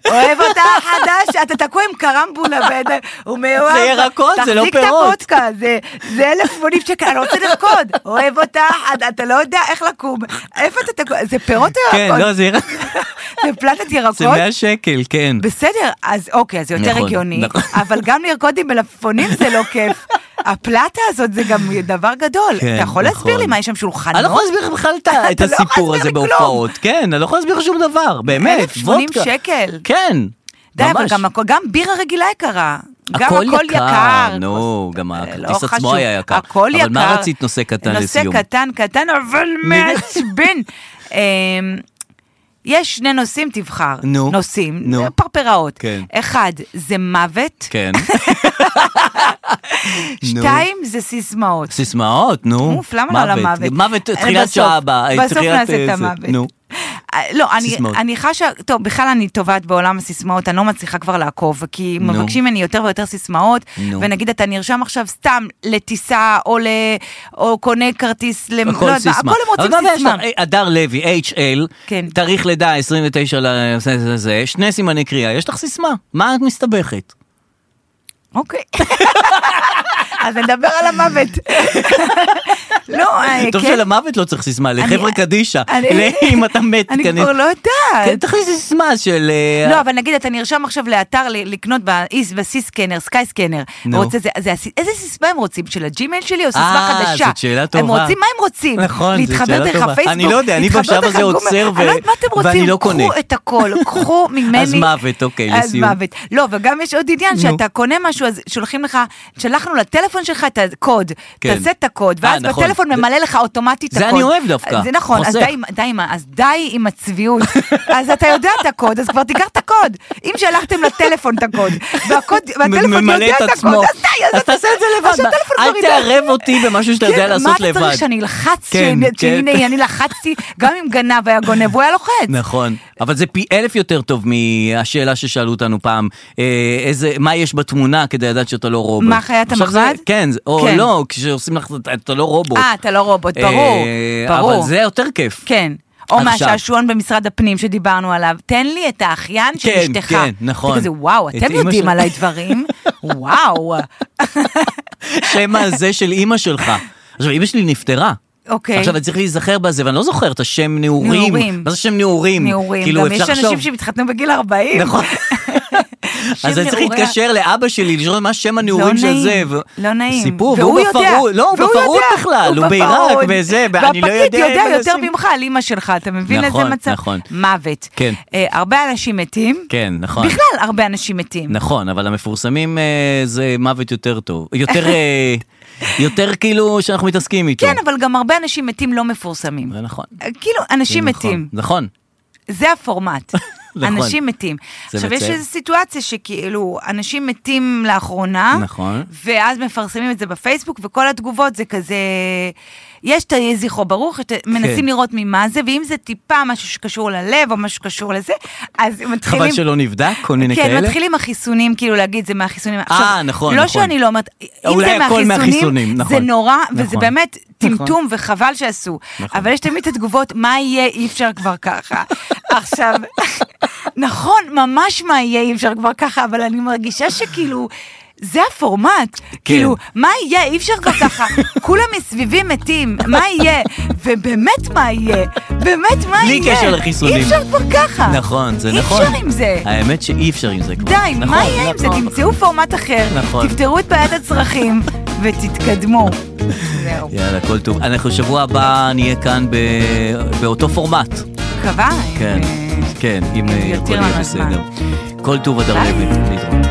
S3: אוהב אותה החדש, אתה תקוע עם קרמבולה בידיים. הוא מאוהב.
S2: זה ירקות, זה לא
S3: תחזיק את
S2: פירות.
S3: הוודקה, זה- זה 1,080 שקל, אני רוצה לרקוד. אוהב אותה, אתה- אתה לא יודע איך לקום. איפה אתה תקוע? זה פירות או
S2: כן,
S3: ירקות?
S2: לא, זה ירק-
S3: זה פלטת
S2: זה
S3: ירקות?
S2: 100 שקל, כן.
S3: בסדר, אז אוקיי, אז זה יותר
S2: נכון,
S3: הגיוני,
S2: נכון.
S3: אבל גם לרקוד עם מלפפונים זה לא כיף. הפלטה הזאת זה גם דבר גדול.
S2: כן,
S3: אתה יכול להסביר
S2: נכון.
S3: לי מה, יש שם שולחנות?
S2: אני לא יכול להסביר לך בכלל את ה- את
S3: אתה לא יכול
S2: הסיפור הזה
S3: להסביר לי
S2: בהופעות. כן, אני לא יכול להסביר לך שום דבר, באמת.
S3: 1,080
S2: וודקה.
S3: שקל.
S2: כן.
S3: די, אבל
S2: ממש.
S3: גם הכל- גם בירה רגילה יקרה. גם
S2: הכל
S3: הכל יקר.
S2: נו, גם
S3: אה, לא
S2: הכרטיס עצמו
S3: חשוב.
S2: היה יקר.
S3: הכל יקר.
S2: אבל מה רצית נושא קטן לסיום?
S3: נושא קטן, קטן, אבל מעצבן. אמ, יש שני נושאים, תבחר.
S2: נו.
S3: נושאים,
S2: נו.
S3: פרפראות.
S2: כן.
S3: אחד, זה מוות.
S2: כן. נו.
S3: שתיים, זה סיסמאות.
S2: סיסמאות, נו.
S3: אוף, למה לא על המוות?
S2: מוות,
S3: אני
S2: תחילת
S3: בסוף-
S2: שעה הבאה. אה,
S3: בסוף
S2: תחילת,
S3: נעשה את
S2: אה, זה,
S3: המוות.
S2: נו.
S3: אה, לא, אני,
S2: סיסמאות.
S3: אני חשה, טוב, בכלל אני טובעת בעולם הסיסמאות, אני לא מצליחה כבר לעקוב, כי
S2: נו.
S3: מבקשים ממני יותר ויותר סיסמאות,
S2: נו.
S3: ונגיד אתה נרשם עכשיו סתם לטיסה, או, ל, או קונה כרטיס, למ... לא
S2: הכל
S3: יודעת מה,
S2: סיסמה.
S3: הכל הם
S2: אבל
S3: רוצים
S2: מה יש
S3: סיסמה.
S2: לך? אה, הדר לוי, HL,
S3: כן.
S2: תאריך לידה 29 ל... זה, זה, זה, שני סימני קריאה, יש לך סיסמה, מה את מסתבכת?
S3: אה, אוקיי. אז נדבר על המוות. לא, אה,
S2: טוב
S3: כן.
S2: שלמוות לא צריך סיסמה,
S3: אני-
S2: לחבר'ה קדישא,
S3: אני-
S2: אם אתה מת,
S3: אני
S2: כנראה.
S3: כבר לא
S2: כן,
S3: יודעת.
S2: תכניסי סיסמה של... אה,
S3: לא, אבל נגיד אתה נרשם עכשיו לאתר ל- לקנות באיס- בסי סקנר, סקאי סקנר.
S2: נו.
S3: רוצה זה- זה הס- איזה סיסמה הם רוצים? של הג'ימייל שלי או סיסמה
S2: אה,
S3: חדשה?
S2: זאת שאלה
S3: הם
S2: טובה.
S3: רוצים, מה הם רוצים?
S2: נכון, זאת שאלה
S3: להתחבר דרך
S2: טובה.
S3: הפייסבוק?
S2: אני לא יודע, אני
S3: להתחבר
S2: בשלב
S3: דרך
S2: הזה
S3: הגוגל?
S2: עוצר ו-
S3: אני לא יודעת מה אתם
S2: ואני
S3: רוצים,
S2: לא קונה.
S3: קחו את הכל, קחו ממני.
S2: אז מוות, אוקיי,
S3: אז
S2: לסיום.
S3: מוות. לא, וגם יש עוד עניין
S2: נו.
S3: שאתה קונה משהו, אז שולחים לך, שלחנו לטלפון שלך את הקוד.
S2: כן.
S3: תעשה את הקוד,
S2: אה,
S3: ואז
S2: נכון.
S3: בטלפון
S2: זה-
S3: ממלא לך אוטומטית את
S2: זה
S3: הקוד.
S2: אני אוהב דווקא.
S3: זה נכון, אז
S2: חוסך.
S3: די, עם- די, עם ה- אז די עם הצביעות. אז אתה יודע את הקוד, אז כבר תיקח את הקוד. אם שלחתם לטלפון את הקוד, והקוד, והטלפון
S2: ממלא
S3: יודע
S2: את
S3: את
S2: עצמו.
S3: הקוד, אז די, אז
S2: אז תעשה את זה לבד.
S3: אז שהטלפון
S2: אל
S3: כבר ידע.
S2: תערב אותי במשהו שאתה יודע
S3: כן,
S2: לעשות
S3: מה אתה
S2: לבד.
S3: צריך שאני אלחץ,
S2: כן,
S3: שהנה,
S2: כן.
S3: שהנה, אני לחצתי, גם אם גנב היה גונב, הוא היה לוחץ.
S2: נכון, אבל זה פי אלף יותר טוב מהשאלה ששאלו אותנו פעם, אה, איזה, מה יש בתמונה כדי לדעת שאתה לא רובוט.
S3: מה, חיית
S2: עכשיו זה-
S3: המחמד?
S2: כן, זה- או
S3: כן.
S2: לא, כשעושים לך, אתה לא רובוט.
S3: אה, אתה לא רובוט, ברור,
S2: אה,
S3: ברור.
S2: אבל זה יותר כיף.
S3: כן. או
S2: עכשיו.
S3: מהשעשועון במשרד הפנים שדיברנו עליו, תן לי את האחיין של
S2: כן,
S3: אשתך.
S2: כן, נכון.
S3: אתה כזה, וואו,
S2: את
S3: אתם
S2: אמא
S3: יודעים
S2: של-
S3: עליי דברים? וואו.
S2: שם הזה של אימא שלך. עכשיו, אימא שלי נפטרה.
S3: אוקיי.
S2: עכשיו אני צריך להיזכר בזה, ואני לא זוכר את השם נעורים.
S3: נעורים.
S2: מה זה שם נעורים?
S3: נעורים.
S2: כאילו,
S3: גם יש
S2: אפשר
S3: אנשים
S2: לחשוב-
S3: שהתחתנו בגיל 40.
S2: נכון. אז אני צריך
S3: נעורי-
S2: להתקשר לאבא שלי, לשאול מה שם הנעורים
S3: לא
S2: של זה.
S3: נעים,
S2: ו-
S3: לא נעים.
S2: סיפור,
S3: והוא
S2: והוא
S3: יודע,
S2: בפרהוד, לא, הוא
S3: והוא
S2: בפרהוד
S3: יודע,
S2: בכלל,
S3: הוא
S2: הוא בעיראק
S3: בפרהוד.
S2: וזה, ואני לא
S3: והפקיד
S2: יודע...
S3: יודע
S2: אם
S3: יותר
S2: מנסים.
S3: ממך על אימא שלך, אתה מבין איזה
S2: נכון,
S3: מצב?
S2: נכון.
S3: מוות.
S2: כן.
S3: אה, הרבה אנשים מתים.
S2: כן, נכון.
S3: בכלל הרבה אנשים מתים.
S2: נכון, אבל המפורסמים אה, זה מוות יותר טוב. יותר, אה, יותר כאילו שאנחנו מתעסקים איתו.
S3: כן, אבל גם הרבה אנשים מתים לא מפורסמים.
S2: זה נכון.
S3: אה, כאילו, אנשים
S2: זה נכון,
S3: מתים.
S2: נכון.
S3: זה הפורמט.
S2: נכון.
S3: אנשים מתים.
S2: זה
S3: עכשיו, יש
S2: מצער.
S3: איזו סיטואציה שכאילו, אנשים מתים לאחרונה,
S2: נכון.
S3: ואז מפרסמים את זה בפייסבוק, וכל התגובות זה כזה... יש את "יהי זכרו ברוך, יש
S2: כן.
S3: את- מנסים לראות ממה זה, ואם זה טיפה משהו שקשור ללב או משהו שקשור לזה, אז מתחילים...
S2: חבל שלא נבדק, כל מיני
S3: כן,
S2: כאלה.
S3: מתחילים החיסונים, כאילו להגיד זה מהחיסונים. אה,
S2: נכון,
S3: לא
S2: נכון.
S3: שאני לא אומרת, אם
S2: אולי הכל
S3: זה מהחיסונים,
S2: מהחיסונים,
S3: זה
S2: נכון.
S3: נורא, וזה
S2: נכון.
S3: באמת
S2: נכון.
S3: טמטום וחבל שעשו. אבל יש תמיד את התגובות, מה יהיה, אי אפשר כבר ככה. עכשיו, נכון, ממש מה יהיה, אי אפשר כבר ככה, אבל אני מרגישה שכאילו... זה הפורמט,
S2: כן.
S3: כאילו, מה יהיה, אי אפשר כבר ככה, כולם מסביבי מתים, מה יהיה, ובאמת מה יהיה, באמת מה
S2: בלי
S3: יהיה,
S2: קשר לחיסונים.
S3: אי אפשר כבר ככה,
S2: נכון, זה
S3: אי
S2: נכון.
S3: אפשר עם זה,
S2: האמת שאי אפשר עם זה כבר.
S3: די,
S2: נכון,
S3: מה יהיה עם זה?
S2: נכון.
S3: תמצאו פורמט אחר,
S2: נכון.
S3: תפתרו את בעיית הצרכים ותתקדמו. זהו,
S2: יאללה, כל טוב. אנחנו שבוע הבא נהיה כאן ב... באותו פורמט.
S3: קבע?
S2: כן,
S3: אה,
S2: כן, אם אה,
S3: יותיר
S2: הכל
S3: לנו
S2: יהיה
S3: הזמן.
S2: בסדר. כל טוב, אדר
S3: ביי.
S2: לוי. להתראות.